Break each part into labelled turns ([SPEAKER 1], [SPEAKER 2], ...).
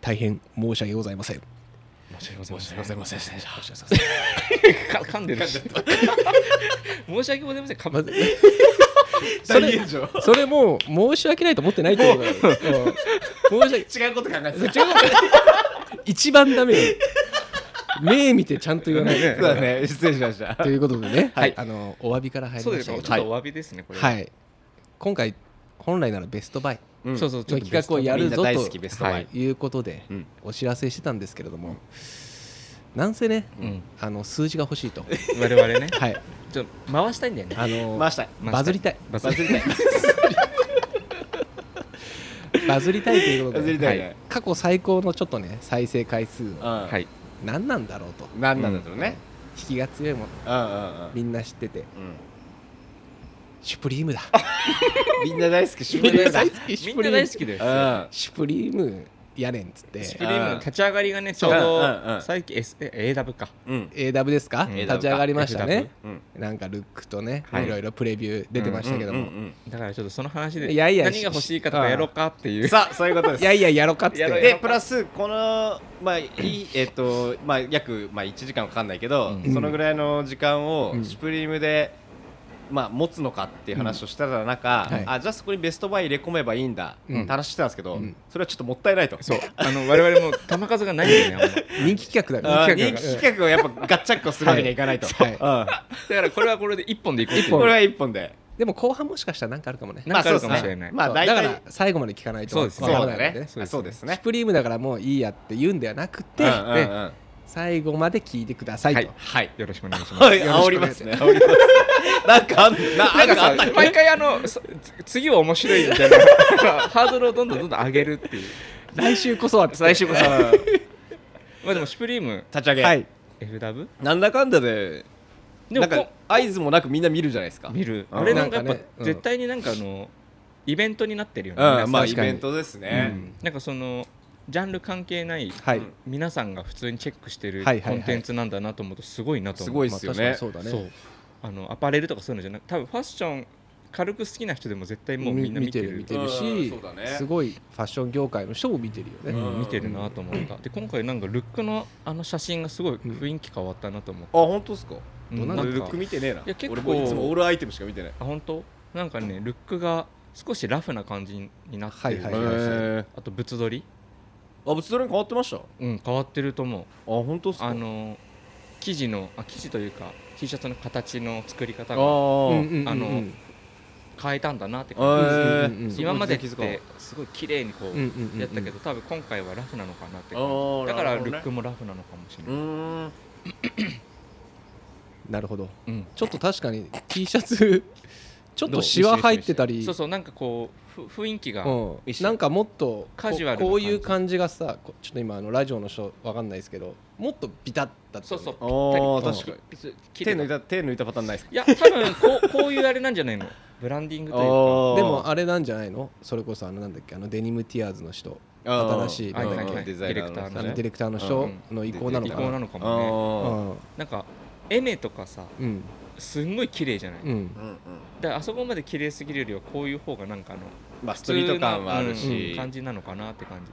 [SPEAKER 1] 大変申し訳ございません。
[SPEAKER 2] 申し訳
[SPEAKER 1] 申し訳ございませんでした。申し訳ございませんでした
[SPEAKER 2] か噛んでるし申し訳ございませんか
[SPEAKER 1] ま
[SPEAKER 2] ま
[SPEAKER 1] ず
[SPEAKER 3] 大炎上
[SPEAKER 1] それもう申し訳ないと思ってないってことだよ。うん申し訳
[SPEAKER 3] 違うこと考えてた
[SPEAKER 1] 違う一番ダメよ目見てちゃんと言わない
[SPEAKER 3] そうだね失礼しました
[SPEAKER 1] ということでね、
[SPEAKER 2] はい
[SPEAKER 1] あのお詫びから入り
[SPEAKER 2] そう
[SPEAKER 1] ま
[SPEAKER 2] で
[SPEAKER 1] し
[SPEAKER 2] す
[SPEAKER 1] た
[SPEAKER 2] ね
[SPEAKER 1] け
[SPEAKER 2] ち
[SPEAKER 1] ど
[SPEAKER 2] ょっとお詫びですねこれ
[SPEAKER 1] はい、今回本来ならベストバイ
[SPEAKER 3] うん
[SPEAKER 2] そうそうちょっと
[SPEAKER 1] 企画をやるぞと
[SPEAKER 3] みんな大好きベストバイ
[SPEAKER 1] はいいうことで
[SPEAKER 3] うん
[SPEAKER 1] お知らせしてたんですけれども、なんせね
[SPEAKER 2] うん
[SPEAKER 1] あの数字が欲しいと
[SPEAKER 2] 我々ね
[SPEAKER 1] はい
[SPEAKER 2] ちょっと回したいんだよね
[SPEAKER 1] あの
[SPEAKER 3] 回したい
[SPEAKER 1] バズりたい
[SPEAKER 2] バズ
[SPEAKER 3] バズ
[SPEAKER 2] り
[SPEAKER 3] りたい
[SPEAKER 1] バズりたいということで
[SPEAKER 3] バズりたいね
[SPEAKER 1] はい過去最高のちょっとね再生回数
[SPEAKER 3] うん
[SPEAKER 1] は
[SPEAKER 2] は
[SPEAKER 3] はい
[SPEAKER 2] い
[SPEAKER 1] 何なんだろうと
[SPEAKER 3] 何なんだろうね
[SPEAKER 1] 引きが強いもん
[SPEAKER 3] うんうんうん
[SPEAKER 1] みんな知ってて
[SPEAKER 3] うん
[SPEAKER 1] シュプリームだ
[SPEAKER 3] みんな大好きシュプ
[SPEAKER 1] みん
[SPEAKER 3] リ
[SPEAKER 1] な
[SPEAKER 3] ームだ
[SPEAKER 1] 大好きシ
[SPEAKER 2] み
[SPEAKER 1] ュ
[SPEAKER 2] ん
[SPEAKER 1] プリ
[SPEAKER 2] な
[SPEAKER 1] ー
[SPEAKER 2] 大
[SPEAKER 1] ム
[SPEAKER 2] 好きです
[SPEAKER 3] うん
[SPEAKER 1] シュプリームやねんっつっ
[SPEAKER 2] ス
[SPEAKER 1] て
[SPEAKER 2] プリームの立ち上がりがねちょう
[SPEAKER 3] うんうんう
[SPEAKER 2] ど
[SPEAKER 3] ん
[SPEAKER 2] 最近 S- え AW か
[SPEAKER 1] AW ですか、
[SPEAKER 2] うん
[SPEAKER 1] 立ち上がりましたね、
[SPEAKER 3] うん
[SPEAKER 1] なんかルックとね、
[SPEAKER 2] はい
[SPEAKER 1] い、ろいろプレビュー出てましたけども、
[SPEAKER 3] うんうん
[SPEAKER 2] だからちょっとその話で
[SPEAKER 1] いやいや
[SPEAKER 2] 何が欲しいかとかやろうかってい
[SPEAKER 3] うん
[SPEAKER 2] う
[SPEAKER 3] さあそういうことで
[SPEAKER 1] い
[SPEAKER 3] す
[SPEAKER 1] やいややろかっつっ
[SPEAKER 2] やろう
[SPEAKER 1] て
[SPEAKER 2] や
[SPEAKER 3] でプラスこのまあいいえっとまあ約まあ1時間かかんないけど、
[SPEAKER 2] うん
[SPEAKER 3] そのぐらいの時間を
[SPEAKER 1] うん
[SPEAKER 3] シュプリームで、まあ持つのかっていう話をしてた中、
[SPEAKER 1] うんはい
[SPEAKER 3] あじゃあそこにベストバイ入れ込めばいいんだ、
[SPEAKER 1] うん
[SPEAKER 3] って話してたんですけど、
[SPEAKER 1] うん
[SPEAKER 3] それはちょっともったいないと。
[SPEAKER 2] そうあの我々も球数がないんだよねあんま
[SPEAKER 1] 人気 企画だか
[SPEAKER 3] あ
[SPEAKER 1] ら
[SPEAKER 3] ー
[SPEAKER 1] 人
[SPEAKER 3] 人
[SPEAKER 1] 気
[SPEAKER 3] 気
[SPEAKER 1] 企
[SPEAKER 3] 企画をやっぱガッチャッコするわけにはいかないと。
[SPEAKER 1] はい
[SPEAKER 2] だからこれはこれで一本でいこう
[SPEAKER 3] うん、これ
[SPEAKER 2] は
[SPEAKER 3] は一本で。
[SPEAKER 1] 画でも後半もしかしたらなんかあるかもね
[SPEAKER 2] なんかあるかも
[SPEAKER 3] まあ
[SPEAKER 2] し
[SPEAKER 3] そうで
[SPEAKER 2] れ
[SPEAKER 3] す
[SPEAKER 2] な
[SPEAKER 3] ね
[SPEAKER 2] い
[SPEAKER 3] まあ大
[SPEAKER 1] だか
[SPEAKER 3] 体
[SPEAKER 1] ら最後まで聞かないと
[SPEAKER 2] そう
[SPEAKER 1] わ
[SPEAKER 2] です
[SPEAKER 1] か
[SPEAKER 2] ね
[SPEAKER 1] ら
[SPEAKER 3] そう
[SPEAKER 1] ない
[SPEAKER 3] だ
[SPEAKER 1] ので
[SPEAKER 3] ね
[SPEAKER 1] ね。
[SPEAKER 2] そう
[SPEAKER 3] あ
[SPEAKER 2] ですね
[SPEAKER 3] そうです
[SPEAKER 1] シュ
[SPEAKER 3] ね。
[SPEAKER 1] プリームだからもういいやって言うんではなくて、
[SPEAKER 3] うんうんうん
[SPEAKER 1] 最後まで聞いてくださいと、
[SPEAKER 2] はいはいよろしくお願いします
[SPEAKER 3] はい、煽りますね。煽りますなんかあんな
[SPEAKER 2] なん
[SPEAKER 3] な
[SPEAKER 2] か
[SPEAKER 3] んかあんな
[SPEAKER 2] さ、毎回あの、そつ次は面白いみたいな、 ハードルをどんどんどんどん上げるっていう。
[SPEAKER 1] 来週こそはっつって
[SPEAKER 2] 最終こそ。
[SPEAKER 3] うん
[SPEAKER 2] まあでも、シュプリーム、
[SPEAKER 3] 立ち上げ、
[SPEAKER 1] はい、
[SPEAKER 2] FW?
[SPEAKER 3] なんだかんだで
[SPEAKER 2] で
[SPEAKER 3] な
[SPEAKER 2] も
[SPEAKER 3] んか
[SPEAKER 2] こ
[SPEAKER 3] 合図もなくみんな見るじゃないですか
[SPEAKER 2] う、見る。
[SPEAKER 3] うん
[SPEAKER 2] あれなんかやっ
[SPEAKER 1] な
[SPEAKER 2] ぱ
[SPEAKER 1] んかね、うん
[SPEAKER 2] 絶対になんかあの、イベントになってるよね。皆さ
[SPEAKER 3] うんん、まあ
[SPEAKER 1] 確
[SPEAKER 3] イ
[SPEAKER 1] かに
[SPEAKER 3] ベントです
[SPEAKER 1] う
[SPEAKER 3] ね、
[SPEAKER 1] ん
[SPEAKER 2] なんかその、ジャンル関係ない、
[SPEAKER 1] はい、
[SPEAKER 3] うん
[SPEAKER 2] 皆さんが普通にチェックして
[SPEAKER 1] は
[SPEAKER 2] るコ
[SPEAKER 1] いはいはい
[SPEAKER 2] ンテンツなんだなと思うと、すごいなと
[SPEAKER 3] す
[SPEAKER 2] 思う。
[SPEAKER 3] ごいっ
[SPEAKER 1] まあ
[SPEAKER 3] すよ
[SPEAKER 1] 確かに
[SPEAKER 3] ね、
[SPEAKER 1] そうだね
[SPEAKER 2] そうあの、アパレルとかそういうのじゃなく多分ファッション、軽く好きな人でも絶対もうみんな見てる
[SPEAKER 1] 見。てる
[SPEAKER 3] うん
[SPEAKER 1] し、
[SPEAKER 3] そうだね
[SPEAKER 1] すごいファッション業界の人も見てるよね、
[SPEAKER 3] うん
[SPEAKER 2] 見てるなと思ったで今回なんかルックのあの写真がすごい雰囲気変わったなと思っ
[SPEAKER 3] あ
[SPEAKER 2] て
[SPEAKER 3] 本当ですか
[SPEAKER 1] どんな
[SPEAKER 2] な
[SPEAKER 1] の
[SPEAKER 3] 俺
[SPEAKER 2] ん
[SPEAKER 3] ル
[SPEAKER 2] か
[SPEAKER 3] ック見てねえない
[SPEAKER 2] や結構
[SPEAKER 3] 俺もいつもオールアイテムしか見てない
[SPEAKER 2] あ本当なんかねルックが少しラフな感じになってる、
[SPEAKER 1] はい
[SPEAKER 3] へ
[SPEAKER 1] はい
[SPEAKER 3] ー
[SPEAKER 2] あと物撮り
[SPEAKER 3] あ物撮りに変わってましたあ
[SPEAKER 2] うん変わってると思う
[SPEAKER 3] 本当ですか
[SPEAKER 2] あの生地のあ生地というか T シャツの形の作り
[SPEAKER 3] あ
[SPEAKER 2] 方が
[SPEAKER 3] ー、
[SPEAKER 2] あの
[SPEAKER 1] うん
[SPEAKER 2] 変えたんだなって
[SPEAKER 3] へ
[SPEAKER 2] 感
[SPEAKER 3] ー
[SPEAKER 1] うんうんうん
[SPEAKER 2] じ今までっ
[SPEAKER 3] そこ気づ
[SPEAKER 2] てすごい綺麗にこ
[SPEAKER 1] うんうん
[SPEAKER 2] う
[SPEAKER 1] うんうん
[SPEAKER 2] やったけど多分今回はラフなのかなって
[SPEAKER 3] あー
[SPEAKER 2] だから
[SPEAKER 3] なるほど
[SPEAKER 2] ル
[SPEAKER 3] ね
[SPEAKER 2] ックもラフなのかもしれ
[SPEAKER 3] う
[SPEAKER 2] ない、
[SPEAKER 3] ーん
[SPEAKER 1] なるほど
[SPEAKER 2] うん、
[SPEAKER 1] ちょっと確かに T シャ ツちょっとシワ入ってたり
[SPEAKER 2] そうそうなんかこうふ雰囲気が、
[SPEAKER 1] うん、なんかもっと
[SPEAKER 2] カジュアルな
[SPEAKER 1] こ
[SPEAKER 2] 感じ
[SPEAKER 1] うこういう感じがさこちょっと今あのラジオの人わかんないですけどもっとビタッだったよね
[SPEAKER 2] そうそう
[SPEAKER 3] あ
[SPEAKER 2] ぴ
[SPEAKER 3] ー
[SPEAKER 2] ったり
[SPEAKER 3] 確かに
[SPEAKER 2] ピス切
[SPEAKER 3] 手
[SPEAKER 2] れ
[SPEAKER 3] 抜
[SPEAKER 2] た
[SPEAKER 3] いた手抜いたパターンないですか
[SPEAKER 2] いや多分こうこういうあれなんじゃないのブランディングという
[SPEAKER 1] でもあれなんじゃないのそれこそあのなんだっけあのデニムティアーズの人新しい
[SPEAKER 3] あー
[SPEAKER 1] はいはいはい
[SPEAKER 3] デザイナーの
[SPEAKER 2] ディレクタ
[SPEAKER 1] あ
[SPEAKER 2] ーね
[SPEAKER 1] のディレクターの人の意向なの
[SPEAKER 2] か
[SPEAKER 1] か
[SPEAKER 2] 移
[SPEAKER 1] な
[SPEAKER 2] 行なのかもね
[SPEAKER 3] ね
[SPEAKER 2] なんかエメとかさ
[SPEAKER 1] うん
[SPEAKER 2] すんごい綺麗じゃない、
[SPEAKER 1] うんうん
[SPEAKER 3] あーうんうん
[SPEAKER 2] だからあそこまで綺麗すぎるよりはこういう方がなんかあの
[SPEAKER 3] まあストリート感はある
[SPEAKER 2] 普通な
[SPEAKER 3] し、
[SPEAKER 2] うん感じなのかなって感じ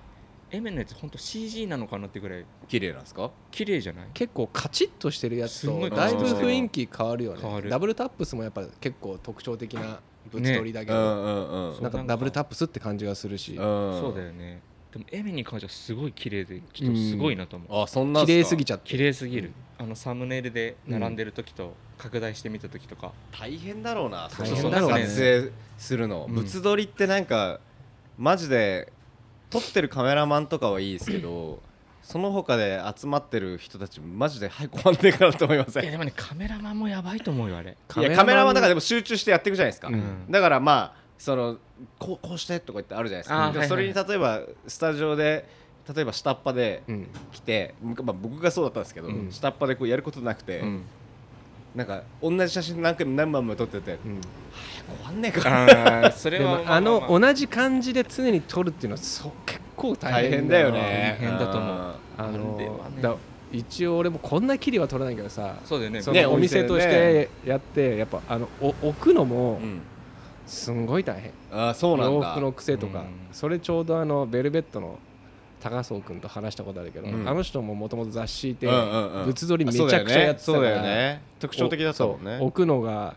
[SPEAKER 2] エメのやつほんと CG なのかなってぐらい
[SPEAKER 3] 綺麗なんですか
[SPEAKER 2] 綺麗じゃない
[SPEAKER 1] 結構カチッとしてるやつ
[SPEAKER 2] すご
[SPEAKER 1] と
[SPEAKER 2] い
[SPEAKER 1] だいぶ雰囲気変わるよ
[SPEAKER 2] 変わ
[SPEAKER 1] ね
[SPEAKER 2] る
[SPEAKER 1] ダブルタップスもやっぱ結構特徴的な物撮りだけ
[SPEAKER 3] う
[SPEAKER 1] ど、
[SPEAKER 3] んうんう
[SPEAKER 1] な
[SPEAKER 3] ん
[SPEAKER 1] ん
[SPEAKER 2] そうな
[SPEAKER 1] か
[SPEAKER 2] んか
[SPEAKER 1] ダブルタップスって感じがするし
[SPEAKER 3] うん
[SPEAKER 2] そうだよねでもエメに関してはすごい綺麗でちょっとすごいなと思う
[SPEAKER 3] あそんなん
[SPEAKER 1] 綺麗
[SPEAKER 3] すか
[SPEAKER 1] すぎちゃって
[SPEAKER 2] 綺麗すぎる、あのサムネイルで並んでる時と拡大してみた時とか、
[SPEAKER 3] 大変だろうな
[SPEAKER 1] 大
[SPEAKER 2] 変だろうね
[SPEAKER 3] 撮影するの、
[SPEAKER 2] うん
[SPEAKER 3] 物撮りってなんかマジで撮ってるカメラマンとかはいいですけどその他で集まってる人たちマジで早く終わんねえかなと思いません
[SPEAKER 2] いや でもねカメラマンもやばいと思うよあれ
[SPEAKER 3] いやカメラマンだからでも集中してやっていくじゃないですか、
[SPEAKER 2] うん
[SPEAKER 3] だからまあそのこうこうしてとか言ってあるじゃないです
[SPEAKER 2] あ
[SPEAKER 3] か
[SPEAKER 2] ー
[SPEAKER 3] で
[SPEAKER 2] は
[SPEAKER 3] も
[SPEAKER 2] い
[SPEAKER 3] そ
[SPEAKER 2] はい
[SPEAKER 3] れに例えばスタジオで例えば下っ端で
[SPEAKER 1] うん
[SPEAKER 3] 来て、むかまあ、僕がそうだったんですけど、
[SPEAKER 2] うん
[SPEAKER 3] 下っ端でこうやることなくて、
[SPEAKER 2] うん
[SPEAKER 3] なんか同じ写真何回も何番も撮ってて
[SPEAKER 1] うん
[SPEAKER 3] 早く終わんねえかな
[SPEAKER 2] あーそれ
[SPEAKER 1] で
[SPEAKER 2] は
[SPEAKER 1] もあの同じ感じで常に撮るっていうのはそう結構大
[SPEAKER 3] 大
[SPEAKER 1] 変
[SPEAKER 3] 変
[SPEAKER 1] だ
[SPEAKER 3] だ
[SPEAKER 1] よ
[SPEAKER 3] よね
[SPEAKER 2] 大変だと思う
[SPEAKER 1] あ
[SPEAKER 2] あれは
[SPEAKER 1] の
[SPEAKER 2] ね
[SPEAKER 1] だ一応俺もこんなきりは撮らないけどさ
[SPEAKER 2] そうだよね
[SPEAKER 1] そ
[SPEAKER 3] ね
[SPEAKER 1] のお店とし
[SPEAKER 3] お店
[SPEAKER 1] てやってやっぱあのお置くのも
[SPEAKER 3] うん
[SPEAKER 1] すんごい大変
[SPEAKER 3] あーそうなん
[SPEAKER 1] 洋
[SPEAKER 3] だ
[SPEAKER 1] 服の癖とか
[SPEAKER 2] うん
[SPEAKER 1] それちょうどあのベルベットの高荘君と話したことあるけど、
[SPEAKER 3] うん
[SPEAKER 1] あの人ももともと雑誌で
[SPEAKER 3] うんうんうん
[SPEAKER 1] 物撮りめちゃくちゃやってたか
[SPEAKER 3] そうだ
[SPEAKER 1] ら、
[SPEAKER 3] よね特徴的だったもんね
[SPEAKER 1] そう置くのが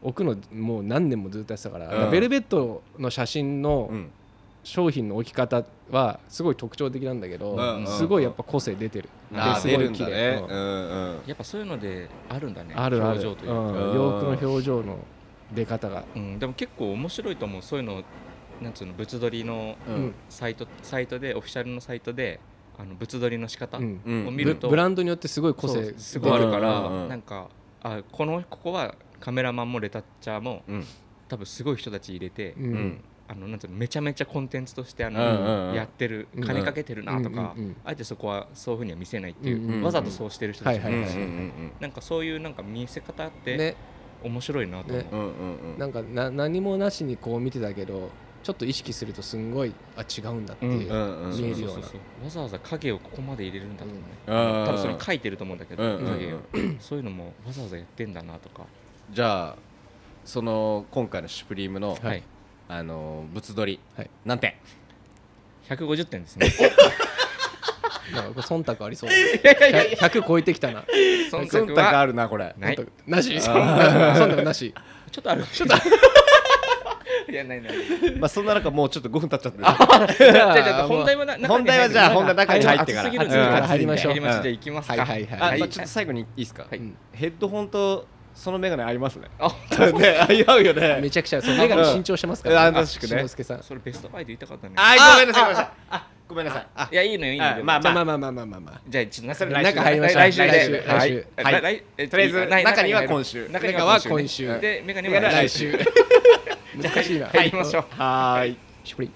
[SPEAKER 1] 置くのもう何年もずっとやってたから,、
[SPEAKER 3] うん
[SPEAKER 1] ベルベットの写真の
[SPEAKER 3] うん
[SPEAKER 1] 商品の置き方はすごい特徴的なんだけど、
[SPEAKER 3] うんうんうん
[SPEAKER 1] すごいやっぱ個性出てる、
[SPEAKER 3] あー
[SPEAKER 1] です
[SPEAKER 3] 出
[SPEAKER 1] ご
[SPEAKER 3] る
[SPEAKER 1] い
[SPEAKER 3] ん
[SPEAKER 1] 綺
[SPEAKER 3] だ
[SPEAKER 1] 麗、
[SPEAKER 3] ね
[SPEAKER 1] うん
[SPEAKER 3] うんうん
[SPEAKER 2] やっぱそういうのであるんだね
[SPEAKER 1] あるある
[SPEAKER 2] 表情というか、
[SPEAKER 1] うん
[SPEAKER 3] うん
[SPEAKER 1] 洋服の表情の出方が、
[SPEAKER 2] うん、でも結構面白いと思うそういうのなんつうの物撮りの
[SPEAKER 3] う
[SPEAKER 1] うんん
[SPEAKER 2] サイトサイトでオフィシャルのサイトであの物撮りの仕方を
[SPEAKER 1] うん
[SPEAKER 3] うん
[SPEAKER 2] 見
[SPEAKER 1] ブ
[SPEAKER 2] ると、
[SPEAKER 1] ブランドによってすごい個
[SPEAKER 2] そう
[SPEAKER 1] 性
[SPEAKER 2] すごいあるから、
[SPEAKER 3] うんうんうん
[SPEAKER 2] なんかあこのここはカメラマンもレタッチャーも
[SPEAKER 3] うん
[SPEAKER 2] 多分すごい人たち入れて、
[SPEAKER 1] う
[SPEAKER 3] うんん
[SPEAKER 2] あのなんつうのめちゃめちゃコンテンツとしてあ
[SPEAKER 3] うんうんう
[SPEAKER 2] の、
[SPEAKER 3] ん
[SPEAKER 2] やってる
[SPEAKER 1] うん
[SPEAKER 2] 金かけてるなとか、
[SPEAKER 1] うんうんうん
[SPEAKER 2] あえてそこはそういうふうには見せないっていう、
[SPEAKER 1] うんうん
[SPEAKER 3] うん
[SPEAKER 2] わざとそうしてる人たちもい
[SPEAKER 3] うんうん
[SPEAKER 2] る
[SPEAKER 3] う
[SPEAKER 2] し、
[SPEAKER 3] ん
[SPEAKER 2] なんかそういうなんか見せ方って
[SPEAKER 1] ね
[SPEAKER 2] 面白いなと思う、
[SPEAKER 1] ね
[SPEAKER 3] うんうんうんうん
[SPEAKER 1] なんかな何もなしにこう見てたけどちょっと意識するとすんごいあ違うんだっていう、
[SPEAKER 3] うんうんうん
[SPEAKER 1] 見えるよ
[SPEAKER 2] そう
[SPEAKER 1] な
[SPEAKER 2] うそうそうわざわざ影をここまで入れるんだとかね、
[SPEAKER 3] うん
[SPEAKER 2] 多分それ書いてると思うんだけど、
[SPEAKER 3] うんうんうん
[SPEAKER 2] 影をそういうのもわざわざやってんだなとか、
[SPEAKER 3] じゃあその今回の「シュプリームの
[SPEAKER 1] はい
[SPEAKER 2] はい、
[SPEAKER 3] あの物撮り
[SPEAKER 1] はい
[SPEAKER 3] 何点
[SPEAKER 2] 150点ですね
[SPEAKER 1] なんか忖度ありそうだね 100, 100超えてきたな
[SPEAKER 2] 忖
[SPEAKER 3] 忖
[SPEAKER 2] 度
[SPEAKER 3] 度あ
[SPEAKER 2] は
[SPEAKER 3] るなこれ
[SPEAKER 2] ない
[SPEAKER 1] 忖度なし
[SPEAKER 3] あー
[SPEAKER 1] 忖度なし
[SPEAKER 2] ちょっとあるちょっといやないない
[SPEAKER 3] まあそんな中もうちょっと5分経っちゃってる
[SPEAKER 2] じゃあ
[SPEAKER 1] じ
[SPEAKER 2] じゃあ本題はな
[SPEAKER 3] 本題はじゃあ
[SPEAKER 2] 中
[SPEAKER 3] 本
[SPEAKER 2] に
[SPEAKER 3] 題中に入ってから
[SPEAKER 2] 熱すぎるん
[SPEAKER 1] 熱い
[SPEAKER 2] で
[SPEAKER 1] から
[SPEAKER 2] うん
[SPEAKER 1] 入りましょう
[SPEAKER 2] 入りましょうじ
[SPEAKER 3] う
[SPEAKER 2] ゃあ
[SPEAKER 3] ん
[SPEAKER 2] 行きますか
[SPEAKER 1] はいはいはい
[SPEAKER 3] あ
[SPEAKER 2] はい
[SPEAKER 3] まあちょっと最後にいいですか
[SPEAKER 2] はい
[SPEAKER 1] うん
[SPEAKER 3] ヘッドホンとそのメガネ合いますね
[SPEAKER 2] あ
[SPEAKER 3] ね合うよ
[SPEAKER 1] め
[SPEAKER 3] ね
[SPEAKER 1] ちゃくちゃそうメガネ新調してますか
[SPEAKER 3] う
[SPEAKER 1] ら、
[SPEAKER 3] んあ確かにね
[SPEAKER 1] しのすけさん
[SPEAKER 2] それベストバイで言いたかったね
[SPEAKER 3] はいごめんなさいごめんなさいあごめんなさいあ
[SPEAKER 2] いやいいのよいいの
[SPEAKER 3] あ
[SPEAKER 2] よ
[SPEAKER 3] まあ
[SPEAKER 1] まあまあまあまあまあまあまあ
[SPEAKER 2] じゃあちょっと中に
[SPEAKER 3] それ来週
[SPEAKER 1] 中入りましょう
[SPEAKER 2] 来週で
[SPEAKER 1] 来週
[SPEAKER 2] はい
[SPEAKER 3] はい
[SPEAKER 2] 来来え
[SPEAKER 3] とりあえず
[SPEAKER 2] ない
[SPEAKER 3] 中には今週
[SPEAKER 2] 中に
[SPEAKER 1] 中
[SPEAKER 2] は
[SPEAKER 1] は
[SPEAKER 2] 今
[SPEAKER 1] 今
[SPEAKER 2] 週
[SPEAKER 1] 週
[SPEAKER 2] ねでメガネ
[SPEAKER 3] メガ
[SPEAKER 2] は
[SPEAKER 3] ネは
[SPEAKER 2] 来
[SPEAKER 1] 来
[SPEAKER 2] 週
[SPEAKER 1] 週難しいな
[SPEAKER 2] 入りましょう
[SPEAKER 3] はーい
[SPEAKER 1] シュプリ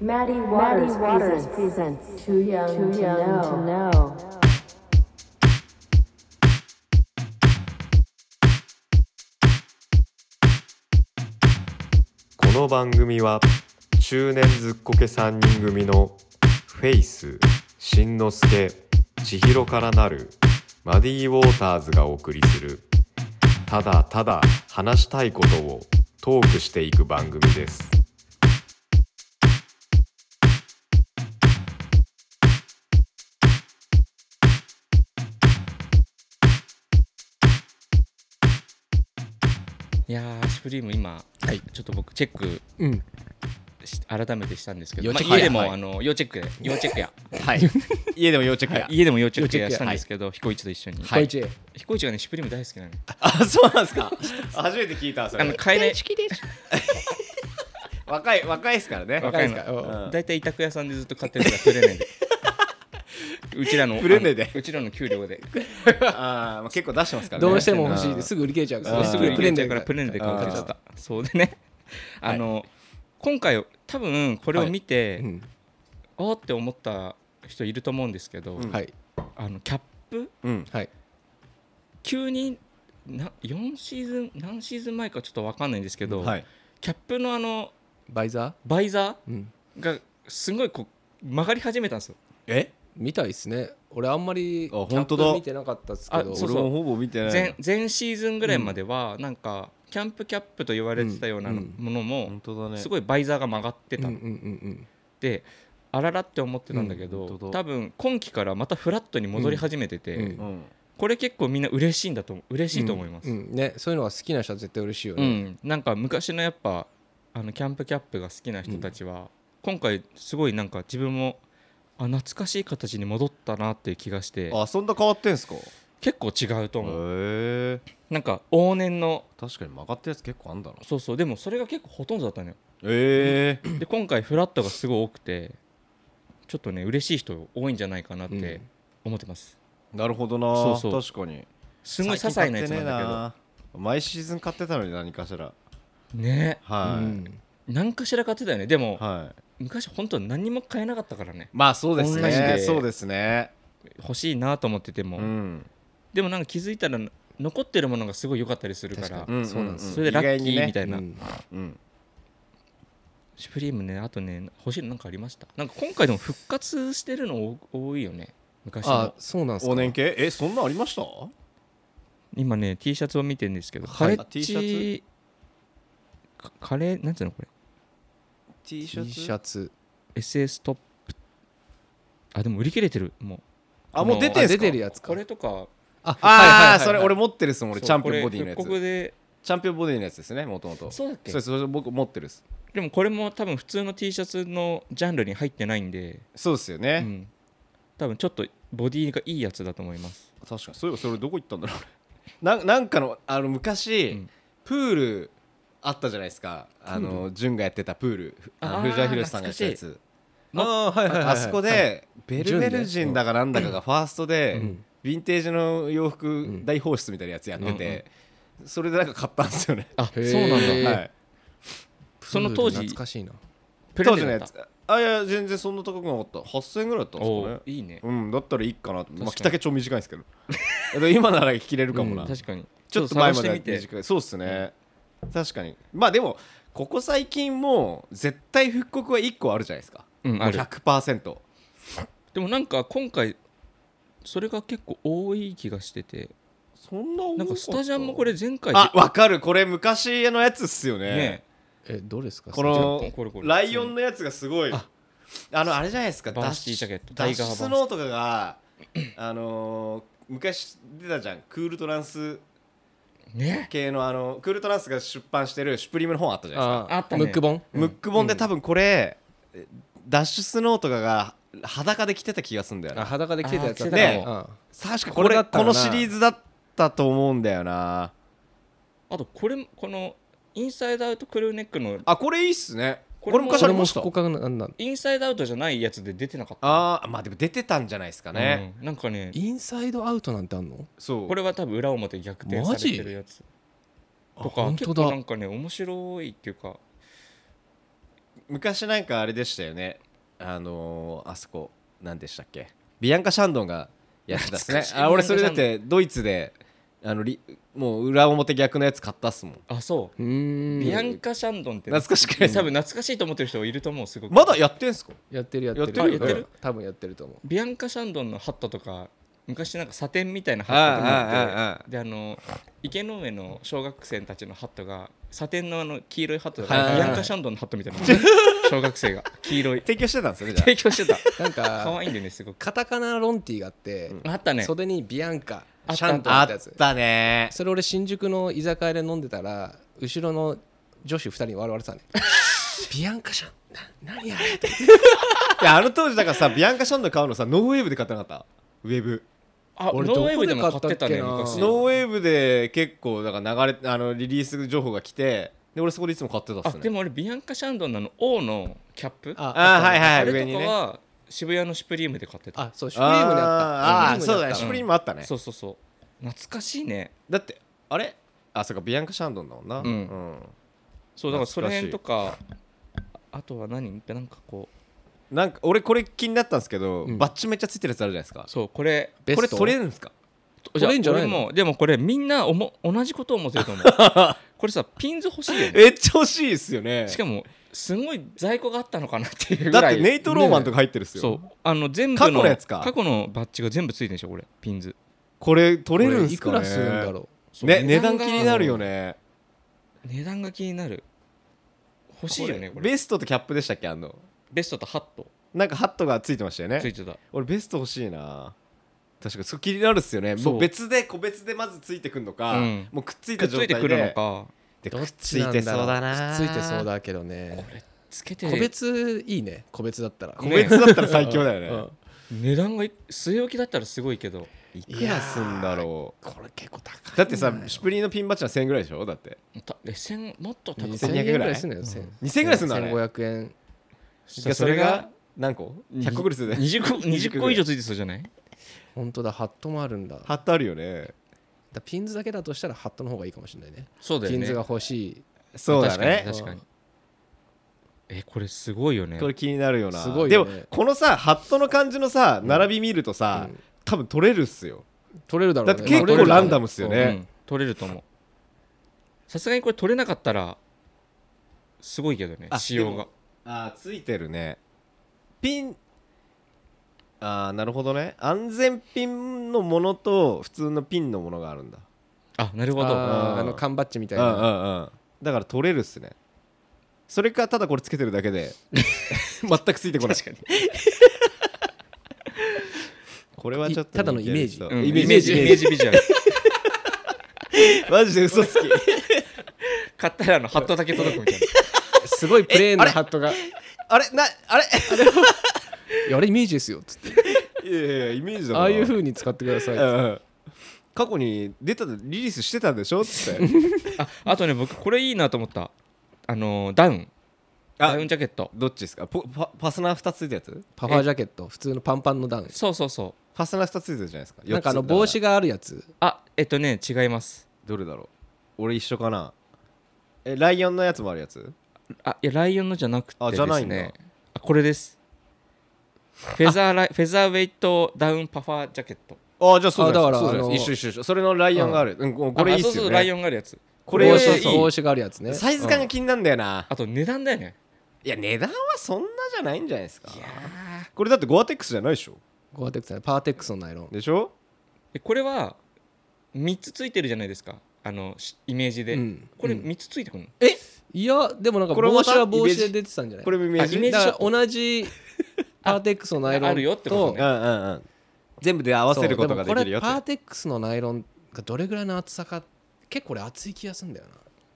[SPEAKER 4] Maddie Waters, presents, Too Young, to, know.
[SPEAKER 5] この番組は中年ずっこけ3人組のフェイスしんのすけ千尋からなるマディ・ウォーターズがお送りするただただ話したいことをトークしていく番組です。
[SPEAKER 2] いやーシュプリーム今
[SPEAKER 1] はい
[SPEAKER 2] ちょっと僕チェック
[SPEAKER 1] うん
[SPEAKER 2] し改めてしたんですけど、
[SPEAKER 1] 要
[SPEAKER 2] ま
[SPEAKER 1] チェッ
[SPEAKER 2] あ、
[SPEAKER 1] ク
[SPEAKER 2] 家でも、
[SPEAKER 3] はい
[SPEAKER 2] あの要チェックで要チェックや
[SPEAKER 3] はい家でも要チェックや
[SPEAKER 2] 家でも要チェック
[SPEAKER 1] 要
[SPEAKER 2] や
[SPEAKER 1] チェックや
[SPEAKER 2] したんですけど、彦一と一緒に、
[SPEAKER 1] 小一
[SPEAKER 2] 彦一がねシュプリーム大好きなの
[SPEAKER 3] あそうなんですか初めて聞いたそ
[SPEAKER 2] あの
[SPEAKER 3] れ
[SPEAKER 2] 買えない
[SPEAKER 3] 若い若いですからね
[SPEAKER 1] 若いです
[SPEAKER 2] 若
[SPEAKER 1] か
[SPEAKER 2] い
[SPEAKER 1] おう
[SPEAKER 3] うん
[SPEAKER 2] 大体委託屋さんでずっと買ってるからくれねえでうちらの
[SPEAKER 3] くれねえで
[SPEAKER 2] あのうちらの給料で
[SPEAKER 3] あーまあ結構出してますからね
[SPEAKER 1] どうしても欲しい
[SPEAKER 3] うん
[SPEAKER 1] すぐ売り切れちゃうか
[SPEAKER 3] う
[SPEAKER 1] ら
[SPEAKER 3] ん
[SPEAKER 2] す
[SPEAKER 1] す
[SPEAKER 2] ぐ
[SPEAKER 1] ぐ
[SPEAKER 2] 売り
[SPEAKER 1] プ
[SPEAKER 2] 切
[SPEAKER 1] レ
[SPEAKER 2] れ
[SPEAKER 1] ン
[SPEAKER 2] ちゃ
[SPEAKER 1] で
[SPEAKER 2] うからプレゼントで買
[SPEAKER 3] あー
[SPEAKER 2] うって言ってたそうでねあの、今回多分これを見て、
[SPEAKER 1] うん
[SPEAKER 2] おーって思った人いると思うんですけど、
[SPEAKER 3] うん
[SPEAKER 1] はい
[SPEAKER 2] あのキャップ
[SPEAKER 3] うん
[SPEAKER 1] はい
[SPEAKER 2] 急にな4シーズン何シーズン前かちょっと分かんないんですけど、
[SPEAKER 3] はい
[SPEAKER 2] キャップのあの
[SPEAKER 1] バイザ
[SPEAKER 2] バイザ
[SPEAKER 1] ーうん
[SPEAKER 2] ーがすごいこう曲がり始めたんですよ
[SPEAKER 3] え
[SPEAKER 1] みたいですね俺あんまり
[SPEAKER 3] あ本当だ
[SPEAKER 1] キャップ見てなかったですけ
[SPEAKER 2] あ
[SPEAKER 1] ど
[SPEAKER 2] そ
[SPEAKER 3] 俺
[SPEAKER 2] う
[SPEAKER 3] もほぼ見てない
[SPEAKER 2] 前前シーズンぐらいまではなんかキャンプキャップと言われてたような
[SPEAKER 1] うん
[SPEAKER 2] ものも
[SPEAKER 3] 本当だね
[SPEAKER 2] すごいバイザーが曲がって
[SPEAKER 1] うん
[SPEAKER 2] た
[SPEAKER 1] うん
[SPEAKER 2] っ
[SPEAKER 1] うん
[SPEAKER 2] てあららって思ってたんだけ
[SPEAKER 3] うん
[SPEAKER 2] ど
[SPEAKER 3] 本当だ
[SPEAKER 2] 多分今季からまたフラットに戻り始めて
[SPEAKER 1] う
[SPEAKER 2] て
[SPEAKER 1] ん
[SPEAKER 3] うん
[SPEAKER 2] これ結構みんな嬉しいんだと思う嬉しいと思います
[SPEAKER 1] う。んねそういうのが好きな人は絶対嬉しいよ
[SPEAKER 2] う
[SPEAKER 1] ね
[SPEAKER 2] んなんか昔のやっぱあのキャンプキャップが好きな人たちは今回すごいなんか自分もあ懐かしい形に戻ったなっていう気がして
[SPEAKER 3] あそんな変わってんすかへ
[SPEAKER 2] 結構違うと思う
[SPEAKER 3] え
[SPEAKER 2] なんか往年の
[SPEAKER 3] 確かに曲がったやつ結構あんだな
[SPEAKER 2] そうそうでもそれが結構ほとんどだったのよ
[SPEAKER 3] ええ
[SPEAKER 2] で今回フラットがすごい多くてちょっとね嬉しい人多いんじゃないかなっ
[SPEAKER 1] うん
[SPEAKER 2] て思ってます、
[SPEAKER 3] なるほど
[SPEAKER 2] そうそう
[SPEAKER 3] な確かに
[SPEAKER 2] すごい些細なやつなんだ
[SPEAKER 3] だけど毎シーズン買ってたのに何かしら
[SPEAKER 2] けどね
[SPEAKER 1] う
[SPEAKER 3] は
[SPEAKER 1] ん
[SPEAKER 2] 何かしら買ってたよねでも、
[SPEAKER 3] いはい
[SPEAKER 2] 昔本当は何も買えなかったからね
[SPEAKER 3] まあそうです
[SPEAKER 2] 同じ
[SPEAKER 3] ね
[SPEAKER 2] で
[SPEAKER 3] そうですね
[SPEAKER 2] 欲しいなと思ってても、
[SPEAKER 3] うん
[SPEAKER 2] でもなんか気づいたら残ってるものがすごい良かったりするから
[SPEAKER 1] 確
[SPEAKER 3] うん
[SPEAKER 1] そうなんです
[SPEAKER 2] それでラッキーみた
[SPEAKER 3] い
[SPEAKER 2] いな、
[SPEAKER 1] うん
[SPEAKER 3] うん
[SPEAKER 2] シュプリームねあとね欲しいのなんかありましたなんか今回でも復活してるの多多いよね昔
[SPEAKER 1] あ
[SPEAKER 2] の
[SPEAKER 1] そうなんですか
[SPEAKER 3] お年系えそんなんありました
[SPEAKER 2] 今ね T シャツを見てるんですけど、
[SPEAKER 3] はい
[SPEAKER 2] カレッジ
[SPEAKER 3] T シャ
[SPEAKER 2] かカレーなんていうのこれ
[SPEAKER 3] T
[SPEAKER 1] T シャツ
[SPEAKER 2] SS トップあでも売り切れてるもう
[SPEAKER 3] あもう出てん
[SPEAKER 1] あ
[SPEAKER 3] す
[SPEAKER 1] 出
[SPEAKER 3] か
[SPEAKER 1] てるやつか
[SPEAKER 2] これとか
[SPEAKER 1] あ
[SPEAKER 3] あ
[SPEAKER 1] はいはいはいはい
[SPEAKER 3] あそれ俺持ってるっすもん俺
[SPEAKER 2] そう
[SPEAKER 3] チャンピオンボディのや
[SPEAKER 2] これ復刻
[SPEAKER 3] つ
[SPEAKER 2] で
[SPEAKER 3] チャンピオンボディのやつですねもともとそう
[SPEAKER 2] そうだっけ
[SPEAKER 3] ですそれ僕持ってるっす
[SPEAKER 2] でもこれも多分普通の T シャツのジャンルに入ってないんで、
[SPEAKER 3] そうですよ
[SPEAKER 2] う
[SPEAKER 3] ね
[SPEAKER 2] ん、多分ちょっとボディがいいやつだと思います
[SPEAKER 3] 確かにそういえばそれどこ行ったんだろう俺 ななんかのあの昔、
[SPEAKER 2] うん
[SPEAKER 3] プールあったじゃないですかあの潤がやってたプールあの
[SPEAKER 2] あー
[SPEAKER 3] 藤原宏さんがやってたやつ
[SPEAKER 1] あーはいはいはいはい
[SPEAKER 3] あそこでベルベル人だかなんだかがファーストで
[SPEAKER 1] うん
[SPEAKER 3] ヴィンテージの洋服
[SPEAKER 1] ん
[SPEAKER 3] 大放出みたいなやつやっててそれでなんか買ったんですよね
[SPEAKER 2] あ
[SPEAKER 1] へー
[SPEAKER 2] そうなんだ
[SPEAKER 1] え
[SPEAKER 3] は
[SPEAKER 1] ー
[SPEAKER 3] い
[SPEAKER 2] その当時
[SPEAKER 1] 懐かしいな
[SPEAKER 2] プレ
[SPEAKER 3] 当
[SPEAKER 2] ゼ
[SPEAKER 3] 時
[SPEAKER 2] ン
[SPEAKER 3] の
[SPEAKER 2] だ
[SPEAKER 3] や
[SPEAKER 2] った
[SPEAKER 3] つあいや全然そんな高くなかった8000円ぐらいだったんです
[SPEAKER 2] お
[SPEAKER 3] かね
[SPEAKER 2] ーいいね、
[SPEAKER 3] うんだったらいいかなとまあ
[SPEAKER 2] 確か
[SPEAKER 3] 着丈
[SPEAKER 2] に
[SPEAKER 3] 超短いんですけど でも今なら着れるかもな、
[SPEAKER 2] 確かに
[SPEAKER 3] ちょっと前まで
[SPEAKER 2] 探
[SPEAKER 3] は
[SPEAKER 2] してみて
[SPEAKER 3] 短いそうっすね、確かにまあでもここ最近もう絶対復刻は1個あるじゃないですか、
[SPEAKER 2] うんある
[SPEAKER 3] 100%
[SPEAKER 2] でもなんか今回それが結構多い気がしてて
[SPEAKER 3] そんな多
[SPEAKER 2] なんかスタジャンもこれ前回
[SPEAKER 3] あわかるこれ昔のやつっすよね
[SPEAKER 2] でね
[SPEAKER 1] えどれですか
[SPEAKER 3] こ
[SPEAKER 2] これ
[SPEAKER 3] の
[SPEAKER 2] これこれ
[SPEAKER 3] ライオンのやつがすごいあのあれじゃないですか
[SPEAKER 2] バー
[SPEAKER 3] ダッ
[SPEAKER 2] シティジャケット
[SPEAKER 3] ダ
[SPEAKER 2] タ
[SPEAKER 3] ッ
[SPEAKER 2] イ
[SPEAKER 3] シ
[SPEAKER 2] ガー
[SPEAKER 3] ュ
[SPEAKER 2] バーシ
[SPEAKER 3] スノーとかがあのー昔出たじゃんクールトランス
[SPEAKER 2] ね
[SPEAKER 3] 系のあのクールトランスが出版してるシュプリームの本あったじゃないです
[SPEAKER 1] あ
[SPEAKER 3] か
[SPEAKER 2] あ
[SPEAKER 1] あ
[SPEAKER 2] ったね
[SPEAKER 1] ムック本
[SPEAKER 3] ムック本で多分これ、ダッシュスノーとかが裸で着てた気がするんだよ
[SPEAKER 1] あ
[SPEAKER 3] な
[SPEAKER 1] 裸で着てたやつだった
[SPEAKER 3] ね
[SPEAKER 1] うん
[SPEAKER 3] 確かこ
[SPEAKER 1] こ
[SPEAKER 3] れ
[SPEAKER 1] れだった
[SPEAKER 3] こ
[SPEAKER 1] ら
[SPEAKER 3] の
[SPEAKER 1] な
[SPEAKER 3] シリーズだったと思うんだよな
[SPEAKER 2] あとこれこのインサイドアウトクルーネックの
[SPEAKER 3] あこれいいっすねこ
[SPEAKER 2] こ
[SPEAKER 3] れ
[SPEAKER 2] れも
[SPEAKER 3] 昔
[SPEAKER 1] そ
[SPEAKER 3] あ
[SPEAKER 1] れ
[SPEAKER 3] り
[SPEAKER 1] も
[SPEAKER 3] ました
[SPEAKER 1] 復刻がなんだ
[SPEAKER 2] インサイドアウトじゃないやつで出てなかった
[SPEAKER 3] あーまあでも出てたんじゃないですかね、
[SPEAKER 2] うんなんかね
[SPEAKER 1] インサイドアウトなんてあんの
[SPEAKER 3] そう
[SPEAKER 2] これは多分裏表逆転されてるやつ
[SPEAKER 1] あ
[SPEAKER 2] とか
[SPEAKER 1] 本
[SPEAKER 2] 結
[SPEAKER 1] 当
[SPEAKER 2] 構な
[SPEAKER 1] だ
[SPEAKER 2] んかね面白いっていうか
[SPEAKER 3] 昔なんかあれでしたよねあのーあそこ何でしたっけビアンカ・シャンドンがやってたっすね
[SPEAKER 2] 懐かしい
[SPEAKER 3] あ俺それだってドイツであのリもう裏表逆のやつ買ったっすもん
[SPEAKER 2] あそうう
[SPEAKER 1] ーん
[SPEAKER 2] ビアンカ・シャンドンって
[SPEAKER 3] 懐かしくない
[SPEAKER 2] 多分懐かしいと思ってる人いると思うすごく
[SPEAKER 3] まだやってんすか
[SPEAKER 1] やってるやってる
[SPEAKER 3] やってる
[SPEAKER 2] やってる
[SPEAKER 1] うん多分やってると思う
[SPEAKER 2] ビアンカ・シャンドンのハットとか昔なんかサテンみたいなハットと
[SPEAKER 3] ああああ
[SPEAKER 2] かあ
[SPEAKER 3] あ
[SPEAKER 2] ってであの池の上の小学生たちのハットがサテンのあの黄色いハットだ
[SPEAKER 3] は
[SPEAKER 2] か
[SPEAKER 3] い
[SPEAKER 2] ら
[SPEAKER 3] はい
[SPEAKER 2] ビ
[SPEAKER 3] はい
[SPEAKER 2] アンカ・シャンドンのハットみたいな小学生が黄色い
[SPEAKER 3] 提供 してたんですよねじゃ
[SPEAKER 2] 提供してた
[SPEAKER 1] なん
[SPEAKER 2] 可
[SPEAKER 1] か
[SPEAKER 2] 愛いんでねすごく
[SPEAKER 1] カタカナロンティーがあって
[SPEAKER 2] あったね
[SPEAKER 1] 袖にビアンカ
[SPEAKER 2] あった
[SPEAKER 1] シャンドン
[SPEAKER 3] あ
[SPEAKER 1] っ
[SPEAKER 3] あ
[SPEAKER 1] てや
[SPEAKER 3] っ
[SPEAKER 1] つ
[SPEAKER 3] たね
[SPEAKER 1] それ俺新宿の居酒屋で飲んでたら後ろの女子2人に笑われ てたねビアンカシャンな何やれ
[SPEAKER 3] いやあの当時だからさビアンカ・シャンドン買うのさノーウェーブで買ってなかったウェブ
[SPEAKER 2] あノ
[SPEAKER 1] 俺
[SPEAKER 2] ーウェーブでも
[SPEAKER 1] ど
[SPEAKER 2] 買
[SPEAKER 1] こ
[SPEAKER 2] っ
[SPEAKER 1] で買
[SPEAKER 2] て
[SPEAKER 1] った
[SPEAKER 2] た
[SPEAKER 1] っけ
[SPEAKER 2] ね
[SPEAKER 1] な
[SPEAKER 2] 昔
[SPEAKER 3] ノーウェーブで結構だから流れあのリリース情報が来てで俺そこでいつも買ってたっ
[SPEAKER 2] あ
[SPEAKER 3] すね
[SPEAKER 2] でも俺ビアンカ・シャンドンのあの O のキャップ
[SPEAKER 1] あ
[SPEAKER 3] あーはいはい
[SPEAKER 2] あ
[SPEAKER 3] はい上
[SPEAKER 2] れ
[SPEAKER 3] に
[SPEAKER 2] とか
[SPEAKER 3] ね
[SPEAKER 2] は渋谷のシュプリームで買ってた
[SPEAKER 1] あそうシュプリームであった
[SPEAKER 3] あーあーそうだねシ
[SPEAKER 1] シュ
[SPEAKER 3] ュプ
[SPEAKER 1] プリー
[SPEAKER 3] リーム
[SPEAKER 1] ム
[SPEAKER 3] もあったね
[SPEAKER 2] そうそうそう懐かしいね
[SPEAKER 3] だってあれあそっかビアンカ・シャンドンだもんな、
[SPEAKER 2] うん
[SPEAKER 3] ん
[SPEAKER 2] そうだからそ
[SPEAKER 3] 懐
[SPEAKER 2] の
[SPEAKER 3] かしい
[SPEAKER 2] 辺とかああとは何なんかこ
[SPEAKER 3] なんか俺これ気になったんですけど、
[SPEAKER 1] うん
[SPEAKER 3] バッチめっちゃついてるやつあるじゃないですか
[SPEAKER 2] うそうこれ
[SPEAKER 1] ベ
[SPEAKER 3] これ
[SPEAKER 1] スト
[SPEAKER 3] 取れるんですか
[SPEAKER 1] 取れんじゃないの
[SPEAKER 2] 俺もでもこれみんなおも同じこと思ってる と思うこれさピンズ欲しいよね
[SPEAKER 3] めっちゃ欲しいですよね
[SPEAKER 2] しかもすごい在庫があったのかなっていうぐ
[SPEAKER 3] だ
[SPEAKER 2] ら
[SPEAKER 3] っ
[SPEAKER 2] い
[SPEAKER 3] てネイト・ローマンとか入ってるっすよ、
[SPEAKER 2] そうあの全部の
[SPEAKER 3] 過去のやつか
[SPEAKER 2] 過去のバッジが全部ついてるでしょこれピンズ
[SPEAKER 3] これ取れ
[SPEAKER 1] こ
[SPEAKER 3] る
[SPEAKER 1] れ
[SPEAKER 3] んす
[SPEAKER 1] い
[SPEAKER 3] か
[SPEAKER 1] く
[SPEAKER 3] ね
[SPEAKER 1] らするんだろ
[SPEAKER 2] そう
[SPEAKER 3] ね値段
[SPEAKER 2] が
[SPEAKER 3] 気になるよね
[SPEAKER 2] 値段が気になる欲しいよねこれ
[SPEAKER 3] ベストとキャップでしたっけあの
[SPEAKER 2] ベストとハット
[SPEAKER 3] なんかハットがついてましたよね
[SPEAKER 2] ついてた
[SPEAKER 3] 俺ベスト欲しいな確かにそれ気になるっすよね
[SPEAKER 2] そう
[SPEAKER 3] もう別で個別でまずついてくるのか、
[SPEAKER 2] うん
[SPEAKER 3] もうくっつい
[SPEAKER 2] く
[SPEAKER 3] た
[SPEAKER 2] っつ
[SPEAKER 3] 状態
[SPEAKER 2] い
[SPEAKER 3] で
[SPEAKER 2] てくるのか
[SPEAKER 3] で
[SPEAKER 1] う
[SPEAKER 3] く
[SPEAKER 1] ど
[SPEAKER 3] っ
[SPEAKER 1] っ
[SPEAKER 3] つ
[SPEAKER 1] ち
[SPEAKER 3] い
[SPEAKER 1] なん
[SPEAKER 3] て
[SPEAKER 1] だ
[SPEAKER 3] そ
[SPEAKER 1] ろ
[SPEAKER 3] うだな
[SPEAKER 1] くっついてそうだけどね
[SPEAKER 2] つけて
[SPEAKER 1] 個別いいね個別だったら
[SPEAKER 3] 個別だったら最強 だよね、
[SPEAKER 1] うん
[SPEAKER 2] 値段がい据え置きだったらすごいけど
[SPEAKER 3] いくらすんだろう
[SPEAKER 1] これ結構高い
[SPEAKER 3] だってさシュプリーのピンバッジは1000円ぐらいでしょだって
[SPEAKER 2] たえ千もっと高く
[SPEAKER 1] 2000
[SPEAKER 3] 1200
[SPEAKER 1] 円ぐらいすんのよ
[SPEAKER 3] 2000円ぐらいすんのあれ
[SPEAKER 1] 1500円
[SPEAKER 2] そ
[SPEAKER 3] そ
[SPEAKER 2] れ
[SPEAKER 3] れ
[SPEAKER 2] が
[SPEAKER 3] が何個 ?100 個ぐらいするね
[SPEAKER 2] 20個 ,20 個以上ついてそうじゃない
[SPEAKER 1] 本当だハットもあるんだ
[SPEAKER 3] ハ
[SPEAKER 1] だ
[SPEAKER 3] ットあるよね
[SPEAKER 1] ピンズだけだとしたらハットの方がいいかもしれないね
[SPEAKER 2] そうだ
[SPEAKER 1] ピ
[SPEAKER 2] よ
[SPEAKER 1] ン
[SPEAKER 2] ね
[SPEAKER 1] ズが欲し
[SPEAKER 3] そうだね
[SPEAKER 2] 確かに確かにえこれすごいよね
[SPEAKER 3] これ気になるよな
[SPEAKER 1] すごい
[SPEAKER 3] で
[SPEAKER 1] よ
[SPEAKER 3] も
[SPEAKER 1] ね
[SPEAKER 3] このさハットの感じのさ並び見るとさ、
[SPEAKER 1] うん
[SPEAKER 3] 多分取れるっすよ
[SPEAKER 1] い取れるだろ
[SPEAKER 3] だ
[SPEAKER 1] う
[SPEAKER 3] って
[SPEAKER 1] ね
[SPEAKER 3] 結
[SPEAKER 1] まあ
[SPEAKER 3] 構
[SPEAKER 1] 取れ
[SPEAKER 3] ラ
[SPEAKER 1] る
[SPEAKER 3] ン
[SPEAKER 1] だ
[SPEAKER 3] ダ
[SPEAKER 1] ろ
[SPEAKER 3] ムっすよ
[SPEAKER 2] う
[SPEAKER 3] ね
[SPEAKER 2] ん取れると思うさすがにこれ取れなかったらすごいけどね
[SPEAKER 3] あ
[SPEAKER 2] 仕
[SPEAKER 3] で
[SPEAKER 2] 様が
[SPEAKER 3] もあーついてるねピンああなるほどね安全ピンのものと普通のピンのものがあるんだ
[SPEAKER 2] あなるほど
[SPEAKER 1] あーあの缶バッジみたいな
[SPEAKER 3] うんうんうんだから取れるっすねそれかただこれつけてるだけで全くついてこない確かに これはちょっと
[SPEAKER 1] いただのイメージ
[SPEAKER 3] 似て
[SPEAKER 2] うん
[SPEAKER 3] る人
[SPEAKER 2] イメージイメージビジュアル
[SPEAKER 3] マジで嘘つき
[SPEAKER 2] 買ったらあのハットだけ届くみたいな
[SPEAKER 1] すごいプレーンなハットが「
[SPEAKER 3] あれなあれ
[SPEAKER 1] いやあれイメージですよ」つって
[SPEAKER 3] いやいやイメージだか
[SPEAKER 1] あ
[SPEAKER 3] ら
[SPEAKER 1] あいう風に使ってくださいっつって
[SPEAKER 3] うんうん過去に出たリリースしてたんでしょっつって
[SPEAKER 2] ああとね僕これいいなと思ったあのーダウンダ
[SPEAKER 3] あ
[SPEAKER 2] ウンジャケット
[SPEAKER 3] どっちですかポパパスナー2つついたやつ
[SPEAKER 1] パファージャケット普通のパンパンのダウン
[SPEAKER 2] そうそうそ
[SPEAKER 3] パスナー2つついてるじゃないですか
[SPEAKER 1] なんかあの
[SPEAKER 3] 四つだら
[SPEAKER 1] 帽子があるやつ
[SPEAKER 2] うあえっとね違います
[SPEAKER 3] どれだろう俺一緒かなえライオンのやつもあるやつ
[SPEAKER 2] あいやライオンのじゃなくてです、ね、
[SPEAKER 3] あじゃないんだ
[SPEAKER 2] あこれですフェザーライフェザーウェイトダウンパファージャケット
[SPEAKER 3] ああじゃあそうだ
[SPEAKER 1] あだ
[SPEAKER 3] か
[SPEAKER 1] からら
[SPEAKER 3] そうだ
[SPEAKER 1] あの
[SPEAKER 3] 一緒一緒一緒それのライオンがある、うん、ここれいいっ
[SPEAKER 2] あそう
[SPEAKER 3] す
[SPEAKER 2] そう
[SPEAKER 3] よ
[SPEAKER 2] ライ
[SPEAKER 3] ね
[SPEAKER 2] オンがあるやつ
[SPEAKER 3] これ
[SPEAKER 1] 帽
[SPEAKER 3] い
[SPEAKER 1] 子
[SPEAKER 3] い
[SPEAKER 1] 帽子があるやつね
[SPEAKER 3] サイズ感が気になるんだよな、
[SPEAKER 2] あと値段だよね
[SPEAKER 3] いや値段はそんなじゃないんじゃないですかこれだってゴアテックスじゃないでしょ
[SPEAKER 1] ゴアテックスじゃないパーテックスのナイロン
[SPEAKER 3] でしょ
[SPEAKER 2] でこれは3つついてるじゃないですかあのしイメージで、
[SPEAKER 1] うん
[SPEAKER 2] これ
[SPEAKER 1] うん
[SPEAKER 2] 3つついてくるの、
[SPEAKER 1] いやでもなんか
[SPEAKER 3] これま
[SPEAKER 1] 帽
[SPEAKER 3] た
[SPEAKER 1] 子は帽子で出てたんじゃない
[SPEAKER 3] これもイメージ
[SPEAKER 2] あイメージ
[SPEAKER 1] だから同じパーテックスのナイロン
[SPEAKER 2] あるよってこと
[SPEAKER 3] う
[SPEAKER 2] ね
[SPEAKER 3] んうんうん全部で合わせることができるよ
[SPEAKER 1] そうもこれ
[SPEAKER 3] と
[SPEAKER 1] パーテックスのナイロンがどれぐらいの厚さか結構俺厚い気がするんだよ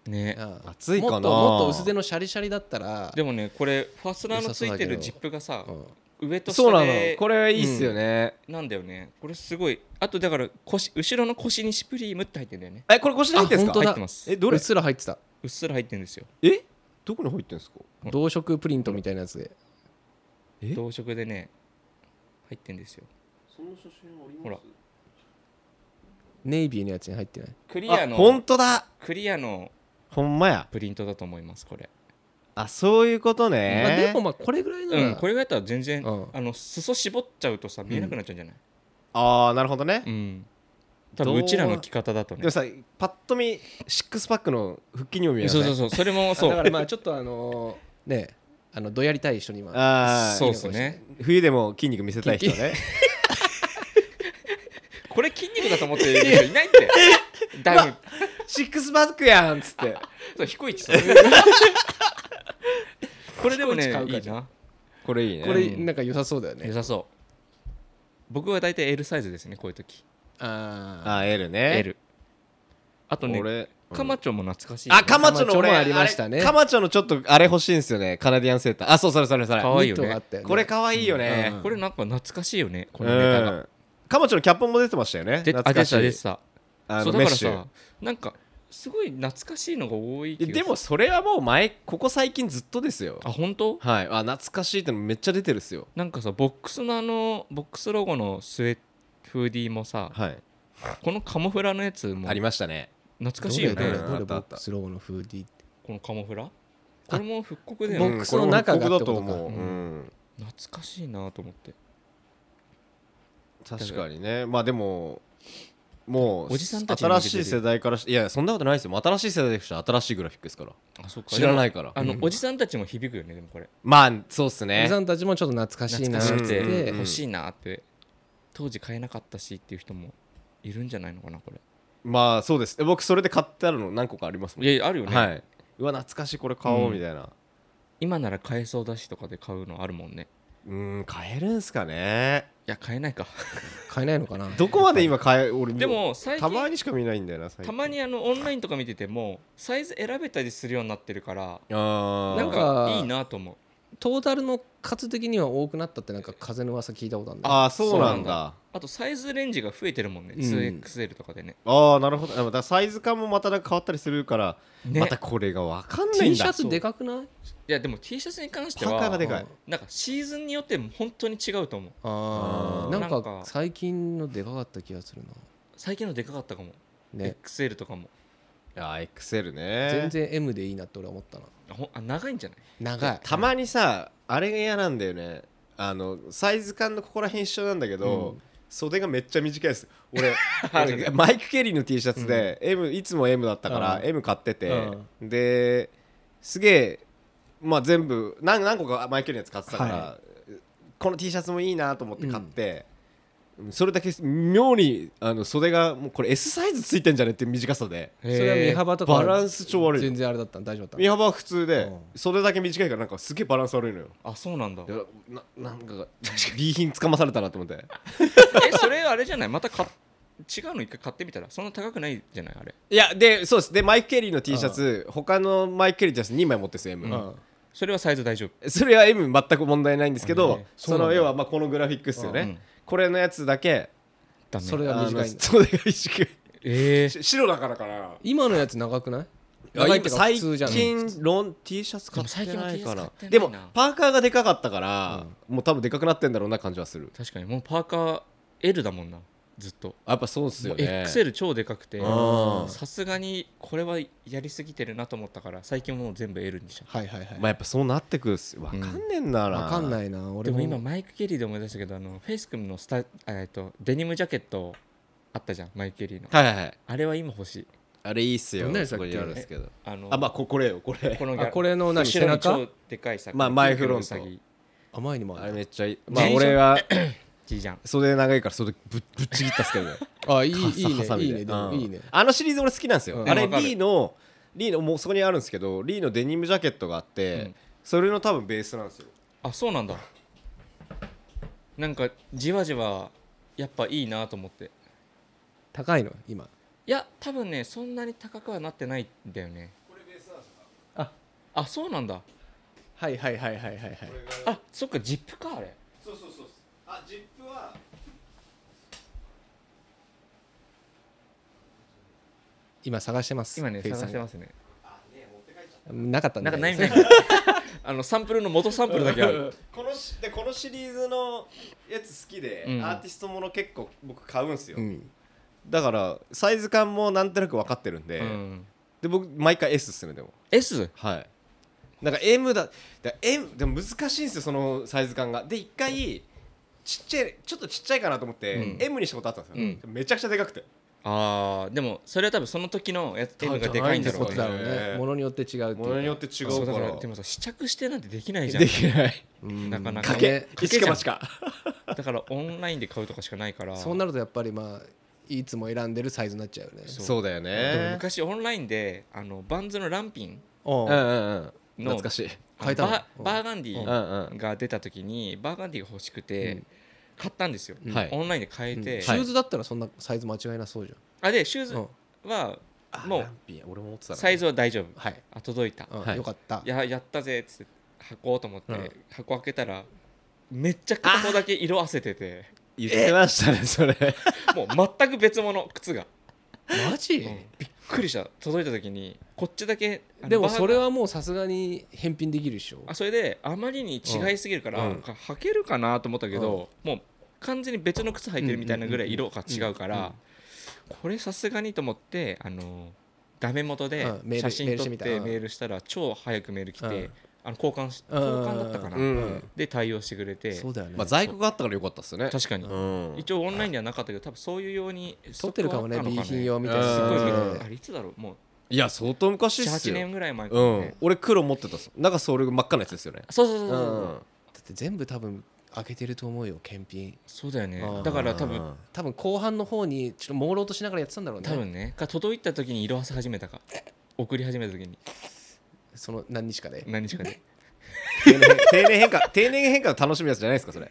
[SPEAKER 2] ね
[SPEAKER 1] なうん
[SPEAKER 3] 厚いかな
[SPEAKER 1] もっともっと薄手のシャリシャリだったら
[SPEAKER 2] でもねこれファスナーのついてる
[SPEAKER 1] 良さそうだけど
[SPEAKER 2] ジップがさ
[SPEAKER 1] うん
[SPEAKER 2] 上と
[SPEAKER 3] そう
[SPEAKER 2] 下
[SPEAKER 3] なの
[SPEAKER 2] で
[SPEAKER 3] これはいいっすよね、
[SPEAKER 2] なんだよねこれすごいあとだから腰後ろの腰にシュプリームって入ってんだよね
[SPEAKER 3] えこれ腰に入ってんす
[SPEAKER 1] あ本当
[SPEAKER 3] か
[SPEAKER 1] だ
[SPEAKER 2] 入ってます
[SPEAKER 3] えど
[SPEAKER 1] う
[SPEAKER 3] れ
[SPEAKER 1] っすら入ってた
[SPEAKER 2] うっすら入ってんですよ
[SPEAKER 3] えどこに入ってんすか
[SPEAKER 2] うん
[SPEAKER 1] 同色プリントみたいなやつで
[SPEAKER 3] え
[SPEAKER 2] 同色でね入ってんですよ
[SPEAKER 3] その写真あり
[SPEAKER 2] ほら
[SPEAKER 1] ネイビーのやつに入ってない
[SPEAKER 2] クリア
[SPEAKER 3] あ本
[SPEAKER 2] の
[SPEAKER 3] 当だ
[SPEAKER 2] クリアの
[SPEAKER 3] ほんまや
[SPEAKER 2] プリントだと思いますこれ、
[SPEAKER 3] あそういうこと
[SPEAKER 1] まあ、で
[SPEAKER 3] ね
[SPEAKER 1] もまあこれぐらいな
[SPEAKER 2] うん
[SPEAKER 1] ら
[SPEAKER 2] これがやったら全然、
[SPEAKER 1] うん
[SPEAKER 2] あの裾絞っちゃうとさ見えなくなっちゃうんじゃない
[SPEAKER 3] ああなるほどね
[SPEAKER 2] うん、多分
[SPEAKER 3] どう
[SPEAKER 2] うちらの着方だとね
[SPEAKER 3] でもさパッと見シックスパックの腹筋にも見えない
[SPEAKER 2] そうそうそうそれもそ
[SPEAKER 1] だから
[SPEAKER 2] う
[SPEAKER 1] まあちょっとあのーねあのどやりたい人に今
[SPEAKER 3] あ
[SPEAKER 2] そう
[SPEAKER 3] あ
[SPEAKER 2] っすね
[SPEAKER 3] 冬でも筋肉見せたい人ね
[SPEAKER 2] これ筋肉だと思ってる人いないんだよダウン
[SPEAKER 3] シックスパックやんっつって
[SPEAKER 2] そう彦一さん これでもね
[SPEAKER 1] 彦一買うか
[SPEAKER 2] いい
[SPEAKER 1] じゃ
[SPEAKER 2] な
[SPEAKER 3] これいいね
[SPEAKER 1] これなんか良さそうだよ
[SPEAKER 2] 良
[SPEAKER 1] ね
[SPEAKER 2] さそう僕は大体 L サイズですねこういう時
[SPEAKER 1] あ
[SPEAKER 3] あー L ね
[SPEAKER 2] L あとね
[SPEAKER 3] 俺
[SPEAKER 2] カマチョも懐かしいよね、
[SPEAKER 3] あカマチョの俺
[SPEAKER 1] カマチョもありましたね
[SPEAKER 3] あれカマチョのちょっとあれ欲しいんですよねカナディアンセーターあそうそれそれそれ
[SPEAKER 2] か
[SPEAKER 1] あ
[SPEAKER 2] わいい
[SPEAKER 1] ニット
[SPEAKER 2] よ
[SPEAKER 1] があっ
[SPEAKER 2] ね
[SPEAKER 1] たよね
[SPEAKER 3] これかわいいよ
[SPEAKER 1] う
[SPEAKER 3] ね
[SPEAKER 1] ん
[SPEAKER 2] これなんか懐かしいよねこ
[SPEAKER 3] う
[SPEAKER 2] のネタが、
[SPEAKER 3] んカマチョのキャップも出てましたよね
[SPEAKER 2] であ
[SPEAKER 3] 懐か
[SPEAKER 2] 出て
[SPEAKER 3] した
[SPEAKER 2] 出
[SPEAKER 3] い
[SPEAKER 2] てた
[SPEAKER 3] あ
[SPEAKER 2] そ
[SPEAKER 3] の
[SPEAKER 2] うだ
[SPEAKER 3] メッ
[SPEAKER 2] から
[SPEAKER 3] シュ
[SPEAKER 2] さなんかすごい懐かしいのが多い
[SPEAKER 3] い
[SPEAKER 2] 気
[SPEAKER 3] や
[SPEAKER 2] が
[SPEAKER 3] でもそれはもう前ここ最近ずっとですよ
[SPEAKER 2] あ本当
[SPEAKER 3] はいあ懐かしいってのめっちゃ出てるっすよ
[SPEAKER 2] なんかさボックスのあのボックスロゴのスウェフーディーもさ
[SPEAKER 3] はい
[SPEAKER 2] このカモフラのやつも
[SPEAKER 3] あり
[SPEAKER 2] 懐
[SPEAKER 3] ましたね
[SPEAKER 2] かしいよ
[SPEAKER 1] どれど
[SPEAKER 2] ね
[SPEAKER 1] れど
[SPEAKER 3] あ
[SPEAKER 1] れ
[SPEAKER 3] っ
[SPEAKER 1] ボ
[SPEAKER 3] たあ
[SPEAKER 1] ッ
[SPEAKER 3] った
[SPEAKER 1] クスロゴのフーディーって
[SPEAKER 2] このカモフラこれも復刻だ
[SPEAKER 1] ボ
[SPEAKER 2] よ
[SPEAKER 1] ッ
[SPEAKER 2] ね
[SPEAKER 1] クスの中がってことか
[SPEAKER 3] うんこれも復刻だと思う、うん
[SPEAKER 2] 懐かしいなと思って
[SPEAKER 3] 確かにねまあでももう
[SPEAKER 2] おじさんたちに向
[SPEAKER 3] 新
[SPEAKER 2] けて
[SPEAKER 3] しい世代からしいやそんなことないですよ新しい世代でしたら新しいグラフィックですから
[SPEAKER 2] あそうか
[SPEAKER 3] 知らないから
[SPEAKER 2] あのおじさんたちも響くよねでもこれ
[SPEAKER 3] まあそうっす
[SPEAKER 1] おじ
[SPEAKER 3] ね
[SPEAKER 1] さんたちもちょっと懐かしい
[SPEAKER 2] 懐
[SPEAKER 1] な
[SPEAKER 2] か
[SPEAKER 1] っ
[SPEAKER 2] し
[SPEAKER 1] つっ
[SPEAKER 2] く
[SPEAKER 1] て、
[SPEAKER 2] て
[SPEAKER 3] うん
[SPEAKER 2] 欲しいなって当時買えなかったしっていう人もいるんじゃないのかなこれ
[SPEAKER 3] まあそうですえ僕それで買ってあるの何個かありますもん
[SPEAKER 2] いやいやあるよね、
[SPEAKER 3] はいうわ懐かしいこれ買おうみたいな
[SPEAKER 2] 今なら買えそうだしとかで買うのあるもんね
[SPEAKER 3] うん買えるんすかね
[SPEAKER 2] いや買えないか
[SPEAKER 1] 買えないのかな
[SPEAKER 3] どこまで今買え俺
[SPEAKER 2] でも最近
[SPEAKER 3] たまにしか見ないんだよな最近
[SPEAKER 2] たまにあのオンラインとか見ててもサイズ選べたりするようになってるから
[SPEAKER 3] あ
[SPEAKER 2] なん
[SPEAKER 3] ー
[SPEAKER 2] かいいなと思う
[SPEAKER 1] トータルの数的には多くなったってなんか風の噂聞いたことあるんだよ
[SPEAKER 3] あーそうな
[SPEAKER 2] そうなんん
[SPEAKER 3] だ
[SPEAKER 2] だあとサイズレンジが増えてるもんね、
[SPEAKER 1] うん
[SPEAKER 2] 2XL とかでね
[SPEAKER 3] ああなるほどあまたサイズ感もまたなんか変わったりするから、
[SPEAKER 2] ね
[SPEAKER 3] またこれがわかんない
[SPEAKER 1] T
[SPEAKER 3] ん
[SPEAKER 1] シ
[SPEAKER 3] だ
[SPEAKER 1] ャツでかくない
[SPEAKER 2] いやでも T シャツに関して
[SPEAKER 3] パーカーが
[SPEAKER 2] は
[SPEAKER 3] でかい
[SPEAKER 2] なんかシーズンによっても本当に違うと思う
[SPEAKER 1] あ
[SPEAKER 3] あー
[SPEAKER 1] ーなん
[SPEAKER 2] なん
[SPEAKER 1] か
[SPEAKER 2] か
[SPEAKER 1] 最近のでかかった気がする
[SPEAKER 2] 最近のでかかったかも、
[SPEAKER 1] なね
[SPEAKER 2] XL とかも
[SPEAKER 3] あー XL ね
[SPEAKER 1] 全然 M でいいなって俺は思ったな
[SPEAKER 2] あほんあ長いんじゃない
[SPEAKER 1] 長い
[SPEAKER 3] たまにさあれが嫌なんだよねあのサイズ感のここら辺一緒なんだけど、袖がめっちゃ短いです 俺俺マイク・ケリーの T シャツで、M いつも M だったから、
[SPEAKER 1] うん
[SPEAKER 3] M 買ってて、ですげえまあ全部何何個かマイク・ケリーのやつ買ってたから、この T シャツもいいなと思って買って、それだけ妙にあの袖がもうこれ S サイズついてんじゃねっていう短さで
[SPEAKER 1] それは身幅とか
[SPEAKER 3] バランス超悪いの
[SPEAKER 1] 全然あれだったの大丈夫だった
[SPEAKER 3] 身幅は普通で
[SPEAKER 1] うん
[SPEAKER 3] 袖だけ短いからなんかすげえバランス悪いのよ
[SPEAKER 2] あそうなんだ
[SPEAKER 3] いやななんか B 品つかまされたなと思って
[SPEAKER 2] えそれあれじゃないまたか違うの一回買ってみたらそんな高くないじゃないあれ
[SPEAKER 3] いやでそうですでマイク・ケリーの T シャツ他のマイク・ケリーの T シャツ2枚持ってるんですよ M、
[SPEAKER 2] うんそれはサイズ大丈夫
[SPEAKER 3] それは M 全く問題ないんですけ
[SPEAKER 2] あ
[SPEAKER 3] ど
[SPEAKER 2] ね
[SPEAKER 3] その要はまあこのグラフィックですよね、
[SPEAKER 2] うん
[SPEAKER 3] これのやつだけ
[SPEAKER 2] ダメ
[SPEAKER 1] それ
[SPEAKER 3] あ
[SPEAKER 1] が
[SPEAKER 3] の
[SPEAKER 1] 短いんだ
[SPEAKER 3] 袖が短い
[SPEAKER 2] えー、
[SPEAKER 3] し白だからかな
[SPEAKER 1] 今のやつ長くない長い
[SPEAKER 3] 最
[SPEAKER 1] って
[SPEAKER 3] 近
[SPEAKER 1] か普通じゃん
[SPEAKER 3] ロン T シャツ買っ
[SPEAKER 2] で
[SPEAKER 3] て
[SPEAKER 2] も
[SPEAKER 3] な
[SPEAKER 2] 最
[SPEAKER 3] いか
[SPEAKER 2] 近は T シャツ買
[SPEAKER 3] な
[SPEAKER 2] ってないな
[SPEAKER 3] でもパーカーがでかかったから、もう多分でかくなってんだろうな感じはする
[SPEAKER 2] 確かにもうパーカー L だもんなずっと、
[SPEAKER 3] やっぱそうっす
[SPEAKER 2] も
[SPEAKER 3] よ
[SPEAKER 2] う
[SPEAKER 3] ね
[SPEAKER 2] XL 超でかくて
[SPEAKER 3] うん
[SPEAKER 2] さすがにこれはやりすぎてるなと思ったから最近もう全部 L にしちゃっ
[SPEAKER 1] はいはいはい、
[SPEAKER 3] まあやっぱそうなってくるっすよわかんねんなな、
[SPEAKER 1] わかんないいな
[SPEAKER 2] た
[SPEAKER 1] 俺
[SPEAKER 2] で
[SPEAKER 1] も
[SPEAKER 2] も今マイク・ケリーで思い出したけどあのフェイス君のスタ、えー、とデニムジャケットあったじゃんマイク・ケリーの
[SPEAKER 3] はいはいはい
[SPEAKER 2] あれは今欲しい
[SPEAKER 3] あれいいっすよ
[SPEAKER 1] どんなやつだ
[SPEAKER 3] そ
[SPEAKER 1] っけ
[SPEAKER 3] こにあるんですけど
[SPEAKER 2] あの
[SPEAKER 3] あまあここれよこれ
[SPEAKER 2] このギャ
[SPEAKER 1] あこれの何
[SPEAKER 2] 後
[SPEAKER 1] 背
[SPEAKER 2] ろに
[SPEAKER 1] 中
[SPEAKER 2] 超でかいさ
[SPEAKER 3] まあ前フロント
[SPEAKER 2] ピンクのウサギ
[SPEAKER 1] 甘いにも
[SPEAKER 3] あ
[SPEAKER 1] あ
[SPEAKER 3] れ
[SPEAKER 1] る
[SPEAKER 3] めっちゃいいまあ
[SPEAKER 2] 自転車
[SPEAKER 3] 俺は
[SPEAKER 2] じいじゃん
[SPEAKER 3] 袖長いから袖ぶっぶっちぎったっすけどね
[SPEAKER 1] あいいい
[SPEAKER 3] 傘
[SPEAKER 1] いね
[SPEAKER 3] 挟み
[SPEAKER 1] い
[SPEAKER 3] で
[SPEAKER 1] いねでも
[SPEAKER 3] うん
[SPEAKER 1] いいね
[SPEAKER 3] あのシリーズ俺好きなんですよ、
[SPEAKER 1] うん
[SPEAKER 3] あれ
[SPEAKER 2] わかる
[SPEAKER 3] リーのリーのもうそこにあるんですけどリーのデニムジャケットがあって、
[SPEAKER 2] うん
[SPEAKER 3] それの多分ベースなんですよ
[SPEAKER 2] あそうなんだなんかじわじわやっぱいいなと思って
[SPEAKER 1] 高いの今
[SPEAKER 2] いや多分ねそんなに高くはなってないんだよね
[SPEAKER 1] あ
[SPEAKER 2] あそうなんだ
[SPEAKER 1] はいはいはいはいはいはい
[SPEAKER 2] あそっかジップかあれ
[SPEAKER 3] そうそうそうあジップは
[SPEAKER 1] 今探してます
[SPEAKER 2] 今ね
[SPEAKER 1] フェイ
[SPEAKER 2] 探
[SPEAKER 1] スさん
[SPEAKER 2] してますね
[SPEAKER 1] なかったん
[SPEAKER 2] な
[SPEAKER 1] だ
[SPEAKER 2] んか
[SPEAKER 1] ね
[SPEAKER 2] ない みたい あのサンプルの元サンプルだけある
[SPEAKER 3] このしでこのシリーズのやつ好きで、
[SPEAKER 2] うん
[SPEAKER 3] アーティストもの結構僕買うんすよ、
[SPEAKER 1] うん
[SPEAKER 3] だからサイズ感もなんとなく分かってるんで、
[SPEAKER 2] うん
[SPEAKER 3] で僕毎回 S っすねでも
[SPEAKER 2] S
[SPEAKER 3] はいなんか M だだから M でも難しいんですよそのサイズ感がで一回ちっちゃいちょっとちっちゃいかなと思って、
[SPEAKER 2] うん
[SPEAKER 3] M にしたことあったんですよ、めちゃくちゃでかくて
[SPEAKER 2] あーでもそれは多分その時のやつ M がでかいんだろ
[SPEAKER 1] そうう
[SPEAKER 2] ね
[SPEAKER 1] だろう
[SPEAKER 3] え
[SPEAKER 1] ね
[SPEAKER 3] ー
[SPEAKER 1] ものによって違うっていう
[SPEAKER 3] ものによって違
[SPEAKER 2] そうう
[SPEAKER 3] か
[SPEAKER 2] だかららでもさ試着してなんてできないじゃん
[SPEAKER 3] できない
[SPEAKER 2] なかなか
[SPEAKER 3] かけ
[SPEAKER 1] ね
[SPEAKER 3] 一か八か
[SPEAKER 2] だからオンラインで買うとかしかないから
[SPEAKER 1] そうなるとやっぱりまあいつも選んでるサイズになっちゃうよね
[SPEAKER 2] そう
[SPEAKER 3] うだよ
[SPEAKER 2] でも昔オンラインであのバンズのランピン
[SPEAKER 1] お
[SPEAKER 3] う
[SPEAKER 1] うん
[SPEAKER 3] うんうん
[SPEAKER 2] の
[SPEAKER 3] 懐かしい
[SPEAKER 2] あの
[SPEAKER 1] 買えたの
[SPEAKER 2] バ
[SPEAKER 1] うん
[SPEAKER 2] バーガンデ
[SPEAKER 3] う
[SPEAKER 2] ィ
[SPEAKER 3] んうん
[SPEAKER 2] が出た時にバーガンディが欲しくて、
[SPEAKER 1] うん
[SPEAKER 2] 買ったんですよ、
[SPEAKER 3] はい
[SPEAKER 2] オンラインで買えて、
[SPEAKER 1] シューズだったらそんなサイズ間違いなそうじ
[SPEAKER 2] あでシュー
[SPEAKER 1] ゃん、うん
[SPEAKER 2] ズ、はもう
[SPEAKER 3] 俺も持ってた
[SPEAKER 2] サイズは大丈夫、
[SPEAKER 1] はい、
[SPEAKER 2] あ届いた、
[SPEAKER 1] うん
[SPEAKER 3] はい
[SPEAKER 1] よかった
[SPEAKER 2] ややったぜっつって箱をと思って、
[SPEAKER 1] うん
[SPEAKER 2] 箱開けたらめっちゃ片方だけ色あせて て
[SPEAKER 3] 言ってましたねそれ
[SPEAKER 2] もう全く別物靴が、
[SPEAKER 1] マジ
[SPEAKER 2] うんびっくりした届いた時にこっちだけあの
[SPEAKER 1] でも
[SPEAKER 2] バーガー
[SPEAKER 1] それはもうさすがに返品できるでしょ
[SPEAKER 2] あそれであまりに違いすぎるから、
[SPEAKER 1] うん
[SPEAKER 2] か履けるかなと思ったけど、もう完全に別の靴履いてるみたいなぐらい色が違うから、
[SPEAKER 1] うんうんうん
[SPEAKER 2] これさすがにと思ってあのダメ元で
[SPEAKER 1] うんメール
[SPEAKER 2] 写真
[SPEAKER 1] メールし
[SPEAKER 2] 撮っ
[SPEAKER 1] てみた
[SPEAKER 2] て
[SPEAKER 1] うん
[SPEAKER 2] メールしたら超早くメール来て、
[SPEAKER 1] うん
[SPEAKER 2] あの交換し
[SPEAKER 1] うん
[SPEAKER 2] 交換だったかな、
[SPEAKER 3] うん
[SPEAKER 2] で対応してくれて
[SPEAKER 1] そうだよね、
[SPEAKER 3] まあ在庫があったからよかったっすね
[SPEAKER 2] 確かに、
[SPEAKER 3] うん
[SPEAKER 2] 一応オンラインではなかったけど多分そういうように
[SPEAKER 1] 取ってるかもね
[SPEAKER 2] ストッ
[SPEAKER 1] B
[SPEAKER 2] クはあったの
[SPEAKER 1] 品用みたい
[SPEAKER 3] うん
[SPEAKER 1] な
[SPEAKER 2] すごい見て
[SPEAKER 3] うん
[SPEAKER 2] あれいつだろうも
[SPEAKER 3] いや相当
[SPEAKER 2] う
[SPEAKER 3] 昔っす
[SPEAKER 2] 78
[SPEAKER 3] よ
[SPEAKER 2] 年ぐらい前か
[SPEAKER 3] う
[SPEAKER 2] ら、ね
[SPEAKER 3] ん俺黒持ってたっすなんかそれ真っ赤なやつですよね
[SPEAKER 2] そうそうそう
[SPEAKER 3] う
[SPEAKER 2] そうそう、
[SPEAKER 3] ん
[SPEAKER 1] だって全部多分開けてると思うよ検品
[SPEAKER 2] そうだよ
[SPEAKER 1] う
[SPEAKER 2] ね
[SPEAKER 1] ん
[SPEAKER 2] だから多分
[SPEAKER 1] 多分後半の方にちょっと朦朧としながらやってたんだろうね
[SPEAKER 2] 多分ねか届いた時に色あせ始めたか送り始めた時に
[SPEAKER 1] その何日かで、
[SPEAKER 2] 何日かで
[SPEAKER 3] 定年定年変化定年変化の楽しみやつじゃないですかそれ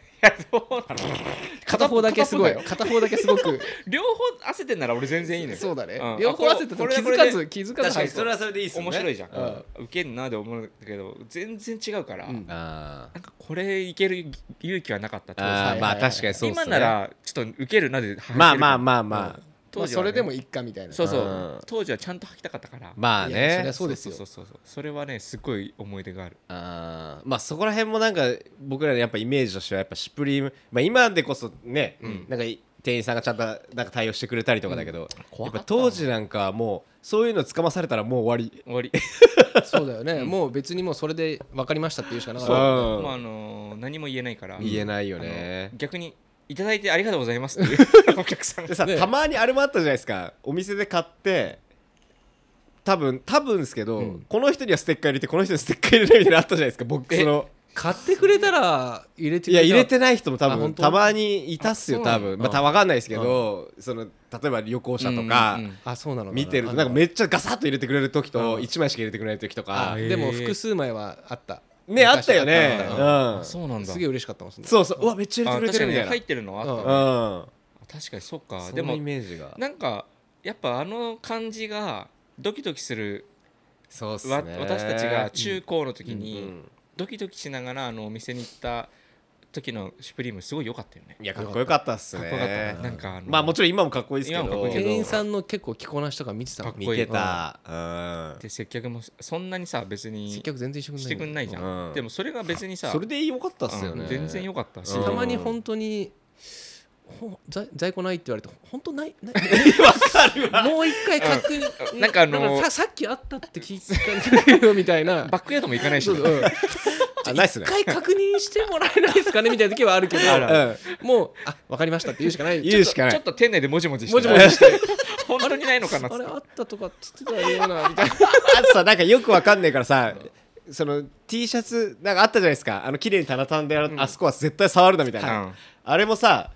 [SPEAKER 1] 片方だけすごい
[SPEAKER 2] 片方
[SPEAKER 1] 片方だけすごく
[SPEAKER 2] 両方汗てんなら俺全 然いいね
[SPEAKER 1] そうだね、
[SPEAKER 2] うん
[SPEAKER 1] 両方合わせて
[SPEAKER 2] あ
[SPEAKER 1] た
[SPEAKER 2] こ
[SPEAKER 1] ら
[SPEAKER 2] れ
[SPEAKER 1] 気
[SPEAKER 2] こ
[SPEAKER 1] づ
[SPEAKER 2] れこれ
[SPEAKER 1] か
[SPEAKER 2] で
[SPEAKER 1] ず気づかず入った
[SPEAKER 3] はそれでいいっ
[SPEAKER 2] 面白いじゃん、
[SPEAKER 3] う
[SPEAKER 2] ウケんなで思うんだけど全然違うから、
[SPEAKER 1] うん
[SPEAKER 3] あー
[SPEAKER 2] なんかこれいける勇気はなかった当時
[SPEAKER 3] あ
[SPEAKER 1] は
[SPEAKER 3] ー
[SPEAKER 1] い
[SPEAKER 3] まあ
[SPEAKER 1] はいはい
[SPEAKER 3] 確かにそうっすね
[SPEAKER 2] 今ならちょっとウケるなで
[SPEAKER 3] まあまあ
[SPEAKER 2] あ
[SPEAKER 3] まあまあ
[SPEAKER 1] まあ、それでもいっかみたいな
[SPEAKER 2] そうそう、
[SPEAKER 3] うん
[SPEAKER 2] 当時はちゃんと履きたかったから
[SPEAKER 3] まあ
[SPEAKER 1] いやそり
[SPEAKER 3] ね
[SPEAKER 1] ゃそうですよ
[SPEAKER 2] そうそうそうそうそれはねすごい思い出がある
[SPEAKER 3] あーまあそこら辺もなんか僕らのやっぱイメージとしてはやっぱシュプリームまあ今でこそね、なんか店員さんがちゃんとなんか対応してくれたりとかだけど、や
[SPEAKER 2] 怖
[SPEAKER 3] っ
[SPEAKER 2] か
[SPEAKER 3] ぱ
[SPEAKER 2] った
[SPEAKER 3] 当時なんかもうそういうのつかまされたらもう終わり
[SPEAKER 2] 終わり
[SPEAKER 1] そうだよね、もう別にもうそれで分かりましたっていうしかなかっ
[SPEAKER 3] う
[SPEAKER 1] た
[SPEAKER 3] ん
[SPEAKER 2] まああのー何も言えないから
[SPEAKER 3] 言えないよね
[SPEAKER 2] あの逆にいただいてありがとうございますっていう お客さん
[SPEAKER 3] で
[SPEAKER 2] が
[SPEAKER 3] さ、
[SPEAKER 1] ね
[SPEAKER 3] たまにあれもあったじゃないですかお店で買って多分多分ですけど、この人にはステッカー入れてこの人にはステッカー入れないみたいなのあったじゃないですかボックスの
[SPEAKER 1] 買ってくれたら入れて
[SPEAKER 3] い
[SPEAKER 1] くれ
[SPEAKER 3] や
[SPEAKER 1] たら
[SPEAKER 3] 入れてない人も多
[SPEAKER 1] あ本
[SPEAKER 3] 分
[SPEAKER 1] 当
[SPEAKER 3] たまにいたっすよ
[SPEAKER 1] あそうな
[SPEAKER 3] 多
[SPEAKER 1] の
[SPEAKER 3] 分まあた分かんないですけどその例えば旅行者とか
[SPEAKER 2] うんうんうん
[SPEAKER 1] あそうなのか
[SPEAKER 3] 見てるとなんかめっちゃガサッと入れてくれる時と
[SPEAKER 1] うん
[SPEAKER 3] 1枚しか入れてくれない時と
[SPEAKER 1] あ
[SPEAKER 3] か
[SPEAKER 2] へー
[SPEAKER 1] でも複数枚はあった
[SPEAKER 3] ねあったよね
[SPEAKER 1] 昔あっ
[SPEAKER 3] うん
[SPEAKER 2] あそうなんだ
[SPEAKER 1] すげえ嬉しかったもんね
[SPEAKER 3] そうそううわめっちゃ
[SPEAKER 2] あ
[SPEAKER 3] 入れて
[SPEAKER 2] 確
[SPEAKER 3] く
[SPEAKER 2] か
[SPEAKER 3] れて
[SPEAKER 2] にね
[SPEAKER 3] るみた
[SPEAKER 2] 入
[SPEAKER 3] い
[SPEAKER 2] ってるのはあった
[SPEAKER 1] う
[SPEAKER 2] わ
[SPEAKER 3] なうん
[SPEAKER 2] 確かにそうか
[SPEAKER 3] そ
[SPEAKER 2] で
[SPEAKER 3] の
[SPEAKER 2] も
[SPEAKER 3] イメージが
[SPEAKER 2] なんかやっぱあの感じがドキドキする
[SPEAKER 3] そうっすね
[SPEAKER 2] わ私たちが中高の時
[SPEAKER 3] うん
[SPEAKER 2] にドキドキしながらあのお店に行った時のシュプリームすごい良かったよね
[SPEAKER 3] いやかっこよかったっす
[SPEAKER 2] かっこよかった
[SPEAKER 3] ね
[SPEAKER 2] なんかあの
[SPEAKER 3] まあもちろん今もかっこいいですけ
[SPEAKER 2] 今もかっ
[SPEAKER 3] ど
[SPEAKER 2] こいいけど
[SPEAKER 1] 店員さんの結構着こなしとか見てたもん
[SPEAKER 2] かっ
[SPEAKER 3] 見てたうん
[SPEAKER 2] で接客もそんなにさ別
[SPEAKER 1] 接
[SPEAKER 2] に
[SPEAKER 1] 客全然してくんない
[SPEAKER 2] してくんないじゃん、
[SPEAKER 3] うん
[SPEAKER 2] でもそれが別にさ
[SPEAKER 3] それでよかったっすよ
[SPEAKER 2] う
[SPEAKER 3] ね
[SPEAKER 2] ん全然良かったし、
[SPEAKER 3] うん
[SPEAKER 1] たまに本当にほん在在庫ないって言われて本当ないないもう一回確
[SPEAKER 2] う
[SPEAKER 1] 認
[SPEAKER 2] んなんかあの
[SPEAKER 1] だらささっきあったって聞いたんだよみたいな
[SPEAKER 2] バックヤードも行かないし
[SPEAKER 1] そうそううん
[SPEAKER 3] あないっす
[SPEAKER 1] 一
[SPEAKER 3] ね
[SPEAKER 1] 回確認してもらえないですかねみたいな時はあるけど
[SPEAKER 3] うん
[SPEAKER 1] もうあ分かりましたって言うしかない
[SPEAKER 3] 言うしかな
[SPEAKER 2] ちょっ
[SPEAKER 3] い
[SPEAKER 2] と店内でもじもじして
[SPEAKER 1] もじもじして
[SPEAKER 2] 本当にないのかなっ
[SPEAKER 1] あれ
[SPEAKER 2] て
[SPEAKER 1] あったとかっつってたようなみたいな
[SPEAKER 3] あとさ なんかよくわかんないからさその T シャツなんかあったじゃないですかあの綺麗に棚たんであるあそこは絶対触るなみたい
[SPEAKER 2] うん
[SPEAKER 3] なあれもさ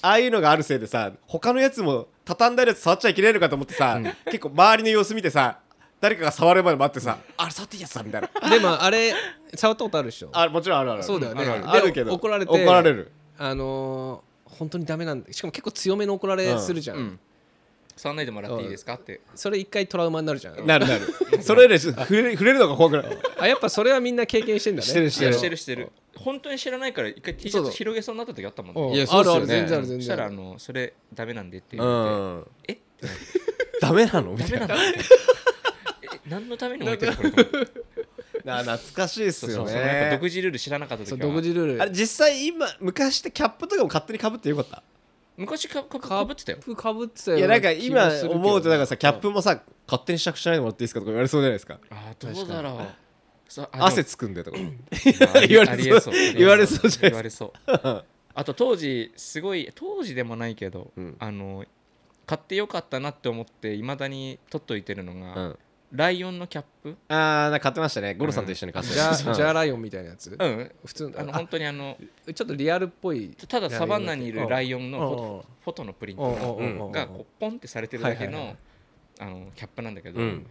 [SPEAKER 3] ああいうのがあるせいでさ他のやつも畳んだやつ触っちゃいけないのかと思ってさ結構周りの様子見てさ誰かが触るまで待ってさあれ触っていいやつだみたいな
[SPEAKER 1] でもあれ触ったことあるでしょ
[SPEAKER 3] あもちろんあるある
[SPEAKER 1] そうだよね
[SPEAKER 3] あるある
[SPEAKER 1] で
[SPEAKER 3] あるけど
[SPEAKER 1] 怒られて
[SPEAKER 3] 怒られる
[SPEAKER 1] あのー本当にダメなんだしかも結構強めの怒られするじゃん、
[SPEAKER 2] うん触んないでもらっていいですかって
[SPEAKER 1] それ一回トラウマになるじゃん
[SPEAKER 3] なるなるそれより触れ触れるのが怖くなる
[SPEAKER 1] あやっぱそれはみんな経験してんだね
[SPEAKER 3] してる
[SPEAKER 2] し
[SPEAKER 3] してて
[SPEAKER 2] る
[SPEAKER 3] る
[SPEAKER 2] してるしてる本当に知らないから一回 T シャ
[SPEAKER 1] そう
[SPEAKER 2] ツ
[SPEAKER 1] そう
[SPEAKER 2] 広げそうになった時あったもん
[SPEAKER 1] うん
[SPEAKER 2] ね
[SPEAKER 3] いや
[SPEAKER 1] あるあ
[SPEAKER 3] そう
[SPEAKER 1] る
[SPEAKER 3] っすよね
[SPEAKER 1] 全然ある全然ある
[SPEAKER 2] そしたらあのそれダメなんでって言
[SPEAKER 3] う
[SPEAKER 2] わ
[SPEAKER 3] ん
[SPEAKER 2] れてえって
[SPEAKER 3] ダメなのみたい
[SPEAKER 2] ダメ
[SPEAKER 3] な
[SPEAKER 2] なん だってえ何のために置いてるこれと思って
[SPEAKER 3] な懐かしいっす
[SPEAKER 2] そうそ
[SPEAKER 3] よ
[SPEAKER 2] うそのやっぱ
[SPEAKER 3] ね
[SPEAKER 2] 独自ルール知らなかった時
[SPEAKER 1] そう
[SPEAKER 2] は
[SPEAKER 1] 独自ルール
[SPEAKER 3] あれ実際今昔ってキャップとかも勝手にかぶってよかった
[SPEAKER 2] 昔かかかぶってたよ
[SPEAKER 1] キャップかぶってたよ
[SPEAKER 3] いやなんか今
[SPEAKER 1] 気がするけど
[SPEAKER 3] 思うとなんかさキャップもさ勝手に試着しないでもらっていいですかとか言われそうじゃないですか
[SPEAKER 2] あーどうだろうそうあ
[SPEAKER 3] 汗
[SPEAKER 2] で
[SPEAKER 3] つくんでとか
[SPEAKER 2] もあり
[SPEAKER 3] 言われそう
[SPEAKER 2] ありえそう
[SPEAKER 3] 言われそうじゃないですか
[SPEAKER 2] 言われそうあと当時すごい当時でもないけど、
[SPEAKER 3] うん
[SPEAKER 2] あの買ってよかったなって思っていまだに取っといてるのが、
[SPEAKER 3] うん
[SPEAKER 2] ライオンのキャップ
[SPEAKER 3] あーなんか買ってましたねゴロさんと一緒に買って
[SPEAKER 1] ジャ
[SPEAKER 3] ま
[SPEAKER 1] ージャーライオンみたいなやつ
[SPEAKER 2] うん
[SPEAKER 1] 普通の
[SPEAKER 2] あの
[SPEAKER 1] あ
[SPEAKER 2] 本当にあの
[SPEAKER 1] ちょっとリアルっぽい
[SPEAKER 2] ただサバンナにいるライオンのフォ
[SPEAKER 1] うんうん
[SPEAKER 2] トフォトのプリン
[SPEAKER 1] うん
[SPEAKER 2] ト
[SPEAKER 1] うんうんうん
[SPEAKER 2] がこうポンってされてるだけ
[SPEAKER 1] はいはいは
[SPEAKER 2] の
[SPEAKER 1] い
[SPEAKER 2] あのキャップなんだけど、
[SPEAKER 3] うん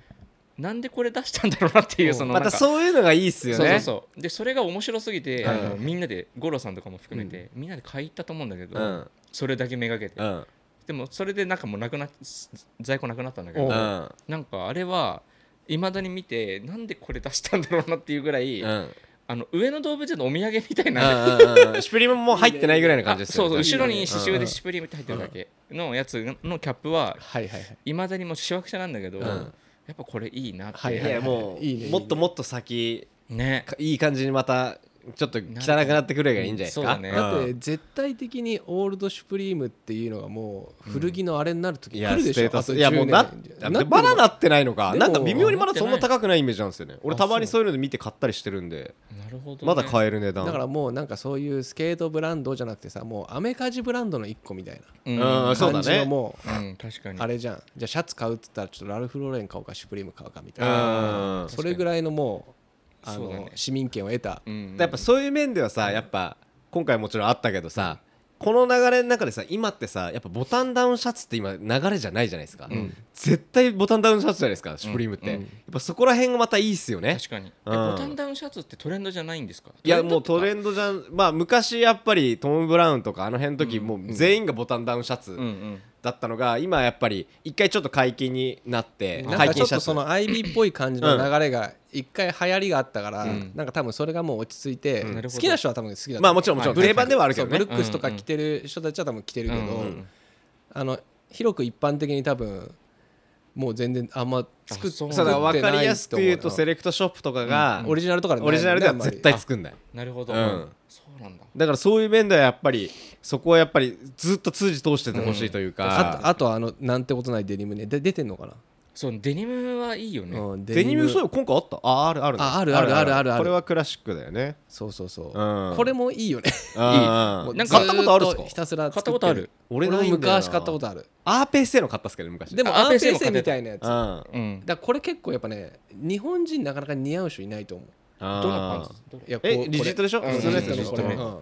[SPEAKER 2] なんでこれ出したんだろうなっていうその
[SPEAKER 3] ま
[SPEAKER 2] なんか
[SPEAKER 3] たそういうのがいいっすよ
[SPEAKER 2] そうそう
[SPEAKER 3] ね
[SPEAKER 2] そうでそれが面白すぎて、あの
[SPEAKER 3] う
[SPEAKER 2] みんなで五郎さんとかも含めて、みんなで買い行ったと思うんだけど、
[SPEAKER 3] うん
[SPEAKER 2] それだけめがけて、
[SPEAKER 3] うん
[SPEAKER 2] でもそれでなんかもうなくなっ在庫なくなったんだけど、
[SPEAKER 1] う
[SPEAKER 3] うん
[SPEAKER 2] なんかあれはいまだに見てなんでこれ出したんだろうなっていうぐらい、
[SPEAKER 3] うん
[SPEAKER 2] あの上野動物園のお土産みたいな、
[SPEAKER 3] うんうんシュプリムも入ってないぐらいの
[SPEAKER 2] あ
[SPEAKER 3] 感じです
[SPEAKER 2] そう
[SPEAKER 3] よ
[SPEAKER 2] そう
[SPEAKER 3] ね
[SPEAKER 2] 後ろに刺繍
[SPEAKER 3] うん
[SPEAKER 2] でシュプリームって入ってるだけのやつのキャップは
[SPEAKER 1] はいはいはい
[SPEAKER 2] いまだにもうしわくちゃなんだけど、
[SPEAKER 3] ん
[SPEAKER 2] やっぱこれいいなって、
[SPEAKER 1] はい
[SPEAKER 3] いやも
[SPEAKER 1] いいねいいうね
[SPEAKER 3] もっともっと先
[SPEAKER 2] ね
[SPEAKER 3] かいい感じにまたちょっと汚くなってくるがいいんじゃないですか
[SPEAKER 2] そうだね
[SPEAKER 3] ん
[SPEAKER 1] だって絶対的にオールドシュプリームっていうのがもう古着のあれになる時
[SPEAKER 3] い
[SPEAKER 1] 来
[SPEAKER 3] や、
[SPEAKER 1] るで
[SPEAKER 3] ス
[SPEAKER 1] し
[SPEAKER 3] テ
[SPEAKER 1] ょ
[SPEAKER 3] ータ
[SPEAKER 1] あと
[SPEAKER 3] ス。いや、もうな、だ
[SPEAKER 1] 10
[SPEAKER 3] って
[SPEAKER 1] 年
[SPEAKER 3] まだなってないのか。
[SPEAKER 1] でも
[SPEAKER 3] なんか微妙にまだそん
[SPEAKER 2] な
[SPEAKER 3] な
[SPEAKER 2] って
[SPEAKER 3] 高くないイメージなんですよね。俺
[SPEAKER 2] あ
[SPEAKER 3] たまにそういうので見て買ったりしてるんで、
[SPEAKER 2] なるほどね、
[SPEAKER 3] まだ
[SPEAKER 2] え
[SPEAKER 3] 買える値段。
[SPEAKER 1] だからもうなんかそういうスケートブランドじゃなくてさもうアメカジブランドの一個みたい
[SPEAKER 2] うん、
[SPEAKER 3] うん
[SPEAKER 1] な
[SPEAKER 3] あそうだ
[SPEAKER 1] 感
[SPEAKER 3] ね
[SPEAKER 1] じのもう
[SPEAKER 2] うん確かに
[SPEAKER 1] あれじゃんじゃあシャツ買うっつったらちょっとラルフ・ローレン買おうかシュプリーム買おうかみたい
[SPEAKER 3] うん
[SPEAKER 1] なそれぐらいのもうあ
[SPEAKER 2] そうだ
[SPEAKER 1] の
[SPEAKER 2] ね
[SPEAKER 1] 市民権を得た
[SPEAKER 2] うん
[SPEAKER 3] やっぱそういう面ではさ、やっぱ、今回もちろんあったけどさ、この流れの中でさ、今ってさ、やっぱボタンダウンシャツって今流れじゃないじゃないですか。絶対ボタンダウンシャツじゃないですか、シュプリームって。やっぱそこら辺がまたいいっすよね。
[SPEAKER 2] 確かに、
[SPEAKER 3] う
[SPEAKER 2] え
[SPEAKER 3] ん
[SPEAKER 2] ボタンダウンシャツってトレンドじゃないんですか
[SPEAKER 3] いやもうトレ
[SPEAKER 2] ン
[SPEAKER 3] ンドじゃんまあ昔やっぱりトム・ブラウンとかあの辺の時もう全員がボタンダウンシャツ
[SPEAKER 2] ドうん
[SPEAKER 3] だったのが今やっぱり一回ちょっと解禁になって
[SPEAKER 1] なん
[SPEAKER 3] 解
[SPEAKER 1] かちょっ
[SPEAKER 3] 禁した
[SPEAKER 1] とその IB っぽい感じの流れが一回流行りがあったから
[SPEAKER 2] ん
[SPEAKER 1] なんか多分それがもう落ち着いて
[SPEAKER 2] んなる
[SPEAKER 1] 好
[SPEAKER 2] ほど
[SPEAKER 1] きな人は多分好きだと思う
[SPEAKER 3] まあもちろんもちろん
[SPEAKER 1] ブレ
[SPEAKER 3] 定番ではあるけ
[SPEAKER 1] そう
[SPEAKER 3] ど
[SPEAKER 1] ブ
[SPEAKER 3] ね
[SPEAKER 1] ルックスとか着てる人たちは多分着てるけど、
[SPEAKER 2] うんうん
[SPEAKER 1] あの広く一般的に多分もう全然あんま作って
[SPEAKER 2] あそう
[SPEAKER 1] ない
[SPEAKER 3] そうだ分かりやすく言うとセ
[SPEAKER 1] レ
[SPEAKER 3] レクトショップとかが
[SPEAKER 1] オリジナルとかでない
[SPEAKER 3] オリジナルでは絶対作んない
[SPEAKER 2] なるほど、
[SPEAKER 3] うん
[SPEAKER 2] そうなんだ
[SPEAKER 3] だからそういう面ではやっぱりそこはやっぱりずっと通じ通しててほしいという
[SPEAKER 1] あ
[SPEAKER 3] か
[SPEAKER 1] とあとはあのなんてことないデニムねで出てんのかな、
[SPEAKER 2] そうデニムはいいよね、
[SPEAKER 1] うん
[SPEAKER 3] デニムそう
[SPEAKER 1] う
[SPEAKER 3] よ今回あったああるあるね
[SPEAKER 1] ああるあるあるあるある
[SPEAKER 3] これはクラシックだよね
[SPEAKER 1] そうそうそう、
[SPEAKER 3] うん
[SPEAKER 1] これもいいよね
[SPEAKER 3] うん
[SPEAKER 1] もう
[SPEAKER 2] なんか
[SPEAKER 1] ず
[SPEAKER 3] 買ったことあるん
[SPEAKER 1] とひ
[SPEAKER 3] すか
[SPEAKER 1] たすら作
[SPEAKER 2] 買ったことある
[SPEAKER 1] 俺
[SPEAKER 3] 俺
[SPEAKER 1] も
[SPEAKER 3] ないんだよな
[SPEAKER 1] 昔買ったことある
[SPEAKER 3] アーペー製の買ったっすけどね昔
[SPEAKER 1] でも
[SPEAKER 2] あ
[SPEAKER 1] アー
[SPEAKER 2] RPS
[SPEAKER 1] ペーセンみたいなやつ
[SPEAKER 3] うん
[SPEAKER 2] うん
[SPEAKER 1] だからこれ結構やっぱね日本人なかなか似合う人いないと思う
[SPEAKER 3] あー
[SPEAKER 2] どのパンツどれ
[SPEAKER 1] いやこう
[SPEAKER 3] え
[SPEAKER 1] これ
[SPEAKER 3] リジットでしょ
[SPEAKER 1] うん
[SPEAKER 3] 普
[SPEAKER 1] リ
[SPEAKER 3] 通
[SPEAKER 1] ジ
[SPEAKER 3] のやつ
[SPEAKER 1] ッ
[SPEAKER 3] で
[SPEAKER 1] ト
[SPEAKER 3] し
[SPEAKER 1] の
[SPEAKER 3] ょ
[SPEAKER 1] これ
[SPEAKER 2] うん
[SPEAKER 1] うん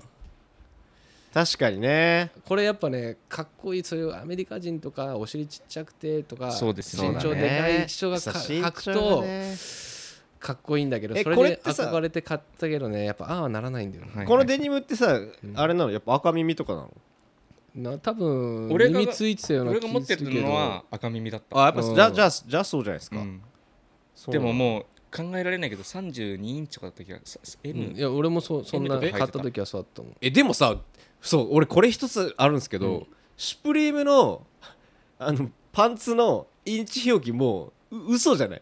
[SPEAKER 3] 確かにね
[SPEAKER 1] これやっぱねかっこいいそういうアメリカ人とかお尻ちっちゃくてとか
[SPEAKER 2] そうですね
[SPEAKER 1] 身長でかい人がか
[SPEAKER 3] 書
[SPEAKER 1] 書くとかっこいいんだけど
[SPEAKER 3] え
[SPEAKER 1] それ
[SPEAKER 3] これっ
[SPEAKER 1] で
[SPEAKER 3] てさ
[SPEAKER 1] 憧れて買ったけどねやっぱああはならないんだよね
[SPEAKER 2] はい
[SPEAKER 3] このデニムってさあれなのやっぱ赤耳とかなの
[SPEAKER 1] な多分
[SPEAKER 2] 俺が
[SPEAKER 1] 耳ついてたような
[SPEAKER 2] 俺が持ってるのは赤耳だった
[SPEAKER 3] あやっぱ
[SPEAKER 1] うん
[SPEAKER 3] じゃあじゃあじゃあそうじゃないです
[SPEAKER 2] う
[SPEAKER 3] か
[SPEAKER 2] ん
[SPEAKER 3] そう
[SPEAKER 2] で
[SPEAKER 3] なの
[SPEAKER 2] ももう考えられないけど32インチとかだった気がささ
[SPEAKER 1] うん
[SPEAKER 2] M
[SPEAKER 1] いや俺もそうそんな
[SPEAKER 2] M と
[SPEAKER 1] 買
[SPEAKER 2] か
[SPEAKER 1] っ
[SPEAKER 2] 入ってた
[SPEAKER 1] た時はそうだったもん
[SPEAKER 3] えでもさそう俺これ一つあるんですけど、シュプリームのあのパンツのインチ表記もう嘘じゃない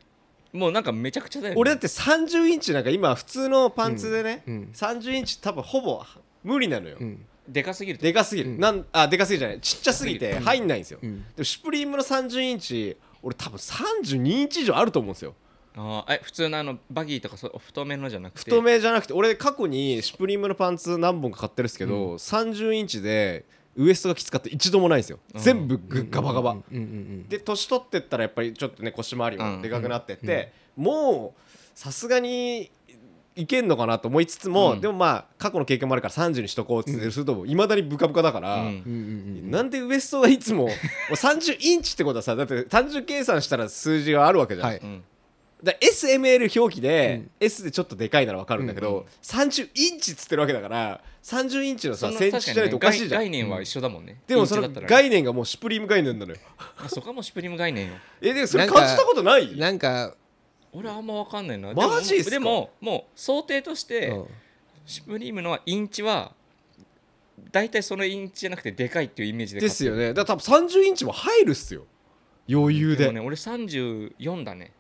[SPEAKER 2] もうなんかめちゃくちゃだよね
[SPEAKER 3] 俺だって30インチなんか今普通のパンツでね、
[SPEAKER 1] うんうん
[SPEAKER 3] 30インチ多分ほぼ無理なのよ、
[SPEAKER 1] うん
[SPEAKER 2] でかすぎると
[SPEAKER 3] でかすぎる、
[SPEAKER 1] うん
[SPEAKER 3] なんあでかすぎるじゃないちっちゃすぎて入んないんですよ、
[SPEAKER 1] うん
[SPEAKER 3] でもシュプリームの30インチ俺多分32インチ以上あると思うんですよ
[SPEAKER 2] あーえ普通のあのバギーとかそう太めのじゃなくて
[SPEAKER 3] 太めじゃなくて俺過去にシュプリームのパンツ何本か買ってるんですけど、30インチでウエストがきつかった一度もないんですよ、
[SPEAKER 2] うん
[SPEAKER 3] 全部ぐガバガバ、
[SPEAKER 1] うんうんうん
[SPEAKER 3] で年取ってったらやっぱりちょっとね腰回り
[SPEAKER 2] う
[SPEAKER 3] も
[SPEAKER 2] ん
[SPEAKER 3] でかくなってって、もうさすがにいけんのかなと思いつつも、
[SPEAKER 2] うん
[SPEAKER 3] でもまあ過去の経験もあるから30にしとこうってするといまだにブカブカだか
[SPEAKER 2] う
[SPEAKER 3] ら、
[SPEAKER 1] うん
[SPEAKER 2] ん
[SPEAKER 1] うんうんうん
[SPEAKER 3] なんでウエストがいつももう30インチってことはさだって単純計算したら数字があるわけじゃん、
[SPEAKER 1] はい
[SPEAKER 2] うん
[SPEAKER 3] だから SML 表記で、S でちょっとでかいならわかるんだけど、30インチっつってるわけだから30インチの
[SPEAKER 2] そ
[SPEAKER 3] さ
[SPEAKER 2] の
[SPEAKER 3] センチじゃないとおかしいじゃん、
[SPEAKER 2] 概概念は一緒だもんね
[SPEAKER 3] でもそ
[SPEAKER 2] イ
[SPEAKER 3] の
[SPEAKER 2] ンチだったら
[SPEAKER 3] 概念がもうシュプリーム概念なのよ
[SPEAKER 2] あそこはもうシュプリーム概念よ
[SPEAKER 3] えでもそれ感じたことない
[SPEAKER 1] なんか
[SPEAKER 2] 俺あんまわかんないな
[SPEAKER 3] マジっすか
[SPEAKER 2] でもでももう想定として、
[SPEAKER 1] うん
[SPEAKER 2] シュプリームのインチは大体そのインチじゃなくてでかいっていうイメージで買
[SPEAKER 3] で
[SPEAKER 2] っ
[SPEAKER 3] すよねだから多分30インチも入るっすよ余裕で
[SPEAKER 2] もね俺34だね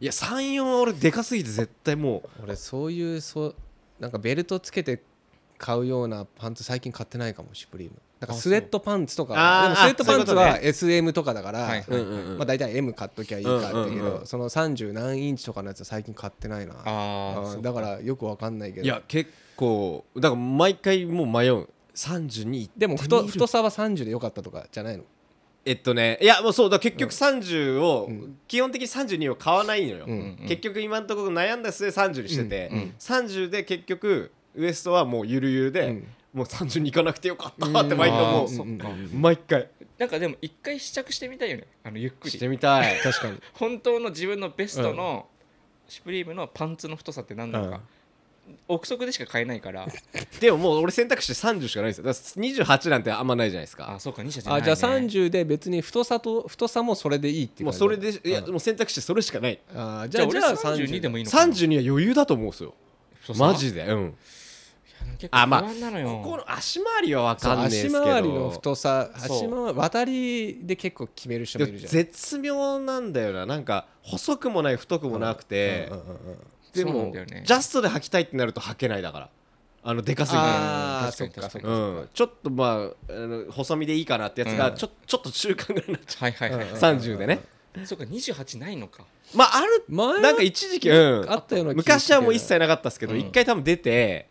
[SPEAKER 3] いや34は俺でかすぎて絶対もう
[SPEAKER 1] 俺そういうそうなんかベルトつけて買うようなパンツ最近買ってないかもシュプリームなんかスウェットパンツとか
[SPEAKER 3] あ
[SPEAKER 1] でも
[SPEAKER 3] あ
[SPEAKER 1] スウェットパンツ
[SPEAKER 3] そういう
[SPEAKER 1] は
[SPEAKER 3] こ
[SPEAKER 1] SM とかだから、
[SPEAKER 2] はい
[SPEAKER 3] うんうんうん
[SPEAKER 1] まあ、大体 M 買っときゃいいかって言うけど、
[SPEAKER 3] うんうんうん
[SPEAKER 1] その30何インチとかのやつは最近買ってないな
[SPEAKER 2] あー
[SPEAKER 1] う
[SPEAKER 2] そ
[SPEAKER 1] ん
[SPEAKER 2] う
[SPEAKER 1] だからよくわかんないけど
[SPEAKER 3] いや結構だから毎回もう迷う32
[SPEAKER 1] でも太太さは30でよかったとかじゃないの
[SPEAKER 3] えっとねいやもうそうだ結局30を、基本的に32を買わないのよ、
[SPEAKER 1] ん
[SPEAKER 3] 結局今のところ悩んだ末30にしてて、
[SPEAKER 2] うんうん
[SPEAKER 3] 30で結局ウエストはもうゆるゆるで、
[SPEAKER 1] うん
[SPEAKER 3] もう30に行かなくてよかったって毎回
[SPEAKER 2] あ
[SPEAKER 3] も
[SPEAKER 2] ー
[SPEAKER 3] う、
[SPEAKER 2] そっか、
[SPEAKER 3] 毎回
[SPEAKER 2] なんかでも一回試着してみたいよねあのゆっく
[SPEAKER 3] して
[SPEAKER 2] り
[SPEAKER 3] みたい
[SPEAKER 1] 確かに
[SPEAKER 2] 本当の自分のベストの、シュプリームのパンツの太さって何なのか、憶測でしか買えないから
[SPEAKER 3] でももう俺選択肢30しかないんですよだから28なんてあんまないじゃないですか
[SPEAKER 2] あそうか2社じゃない、
[SPEAKER 1] あ
[SPEAKER 2] ね、
[SPEAKER 1] じゃあ30で別に太さと太さもそれでいいってい
[SPEAKER 3] も
[SPEAKER 1] う
[SPEAKER 3] う
[SPEAKER 1] 感じ
[SPEAKER 3] それでいや
[SPEAKER 1] うん
[SPEAKER 3] もう選択肢それしかない
[SPEAKER 1] あーじ
[SPEAKER 2] じ
[SPEAKER 1] ゃ
[SPEAKER 2] ゃ
[SPEAKER 1] あ
[SPEAKER 2] あ
[SPEAKER 1] じ
[SPEAKER 2] 俺
[SPEAKER 1] ゃあ
[SPEAKER 2] 32でもいいのかな
[SPEAKER 3] 32は余裕だと思うんですよ
[SPEAKER 2] 太さ
[SPEAKER 3] マジでうん
[SPEAKER 2] 結構
[SPEAKER 3] あ
[SPEAKER 2] 不
[SPEAKER 3] まあ
[SPEAKER 2] 安なのよ、
[SPEAKER 3] ここの足回りは分
[SPEAKER 1] そう
[SPEAKER 3] かんないですけ
[SPEAKER 1] 足
[SPEAKER 3] ど
[SPEAKER 1] 回りの太さ
[SPEAKER 2] そう
[SPEAKER 1] 足回渡りで結構決める人
[SPEAKER 3] で
[SPEAKER 1] もい
[SPEAKER 3] も
[SPEAKER 1] るじゃん
[SPEAKER 3] 絶妙なんだよななんか細くもない太くもなくて、
[SPEAKER 1] うんうんうんうん
[SPEAKER 3] で
[SPEAKER 2] そうな
[SPEAKER 3] も
[SPEAKER 2] んだよね
[SPEAKER 3] ジャストで履きたいってなると履けないだからあのでかすぎて
[SPEAKER 1] ああそっ
[SPEAKER 2] 確か
[SPEAKER 1] かそっ
[SPEAKER 2] に確
[SPEAKER 1] か
[SPEAKER 2] か
[SPEAKER 3] うん、ちょっとまああの細身でいいかなってやつが、
[SPEAKER 2] うん
[SPEAKER 3] ちょちょっと中間ぐらいになっちゃ
[SPEAKER 2] はいはいはい、
[SPEAKER 3] う30でね
[SPEAKER 2] そうか28ないのか
[SPEAKER 3] まあある
[SPEAKER 1] 前は
[SPEAKER 3] なんか一時期、うん、
[SPEAKER 1] あったような気がするけど
[SPEAKER 3] 昔はもう一切なかったですけど
[SPEAKER 2] うん
[SPEAKER 3] 一、回多分出て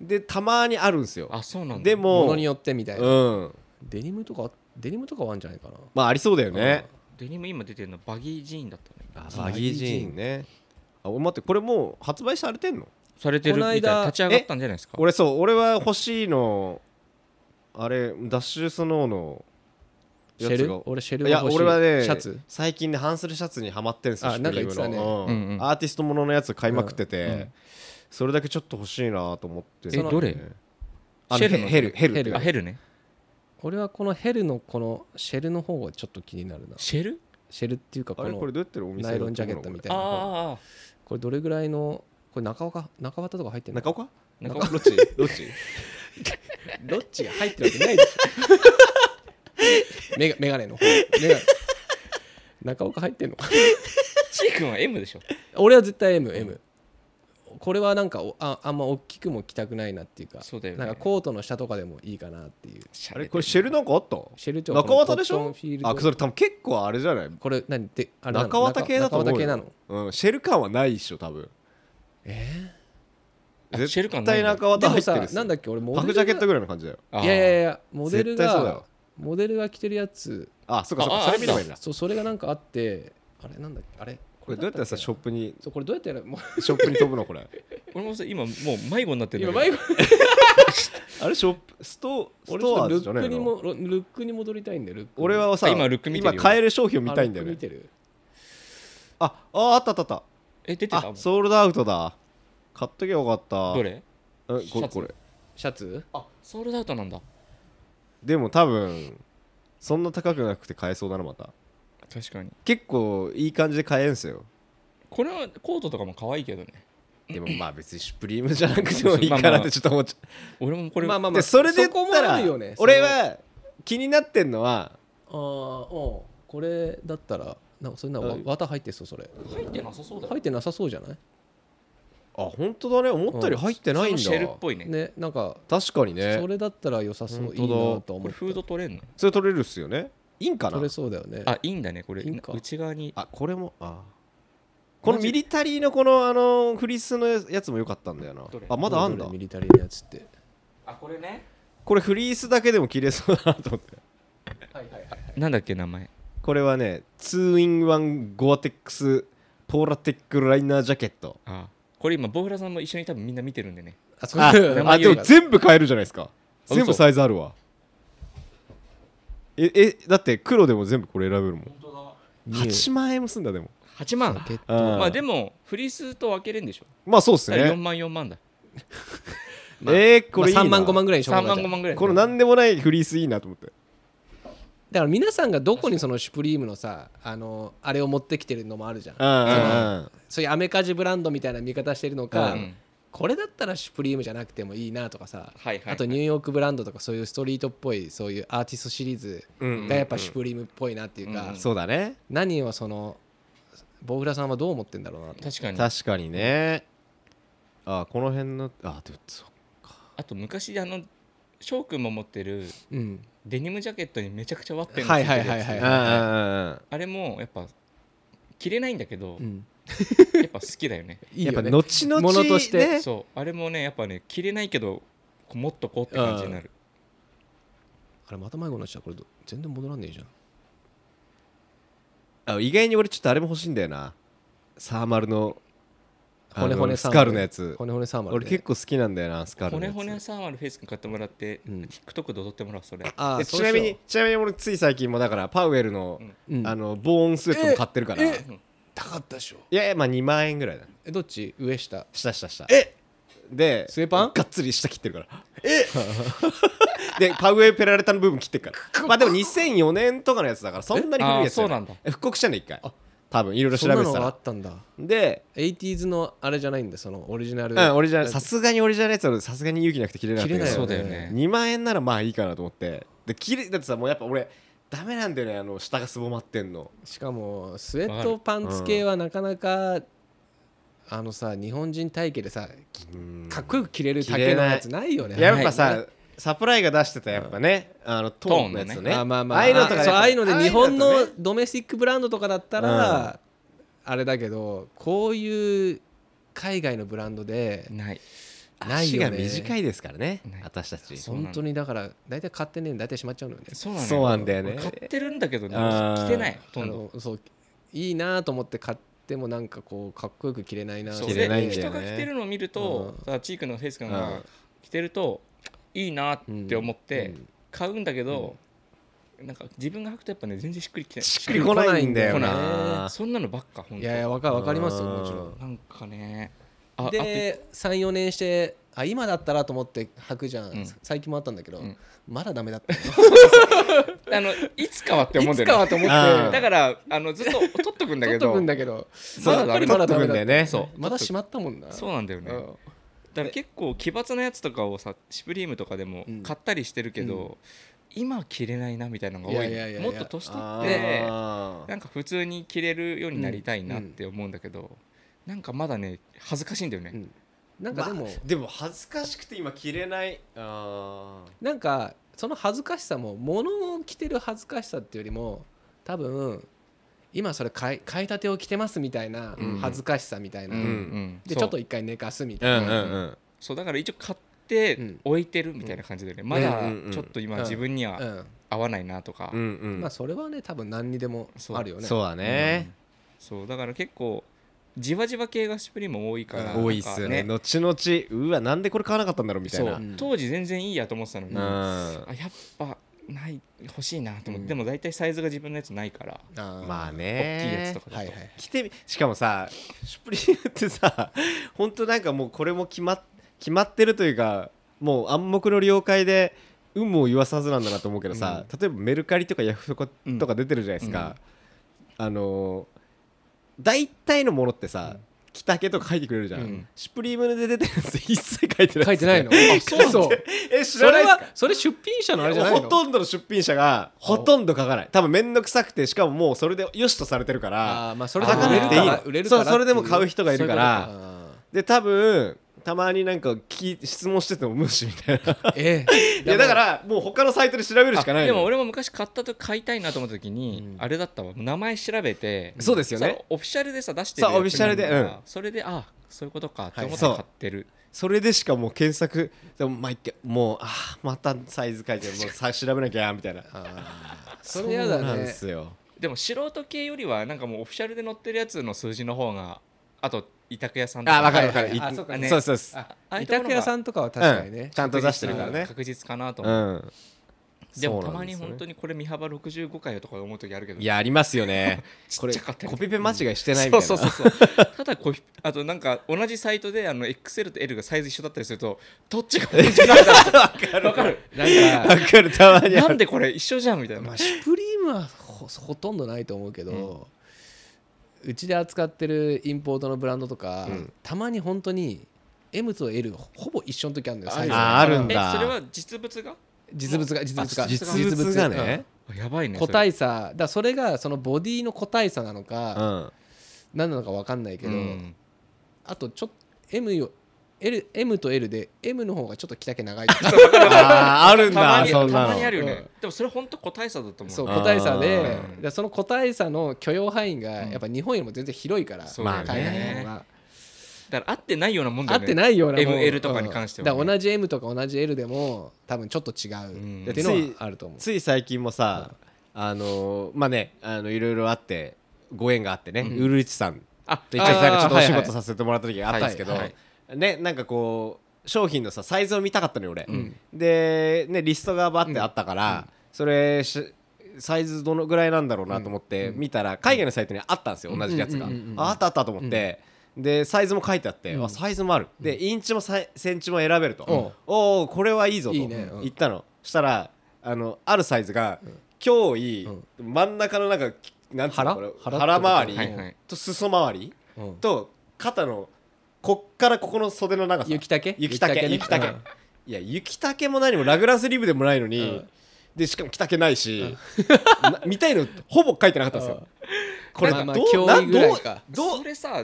[SPEAKER 3] でたまにあるんですよ
[SPEAKER 2] あそうなんだ
[SPEAKER 3] で
[SPEAKER 1] も
[SPEAKER 3] も
[SPEAKER 1] のによってみたいうなんデニムとかデニムとかはあるんじゃないかな
[SPEAKER 3] まあありそうだよね
[SPEAKER 2] デニム今出てるのバギージーンだったね
[SPEAKER 3] あ
[SPEAKER 1] ー
[SPEAKER 3] バギージーンねあお待ってこれもう発売されてんの
[SPEAKER 2] されてるみたい
[SPEAKER 1] この間
[SPEAKER 2] 立ち上がったんじゃないですか
[SPEAKER 3] 俺そう俺は欲しいのあれダッシュスノーの
[SPEAKER 1] シ
[SPEAKER 3] やつ
[SPEAKER 1] ェ
[SPEAKER 3] が
[SPEAKER 1] ル俺シェルが
[SPEAKER 3] いや
[SPEAKER 1] 欲しい
[SPEAKER 3] 俺はね
[SPEAKER 1] シャツ
[SPEAKER 3] 最近ねハンスルシャツにはまってんすよ
[SPEAKER 1] あなんか言ってたね
[SPEAKER 3] シュプリームの
[SPEAKER 2] うんうん
[SPEAKER 3] アーティストもののやつ買いまくってて、
[SPEAKER 1] うんうん
[SPEAKER 3] それだけちょっと欲しいなと思って
[SPEAKER 1] えど
[SPEAKER 2] れ
[SPEAKER 3] あ
[SPEAKER 2] シ
[SPEAKER 3] の
[SPEAKER 2] ェル
[SPEAKER 3] ヘ
[SPEAKER 2] の
[SPEAKER 3] ヘルヘル
[SPEAKER 1] ヘル
[SPEAKER 2] あヘルね
[SPEAKER 1] 俺はこのヘルのこのシェルの方がちょっと気になるな
[SPEAKER 2] シェル
[SPEAKER 1] シェルっていうかこ
[SPEAKER 3] あれ
[SPEAKER 1] の
[SPEAKER 3] これどうやってるお店
[SPEAKER 1] ナイロンジャケットみたいなこ
[SPEAKER 2] ああ
[SPEAKER 1] れどれぐらいのこれ中岡中綿とか入ってるの
[SPEAKER 3] 中岡
[SPEAKER 2] 中
[SPEAKER 3] どっちど っち
[SPEAKER 1] ロッチが入ってるわけないでしょ メガメガネの方メガネ中岡入ってんのか
[SPEAKER 2] チー君は M でしょ
[SPEAKER 1] 俺は絶対 MM これはなんかおああんま大きくも着たくないなっていうか
[SPEAKER 2] そうだよね
[SPEAKER 1] なんかコートの下とかでもいいかなっていう
[SPEAKER 3] あれこれシェルなんかあった
[SPEAKER 1] シェルって
[SPEAKER 3] 中綿でし
[SPEAKER 1] コット
[SPEAKER 3] ょ
[SPEAKER 1] ンフィールド
[SPEAKER 3] あそれ多分結構あれじゃない
[SPEAKER 1] これ何であれなの
[SPEAKER 3] 中綿系だと思う
[SPEAKER 1] 中綿系
[SPEAKER 3] よ
[SPEAKER 1] なの
[SPEAKER 3] うん、シェル感はないっしょ多分
[SPEAKER 2] あシェル感
[SPEAKER 3] 絶対
[SPEAKER 2] ないんだ
[SPEAKER 3] 中綿
[SPEAKER 1] でも
[SPEAKER 3] 入ってる
[SPEAKER 1] さ
[SPEAKER 3] っすよ
[SPEAKER 1] なんだっけ俺モデ
[SPEAKER 3] パ
[SPEAKER 1] ル
[SPEAKER 3] フ
[SPEAKER 1] が
[SPEAKER 3] ジャケットぐらいの感じだよ
[SPEAKER 2] あー
[SPEAKER 1] いやいやいやモデル
[SPEAKER 3] 絶対そうだ
[SPEAKER 1] が
[SPEAKER 3] よ
[SPEAKER 1] モデルが着てるやつ
[SPEAKER 3] あそっかそっ
[SPEAKER 2] あ
[SPEAKER 3] か
[SPEAKER 2] あ
[SPEAKER 3] それ見ればいいな
[SPEAKER 1] そうそれがなんかあってあれなんだっけあれこ
[SPEAKER 3] これどうやったらさショップに
[SPEAKER 1] そうこれどうやってやるもう
[SPEAKER 3] ショップに飛ぶのこれ
[SPEAKER 2] 俺もさ今もう迷子になってる
[SPEAKER 1] 今
[SPEAKER 2] んだけ
[SPEAKER 1] 迷
[SPEAKER 2] ど
[SPEAKER 1] 子
[SPEAKER 3] あれショップストス
[SPEAKER 1] 俺ちょ
[SPEAKER 3] ト
[SPEAKER 1] っ
[SPEAKER 3] ア
[SPEAKER 1] とル
[SPEAKER 3] ズじゃ
[SPEAKER 1] ッ
[SPEAKER 3] ね
[SPEAKER 1] ク
[SPEAKER 3] え
[SPEAKER 1] に
[SPEAKER 3] の
[SPEAKER 1] もロルックに戻りたいんだよルック
[SPEAKER 3] 俺はさ
[SPEAKER 2] あ今ルック見てるよ
[SPEAKER 3] 今買える商品を見たいんだよ
[SPEAKER 1] あルッ
[SPEAKER 3] ね
[SPEAKER 1] ク見てる
[SPEAKER 3] あああったあったあった
[SPEAKER 2] え出てた
[SPEAKER 3] あソールドアウトだ買っとけばよかった
[SPEAKER 2] どれ
[SPEAKER 3] うん
[SPEAKER 1] シ
[SPEAKER 3] こ
[SPEAKER 1] ャ
[SPEAKER 3] れ
[SPEAKER 1] ツ
[SPEAKER 3] これ
[SPEAKER 1] シャツ
[SPEAKER 2] あソールドアウトなんだ
[SPEAKER 3] でも多分そんな高くなくて買えそうだなまた
[SPEAKER 2] 確かに
[SPEAKER 3] 結構いい感じで買えんすよ
[SPEAKER 2] これはコートとかも可愛いけどね
[SPEAKER 3] でもまあ別にシュプリームじゃなくてもいいかなってちょっと思っちゃ
[SPEAKER 2] 俺もこれ、
[SPEAKER 1] まあまあ
[SPEAKER 3] う
[SPEAKER 1] まあ
[SPEAKER 3] でそれで
[SPEAKER 1] こ
[SPEAKER 3] 言っ
[SPEAKER 1] も
[SPEAKER 3] た
[SPEAKER 1] あ
[SPEAKER 3] ら
[SPEAKER 1] るよねその
[SPEAKER 3] 俺は気になってんの
[SPEAKER 1] ああう
[SPEAKER 3] は
[SPEAKER 1] んこれだったらなんかそんなわ
[SPEAKER 3] はい
[SPEAKER 1] 綿入ってそうそれ
[SPEAKER 2] 入ってなさそうだよ
[SPEAKER 1] 入ってなさそうじゃない
[SPEAKER 3] あ本当だね思ったより入ってないん
[SPEAKER 2] 普通のシェルっ
[SPEAKER 3] だ
[SPEAKER 2] ぽいね
[SPEAKER 1] ねなんか
[SPEAKER 3] 確かにね
[SPEAKER 1] それだったら良さそう
[SPEAKER 3] 本
[SPEAKER 1] いいな
[SPEAKER 3] 当だ
[SPEAKER 1] と
[SPEAKER 2] こ
[SPEAKER 1] 思っ
[SPEAKER 2] れ
[SPEAKER 1] て
[SPEAKER 2] フード取れんの
[SPEAKER 3] それ取れるっすよねいいんかな
[SPEAKER 1] 取れそうだよね
[SPEAKER 2] あいいんだねこれ
[SPEAKER 1] いいんか
[SPEAKER 2] 内側に
[SPEAKER 3] あこれもあこのミリタリーのこのあのフリースのやつも良かったんだよな
[SPEAKER 2] どれ
[SPEAKER 3] あまだあん
[SPEAKER 1] ど
[SPEAKER 3] だ
[SPEAKER 1] れミリタリーのやつって
[SPEAKER 2] あこれね
[SPEAKER 3] これフリースだけでも着れそうだなと思って
[SPEAKER 1] はいはいはい
[SPEAKER 2] なんだっけ名前
[SPEAKER 3] これはね 2in1 ゴアテックスポーラテックライナージャケット
[SPEAKER 2] あこれ今ボウフラさんも一緒に多分みんな見てるんでね
[SPEAKER 1] あ そ
[SPEAKER 3] あ
[SPEAKER 1] う
[SPEAKER 3] あでも
[SPEAKER 1] 全
[SPEAKER 3] 全部買えるじゃないですか
[SPEAKER 2] 嘘
[SPEAKER 3] 全部サイズあるわええだって黒でも全部これ選べるもん
[SPEAKER 2] 本
[SPEAKER 3] 8万円もすんだでも
[SPEAKER 2] 当だ8万
[SPEAKER 1] ケッ
[SPEAKER 3] うん
[SPEAKER 2] まあでもフリースと分けれんでしょ
[SPEAKER 3] まあそうっす
[SPEAKER 2] だから4
[SPEAKER 3] ね
[SPEAKER 2] 万4万だ
[SPEAKER 3] えー、これいいな、
[SPEAKER 1] 3万5万ぐらいにしようか
[SPEAKER 2] 3
[SPEAKER 1] なじ
[SPEAKER 2] 万
[SPEAKER 1] ゃあ
[SPEAKER 2] 5万ぐらい
[SPEAKER 3] この何でもないフリースいいなと思って
[SPEAKER 1] だから皆さんがどこにそのシュプリームのさあのあれを持ってきてるのもあるじゃん
[SPEAKER 3] うんうんうん
[SPEAKER 1] そういうアメカジブランドみたいな見方してるのか、
[SPEAKER 2] うん
[SPEAKER 1] これだったらシュプリームじゃなくてもいいなとかさ、
[SPEAKER 2] はいはいはい
[SPEAKER 1] あとニューヨークブランドとかそういうストリートっぽいそういうアーティストシリーズがやっぱシュプリームっぽいなっていうか、
[SPEAKER 2] うん
[SPEAKER 3] そうだね
[SPEAKER 1] 何をそのボウフラさんはどう思ってんだろうなと
[SPEAKER 2] 確かに
[SPEAKER 3] 確かにねあこの辺のあでもそう
[SPEAKER 2] あと昔あの翔くんも持ってる
[SPEAKER 1] うん
[SPEAKER 2] デニムジャケットにめちゃくちゃワッペン
[SPEAKER 1] はい
[SPEAKER 2] がつい
[SPEAKER 1] は
[SPEAKER 2] て
[SPEAKER 1] い
[SPEAKER 2] る
[SPEAKER 1] はい
[SPEAKER 2] や
[SPEAKER 1] はい
[SPEAKER 3] う
[SPEAKER 2] つ
[SPEAKER 3] んうんうん
[SPEAKER 2] あれもやっぱ着れないんだけど、
[SPEAKER 1] うん
[SPEAKER 2] やっぱ好きだよね
[SPEAKER 1] いい
[SPEAKER 3] やっ
[SPEAKER 1] よ
[SPEAKER 3] ぱ
[SPEAKER 1] ね
[SPEAKER 3] 後々
[SPEAKER 1] ものと
[SPEAKER 3] と
[SPEAKER 1] し
[SPEAKER 3] してて
[SPEAKER 2] そうあれもねやっぱね着れないけどこう持っとこうって感じになる
[SPEAKER 1] あれまた迷子になっちゃうこれど全然戻らんねえじゃん
[SPEAKER 3] あ意外に俺ちょっとあれも欲しいんだよなサーマルのあの
[SPEAKER 1] 骨骨サ
[SPEAKER 3] ス
[SPEAKER 1] ーマ
[SPEAKER 3] カ
[SPEAKER 1] ル
[SPEAKER 3] ル
[SPEAKER 1] ね
[SPEAKER 3] のやつ
[SPEAKER 1] 骨骨サーマルね
[SPEAKER 3] 俺結構好きなんだよなスカルの
[SPEAKER 2] 骨
[SPEAKER 3] やつ
[SPEAKER 2] 骨サーマルフェイス君買ってもらって、
[SPEAKER 1] うん
[SPEAKER 2] TikTok で踊ってもらうそれ
[SPEAKER 1] あ
[SPEAKER 3] で
[SPEAKER 1] あ
[SPEAKER 3] ちなみに、ちなみに俺つい最近もだからパウエルの、
[SPEAKER 1] うん
[SPEAKER 3] あの防音スウェットも買ってるから、
[SPEAKER 1] え
[SPEAKER 2] うん
[SPEAKER 1] 高かったでしょ
[SPEAKER 3] いやいやまあ2万円ぐらいだ
[SPEAKER 1] えどっち上下
[SPEAKER 3] したしたしたえで
[SPEAKER 1] スウェパン
[SPEAKER 3] がっつり下切ってるからえ でパウエルペラレタの部分切ってるからまあでも2004年とかのやつだからそんなに古いやつじゃ
[SPEAKER 2] あーそうなんだ
[SPEAKER 3] 復刻したんだ一回多分いろいろ
[SPEAKER 1] そ
[SPEAKER 3] 調
[SPEAKER 1] んな
[SPEAKER 3] べ
[SPEAKER 1] の
[SPEAKER 3] てた
[SPEAKER 1] があっ
[SPEAKER 3] ら
[SPEAKER 1] たんだ
[SPEAKER 3] で
[SPEAKER 1] 80s のあれじゃないんだそのオリジナル
[SPEAKER 3] うん、俺じゃさすがに俺じゃないやつはさすがに勇気なくて切れなかったけど
[SPEAKER 1] 切れない
[SPEAKER 2] よねそうだよね
[SPEAKER 3] 2万円ならまあいいかなと思ってで切れだってさもうやっぱ俺ダメなんだよねあの下がすぼまってんの
[SPEAKER 1] しかもスウェットパンツ系はなかなかあのさ日本人体型でさきかっこよく着れる
[SPEAKER 3] 着れ
[SPEAKER 1] 丈の
[SPEAKER 3] ない
[SPEAKER 1] やつないよね
[SPEAKER 3] いややっぱ
[SPEAKER 1] ない
[SPEAKER 3] さサプライが出してたやっぱねあのトーンのやつ
[SPEAKER 2] トーン
[SPEAKER 3] ね
[SPEAKER 1] あまあまあ
[SPEAKER 3] あいうのとかやっ
[SPEAKER 1] そう
[SPEAKER 3] ぱ
[SPEAKER 1] ああいうので日本
[SPEAKER 3] ああいう
[SPEAKER 1] の
[SPEAKER 3] だとね
[SPEAKER 1] ドメスティックブランドとかだったらあれだけどこういう海外のブランドで
[SPEAKER 2] ない
[SPEAKER 1] ない
[SPEAKER 3] 足
[SPEAKER 1] よ
[SPEAKER 3] が
[SPEAKER 1] ね
[SPEAKER 3] 短いですからね
[SPEAKER 2] ない
[SPEAKER 3] 私たち
[SPEAKER 2] そうなの
[SPEAKER 1] 本当にだから大体買ってねえの大体しまっちゃうのよね
[SPEAKER 2] そうなの
[SPEAKER 3] そうなんだよね
[SPEAKER 2] 俺買ってるんだけどね
[SPEAKER 3] あー
[SPEAKER 2] 着てないほとんど
[SPEAKER 1] あのそういいなと思って買ってもなんかこうかっこよく着れないな
[SPEAKER 2] そう
[SPEAKER 3] 着れないん
[SPEAKER 2] で
[SPEAKER 3] だよね
[SPEAKER 2] 人が着てるのを見ると、さチークのフェイス君
[SPEAKER 3] うん
[SPEAKER 2] が着てるといいなって思っ
[SPEAKER 1] う
[SPEAKER 2] て
[SPEAKER 1] ん
[SPEAKER 2] 買うんだけど、なんか自分が履くとやっぱね全然しっくりきてない
[SPEAKER 3] しっくりこないんだよ
[SPEAKER 1] 来ないんだよ
[SPEAKER 3] な
[SPEAKER 2] そんなのばっかほん
[SPEAKER 1] い
[SPEAKER 2] と
[SPEAKER 1] やいや
[SPEAKER 2] な
[SPEAKER 1] わかわかりますよもちろ
[SPEAKER 3] うん
[SPEAKER 1] ん
[SPEAKER 2] んかねああ
[SPEAKER 1] で34年してあ今だったらと思って履くじゃん、
[SPEAKER 2] ん
[SPEAKER 1] 最近もあったんだけど、
[SPEAKER 2] ん
[SPEAKER 1] まだダメだった
[SPEAKER 2] とあのいつかはって思う
[SPEAKER 1] い
[SPEAKER 2] んだ
[SPEAKER 1] つか
[SPEAKER 2] よ
[SPEAKER 1] は
[SPEAKER 2] ね
[SPEAKER 1] と思
[SPEAKER 3] あ
[SPEAKER 1] って
[SPEAKER 2] だからあのずっと取っとくんだ
[SPEAKER 1] 取
[SPEAKER 2] け
[SPEAKER 1] っと
[SPEAKER 2] ど
[SPEAKER 1] くんだけど
[SPEAKER 3] そう
[SPEAKER 1] まだやっぱり
[SPEAKER 3] 取
[SPEAKER 1] まだ
[SPEAKER 3] っ
[SPEAKER 1] ダ
[SPEAKER 3] とく
[SPEAKER 1] メ
[SPEAKER 3] ん
[SPEAKER 1] だ
[SPEAKER 3] だよね
[SPEAKER 2] そう
[SPEAKER 1] まだ閉まったもんな
[SPEAKER 2] そうなんだよね
[SPEAKER 1] うん
[SPEAKER 2] だから結構奇抜なやつとかをさシュプリームとかでも
[SPEAKER 1] うん
[SPEAKER 2] 買ったりしてるけど、今着れないなみたいなのが多いの
[SPEAKER 1] いやいやいやいや
[SPEAKER 2] もっと年取
[SPEAKER 3] あ
[SPEAKER 2] って
[SPEAKER 3] ー
[SPEAKER 2] なんか普通に着れるようになりたいなって思うんだけど、なんかまだね恥ずかしいんだよね、
[SPEAKER 1] うんなんかでも、
[SPEAKER 3] まあでも恥ずかしくて今着れないあー
[SPEAKER 1] なんかその恥ずかしさも物を着てる恥ずかしさっていうよりも多分今それ買い買いたてを着てますみたいな
[SPEAKER 3] うん
[SPEAKER 1] 恥ずかしさみたいな、
[SPEAKER 2] うん
[SPEAKER 1] で
[SPEAKER 2] そう
[SPEAKER 1] ちょっと一回寝かすみ
[SPEAKER 3] う
[SPEAKER 1] たい
[SPEAKER 3] ん
[SPEAKER 1] な、
[SPEAKER 3] うんうん
[SPEAKER 2] そうだから一応買って置いてるみたいな感じだよね、まだ
[SPEAKER 3] うんうんうん
[SPEAKER 2] ちょっと今自分に
[SPEAKER 1] う
[SPEAKER 2] は
[SPEAKER 1] ん
[SPEAKER 2] 合わないなとか、
[SPEAKER 3] うんう
[SPEAKER 1] ま
[SPEAKER 3] ん
[SPEAKER 1] あそれはね多分何にでもあるよね
[SPEAKER 3] そうだね
[SPEAKER 2] そうだから結構じわじわ系がシュプリーム多いから
[SPEAKER 3] 多いっすよね
[SPEAKER 2] なんか
[SPEAKER 3] 後々うわなんでこれ買わなかったんだろうみたい
[SPEAKER 2] そ
[SPEAKER 3] な
[SPEAKER 2] う当時全然いいやと思ってたのに、
[SPEAKER 3] うん
[SPEAKER 2] あ
[SPEAKER 3] ま
[SPEAKER 2] やっぱない欲しいなと思って、
[SPEAKER 1] うん
[SPEAKER 2] でも大体サイズが自分のやつないから
[SPEAKER 1] あー
[SPEAKER 3] あ
[SPEAKER 2] 大
[SPEAKER 3] ね
[SPEAKER 2] きいやつとかだと、
[SPEAKER 1] はいはい
[SPEAKER 3] 着てみしかもさシュプリームってさ本当なんかもうこれも決まっ決まってるというかもう暗黙の了解で有無を言わすはずなんだなと思うけどさ、例えばメルカリとかヤフオクとか出てるじゃないですか、あのー大体のものってさ、着丈とか書いてくれるじゃん、
[SPEAKER 2] うん
[SPEAKER 3] シュプリームで出てるやつ 一切書いてない
[SPEAKER 1] 書いてないのあそうそう
[SPEAKER 3] え知
[SPEAKER 1] そ
[SPEAKER 3] らない
[SPEAKER 1] れ
[SPEAKER 3] っすか
[SPEAKER 1] はそれ出品者のあれじゃない
[SPEAKER 3] ほ
[SPEAKER 1] の
[SPEAKER 3] とんどの出品者がほとんど書かない多分面倒くさくてしかももうそれで良しとされてるから
[SPEAKER 1] あーまあそれ
[SPEAKER 3] 書
[SPEAKER 1] で
[SPEAKER 3] か
[SPEAKER 1] も
[SPEAKER 3] な
[SPEAKER 1] 売れる
[SPEAKER 3] くて
[SPEAKER 1] か
[SPEAKER 3] いい
[SPEAKER 1] ら売れるから
[SPEAKER 3] そうそれでも買う人がいるから
[SPEAKER 1] そういうことか
[SPEAKER 3] で多分たまになんか聞き質問してても無視みた いな
[SPEAKER 1] あーええ
[SPEAKER 3] いやだからもう他のサイトで調べるしかないの
[SPEAKER 2] でも俺も昔買ったと買いたいなと思った時に、
[SPEAKER 1] うん
[SPEAKER 2] あれだったわ名前調べて
[SPEAKER 3] そうですよね
[SPEAKER 2] さオフィシャルでさ出してるやつ
[SPEAKER 3] そうオフィシャルで
[SPEAKER 2] なんだから
[SPEAKER 3] うん
[SPEAKER 2] それであそういうことかって思って
[SPEAKER 3] はい
[SPEAKER 2] 買ってる、
[SPEAKER 3] それでしかもう検索でも毎回もうあーまたサイズ書いてるもうさ調べなきゃみたいな
[SPEAKER 1] あーそれやだ
[SPEAKER 3] そうなんで
[SPEAKER 1] ね
[SPEAKER 3] すよ
[SPEAKER 2] でも素人系よりはなんかもうオフィシャルで載ってるやつの数字の方があと委託屋さんと
[SPEAKER 3] あーわかる
[SPEAKER 1] は
[SPEAKER 3] わ
[SPEAKER 1] いは
[SPEAKER 3] か
[SPEAKER 1] い
[SPEAKER 3] るい
[SPEAKER 1] あ
[SPEAKER 3] そ
[SPEAKER 1] そうう
[SPEAKER 3] で
[SPEAKER 1] か
[SPEAKER 2] ね
[SPEAKER 3] すそうです
[SPEAKER 2] あああいう
[SPEAKER 1] 委
[SPEAKER 2] ところ
[SPEAKER 1] 託
[SPEAKER 2] が
[SPEAKER 1] 屋さんとかは確かに
[SPEAKER 3] うん
[SPEAKER 1] ね
[SPEAKER 3] ちゃんと出してるからね
[SPEAKER 2] 確実かなと
[SPEAKER 3] う
[SPEAKER 2] 思う、
[SPEAKER 3] ん
[SPEAKER 2] でも
[SPEAKER 3] そ
[SPEAKER 2] た
[SPEAKER 3] うな
[SPEAKER 2] ま
[SPEAKER 3] んで
[SPEAKER 2] に
[SPEAKER 3] すよね
[SPEAKER 2] 本当にこれ見幅65回よとか思う時あるけど
[SPEAKER 3] いやありますよねこれ
[SPEAKER 2] ちっちゃかったり
[SPEAKER 3] コピペ間違いしてないみたい
[SPEAKER 2] そ
[SPEAKER 3] な
[SPEAKER 2] うそうそうそうただこうあとなんか同じサイトであの XL と L がサイズ一緒だったりするとどっちが同じなんだわかる
[SPEAKER 1] なんか
[SPEAKER 3] わかるたまにあ
[SPEAKER 2] な
[SPEAKER 3] る
[SPEAKER 2] んでこれ一緒じゃんみたいな
[SPEAKER 1] まあ、シュプリームはほほとんどないと思うけど、うちで扱ってるインポートのブランドとか、
[SPEAKER 3] うん
[SPEAKER 1] たまに本当に M と L ほぼ一緒の時あるんだよサイズ
[SPEAKER 3] あーあるんだ
[SPEAKER 2] えそれは実物が
[SPEAKER 1] 実物が実物が
[SPEAKER 3] 実物がね、
[SPEAKER 2] あやばい
[SPEAKER 1] うん
[SPEAKER 2] ね
[SPEAKER 1] 個体
[SPEAKER 2] え
[SPEAKER 1] 差だからそれがそのボディの個体差なの
[SPEAKER 3] う
[SPEAKER 1] か、
[SPEAKER 3] ん
[SPEAKER 1] 何なのか分かんないけど、あとちょっと M よ L M と L で M の方がちょっと着丈長い
[SPEAKER 3] あーあるん
[SPEAKER 2] たま
[SPEAKER 3] だ
[SPEAKER 2] に
[SPEAKER 3] そんなの
[SPEAKER 2] たまにあるよね、
[SPEAKER 1] うん
[SPEAKER 2] でもそれ本当個体差だ と思う
[SPEAKER 1] そう
[SPEAKER 3] あ
[SPEAKER 1] 個体差でだ
[SPEAKER 2] うん
[SPEAKER 1] からその個体差の許容範囲がやっぱ日本よりも全然広いから、
[SPEAKER 2] そう
[SPEAKER 3] だよね
[SPEAKER 1] 海外の方が。
[SPEAKER 2] だから合ってないようなもんだ
[SPEAKER 1] 合
[SPEAKER 2] よ
[SPEAKER 1] っ
[SPEAKER 2] ね
[SPEAKER 1] てないようなもん
[SPEAKER 2] ML とかに関してはね
[SPEAKER 1] うんだから同じ M とか同じ L でも多分ちょっと違
[SPEAKER 2] うん
[SPEAKER 1] うっていうのはあると思う、
[SPEAKER 3] つい最近もさ、あのーまあねあのいろいろあってご縁があってね、ウルイチさん
[SPEAKER 2] あ
[SPEAKER 3] と一緒になんかちょっとお仕
[SPEAKER 1] はいは
[SPEAKER 3] 事
[SPEAKER 1] い
[SPEAKER 3] させてもらった時があったんですけど、
[SPEAKER 2] はいはい
[SPEAKER 3] ねなんかこう商品のさサイズを見たかったのよ俺、
[SPEAKER 1] ん
[SPEAKER 3] で、ね、リストがバッてあったから、それしサイズどのぐらいなんだろうなと思って見たら海外のサイトにあったんですよ、同じやつが、
[SPEAKER 1] うんうんうんうん
[SPEAKER 3] ああったあったと思って、でサイズも書いてあって、
[SPEAKER 1] うん
[SPEAKER 3] あサイズもあるでインチもサイセンチも選べると、
[SPEAKER 1] うん
[SPEAKER 3] おおこれはいいぞと
[SPEAKER 1] いいねうん
[SPEAKER 3] 言ったのしたらあのあるサイズが脅威、真ん中のなんかなんつうの
[SPEAKER 1] 腹
[SPEAKER 3] これ
[SPEAKER 1] 腹
[SPEAKER 3] 腹周
[SPEAKER 1] う
[SPEAKER 3] り
[SPEAKER 1] ん
[SPEAKER 2] はいはい
[SPEAKER 3] と裾周り
[SPEAKER 1] うん
[SPEAKER 3] と肩のこっからここの袖の長さ
[SPEAKER 1] 雪丈
[SPEAKER 3] 雪丈
[SPEAKER 1] ね
[SPEAKER 3] 雪丈
[SPEAKER 1] うん
[SPEAKER 3] いや雪丈も何もラグランスリーブでもないのに、
[SPEAKER 1] うん
[SPEAKER 3] でしかも着丈ないし、な見たいのほぼ書いてなかったんですよ、これ
[SPEAKER 1] ま
[SPEAKER 3] ど
[SPEAKER 1] あま
[SPEAKER 3] うな
[SPEAKER 1] あ脅威
[SPEAKER 3] んど
[SPEAKER 1] ぐらいうか
[SPEAKER 3] どう
[SPEAKER 2] それさ
[SPEAKER 3] な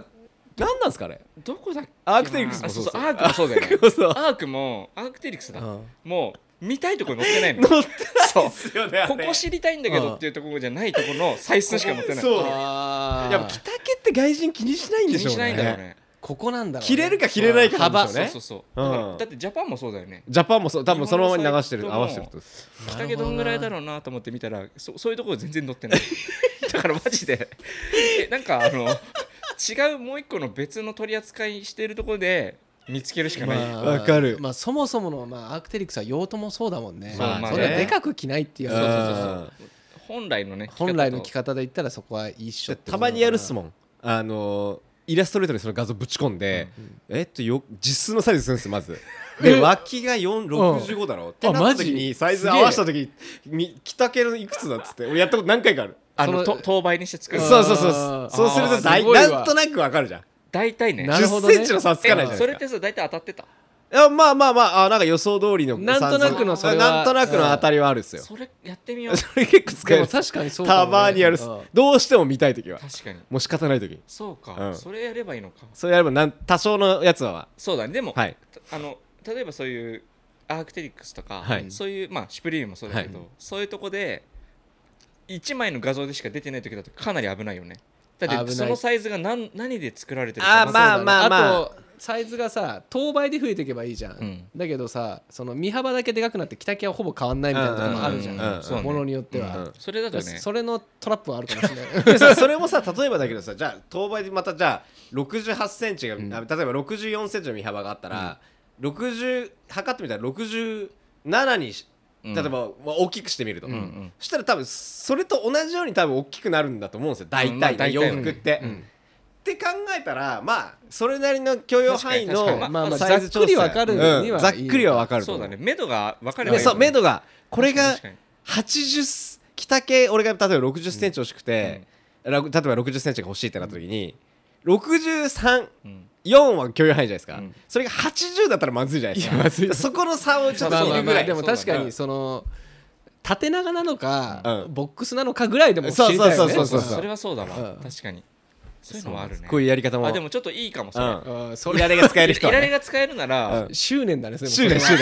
[SPEAKER 3] んなんですかね
[SPEAKER 2] どこだっけ
[SPEAKER 3] アークテリクスも
[SPEAKER 2] あそう
[SPEAKER 3] そう
[SPEAKER 2] そ
[SPEAKER 3] そうう
[SPEAKER 2] アークもそうだよね
[SPEAKER 3] そう
[SPEAKER 2] アークもアークテリクスだ、
[SPEAKER 1] うん
[SPEAKER 2] もう見たいところ載って ないの
[SPEAKER 3] 乗ってないですよねあれ
[SPEAKER 2] ここ知りたいんだけ
[SPEAKER 1] う
[SPEAKER 2] ど
[SPEAKER 1] ん
[SPEAKER 2] っていうところじゃないところの採寸しか載ってない
[SPEAKER 3] そう
[SPEAKER 1] あー
[SPEAKER 3] やっぱ着丈って外人気にしないん
[SPEAKER 2] 気
[SPEAKER 3] で
[SPEAKER 2] に
[SPEAKER 3] しょうね
[SPEAKER 2] しないんだよね
[SPEAKER 1] ここなんだろうね
[SPEAKER 3] 着れるか着れないかなんでしょう
[SPEAKER 2] そう
[SPEAKER 3] ね
[SPEAKER 2] そうそう
[SPEAKER 3] うん
[SPEAKER 2] だからだってジャパンもそうだよね
[SPEAKER 3] ジャパンもそう多分そのままに流して
[SPEAKER 2] 日
[SPEAKER 3] る合
[SPEAKER 2] 本の
[SPEAKER 3] わ
[SPEAKER 2] サ
[SPEAKER 3] せ
[SPEAKER 2] イ
[SPEAKER 3] て
[SPEAKER 2] ト
[SPEAKER 3] ると
[SPEAKER 2] も着丈どんぐらいだろうなと思って見たらそそういうところ全然 載ってないだからマジでえなんかあの違うもう一個の別の取り扱いしてるところで見つけるしかない、
[SPEAKER 1] まあ
[SPEAKER 3] わかる
[SPEAKER 1] まあそもそものまあアークテリクスは用途もそうだもんね,、
[SPEAKER 2] そうまあね
[SPEAKER 1] そんなでかく着ないっていう
[SPEAKER 3] うん
[SPEAKER 1] 話
[SPEAKER 2] 本来のね
[SPEAKER 1] 本来の着
[SPEAKER 2] 方
[SPEAKER 1] 方で言ったらそこは一緒って
[SPEAKER 3] たまにやるっす
[SPEAKER 1] も
[SPEAKER 3] もんあのイラストレートにその画像ぶち込んで、えっとよ実数のサイズするんですよまずで脇が465だろってなった
[SPEAKER 1] マ
[SPEAKER 3] 時
[SPEAKER 1] ジ
[SPEAKER 3] にサイズ合わせた時に着丈のいくつだっつって俺やったこと何回かある
[SPEAKER 2] あの
[SPEAKER 1] そ
[SPEAKER 2] と
[SPEAKER 1] の
[SPEAKER 2] 当倍にして作る
[SPEAKER 3] そうそうそう
[SPEAKER 1] あー
[SPEAKER 3] そうするとだ
[SPEAKER 1] す
[SPEAKER 3] い
[SPEAKER 1] ごいわ
[SPEAKER 3] なんとなくわかるじゃん
[SPEAKER 2] 大体ね
[SPEAKER 1] なるほど
[SPEAKER 3] 1
[SPEAKER 1] ね
[SPEAKER 3] 0ンチの差つかないじゃ
[SPEAKER 2] え
[SPEAKER 3] ん
[SPEAKER 2] それってさ大体当たってた
[SPEAKER 3] あまあまあまああなんか予想通りの
[SPEAKER 1] なんとなくのそれは
[SPEAKER 3] なんとなくの当たりはあるっすよ
[SPEAKER 2] それやってみよう
[SPEAKER 3] それ結構使
[SPEAKER 1] で
[SPEAKER 3] える
[SPEAKER 1] も確かにそう
[SPEAKER 3] たまにやるっす
[SPEAKER 1] うん
[SPEAKER 3] どうしても見たい時は
[SPEAKER 2] 確かに
[SPEAKER 3] もう仕方ない時
[SPEAKER 2] そうか、
[SPEAKER 3] うん
[SPEAKER 2] それやればいいのか
[SPEAKER 3] それやればなん多少のやつは
[SPEAKER 2] そうだねでも、
[SPEAKER 3] はい
[SPEAKER 2] たあの例えばそういうアークテリックスとか、
[SPEAKER 3] はい
[SPEAKER 2] そういうまあシュプリームもそうだけど、
[SPEAKER 3] は
[SPEAKER 2] そういうとこで1枚の画像でしか出てない時だとかなり危ないよねだ
[SPEAKER 1] 危
[SPEAKER 2] って
[SPEAKER 1] ない
[SPEAKER 2] そのサイズが何何で作られてる
[SPEAKER 3] あ
[SPEAKER 2] か
[SPEAKER 3] まあまあまあ
[SPEAKER 1] とサイズがさ等倍で増えていけばいいじゃん、
[SPEAKER 2] うん
[SPEAKER 1] だけどさその身幅だけでかくなって着丈はほぼ変わんないみたいなとこもあるじゃん、
[SPEAKER 3] うんうんうんうん
[SPEAKER 2] そうね
[SPEAKER 1] ものによっては、
[SPEAKER 3] うんうん
[SPEAKER 2] それだと
[SPEAKER 1] だ
[SPEAKER 2] ね
[SPEAKER 1] からそれのトラップはあるかもしれない
[SPEAKER 3] でさそれもさ例えばだけどさじゃあ当倍でまたじゃあ68センチが、あ例えば64センチの身幅があったら、60測ってみたら67にし例えば、まあ、大きくしてみると、
[SPEAKER 2] ん
[SPEAKER 3] そしたら多分それと同じように多分大きくなるんだと思うんですよ大体、
[SPEAKER 2] うんまあ大体
[SPEAKER 3] 洋服って。って考えたらまあそれなりの許容範囲
[SPEAKER 2] 確
[SPEAKER 3] の
[SPEAKER 2] かに確かに
[SPEAKER 1] まあまあ
[SPEAKER 3] サイズ調整
[SPEAKER 1] ざっくり分かるにはいい
[SPEAKER 3] うんざっくりは分かると
[SPEAKER 2] そう
[SPEAKER 3] 思
[SPEAKER 2] だね目処が分かれば
[SPEAKER 3] で
[SPEAKER 2] いい
[SPEAKER 3] そう目
[SPEAKER 2] ド
[SPEAKER 3] 処がこれが
[SPEAKER 2] 確かに
[SPEAKER 3] 80着丈俺が例えば6 0センチ欲しくて、ら例えば6 0センチが欲しいってなった時に634
[SPEAKER 2] うん
[SPEAKER 3] は許容範囲じゃないですか、
[SPEAKER 2] うん
[SPEAKER 3] それが80だったらまずいじゃないですかそこの差をちょっと
[SPEAKER 1] まあ
[SPEAKER 3] 見
[SPEAKER 1] まあま
[SPEAKER 3] るぐら
[SPEAKER 1] あ
[SPEAKER 3] い
[SPEAKER 1] でも確か
[SPEAKER 3] うん
[SPEAKER 1] にその縦長なのか、
[SPEAKER 3] うん
[SPEAKER 1] ボックスなのかぐらいでも知りたいよね
[SPEAKER 3] そう
[SPEAKER 2] そ
[SPEAKER 3] そうう
[SPEAKER 2] そ
[SPEAKER 3] そう
[SPEAKER 2] れはそうだわ、
[SPEAKER 1] うん
[SPEAKER 2] 確かにそういうのはあるね
[SPEAKER 3] こういうやり方も
[SPEAKER 2] あでもちょっといいかもそれ、
[SPEAKER 3] う
[SPEAKER 1] うんそ
[SPEAKER 3] んいら
[SPEAKER 1] れ
[SPEAKER 3] れが使える人は、
[SPEAKER 2] い られ
[SPEAKER 3] ね、
[SPEAKER 2] が使えるなら、
[SPEAKER 1] 執念だねそれも
[SPEAKER 3] 執念執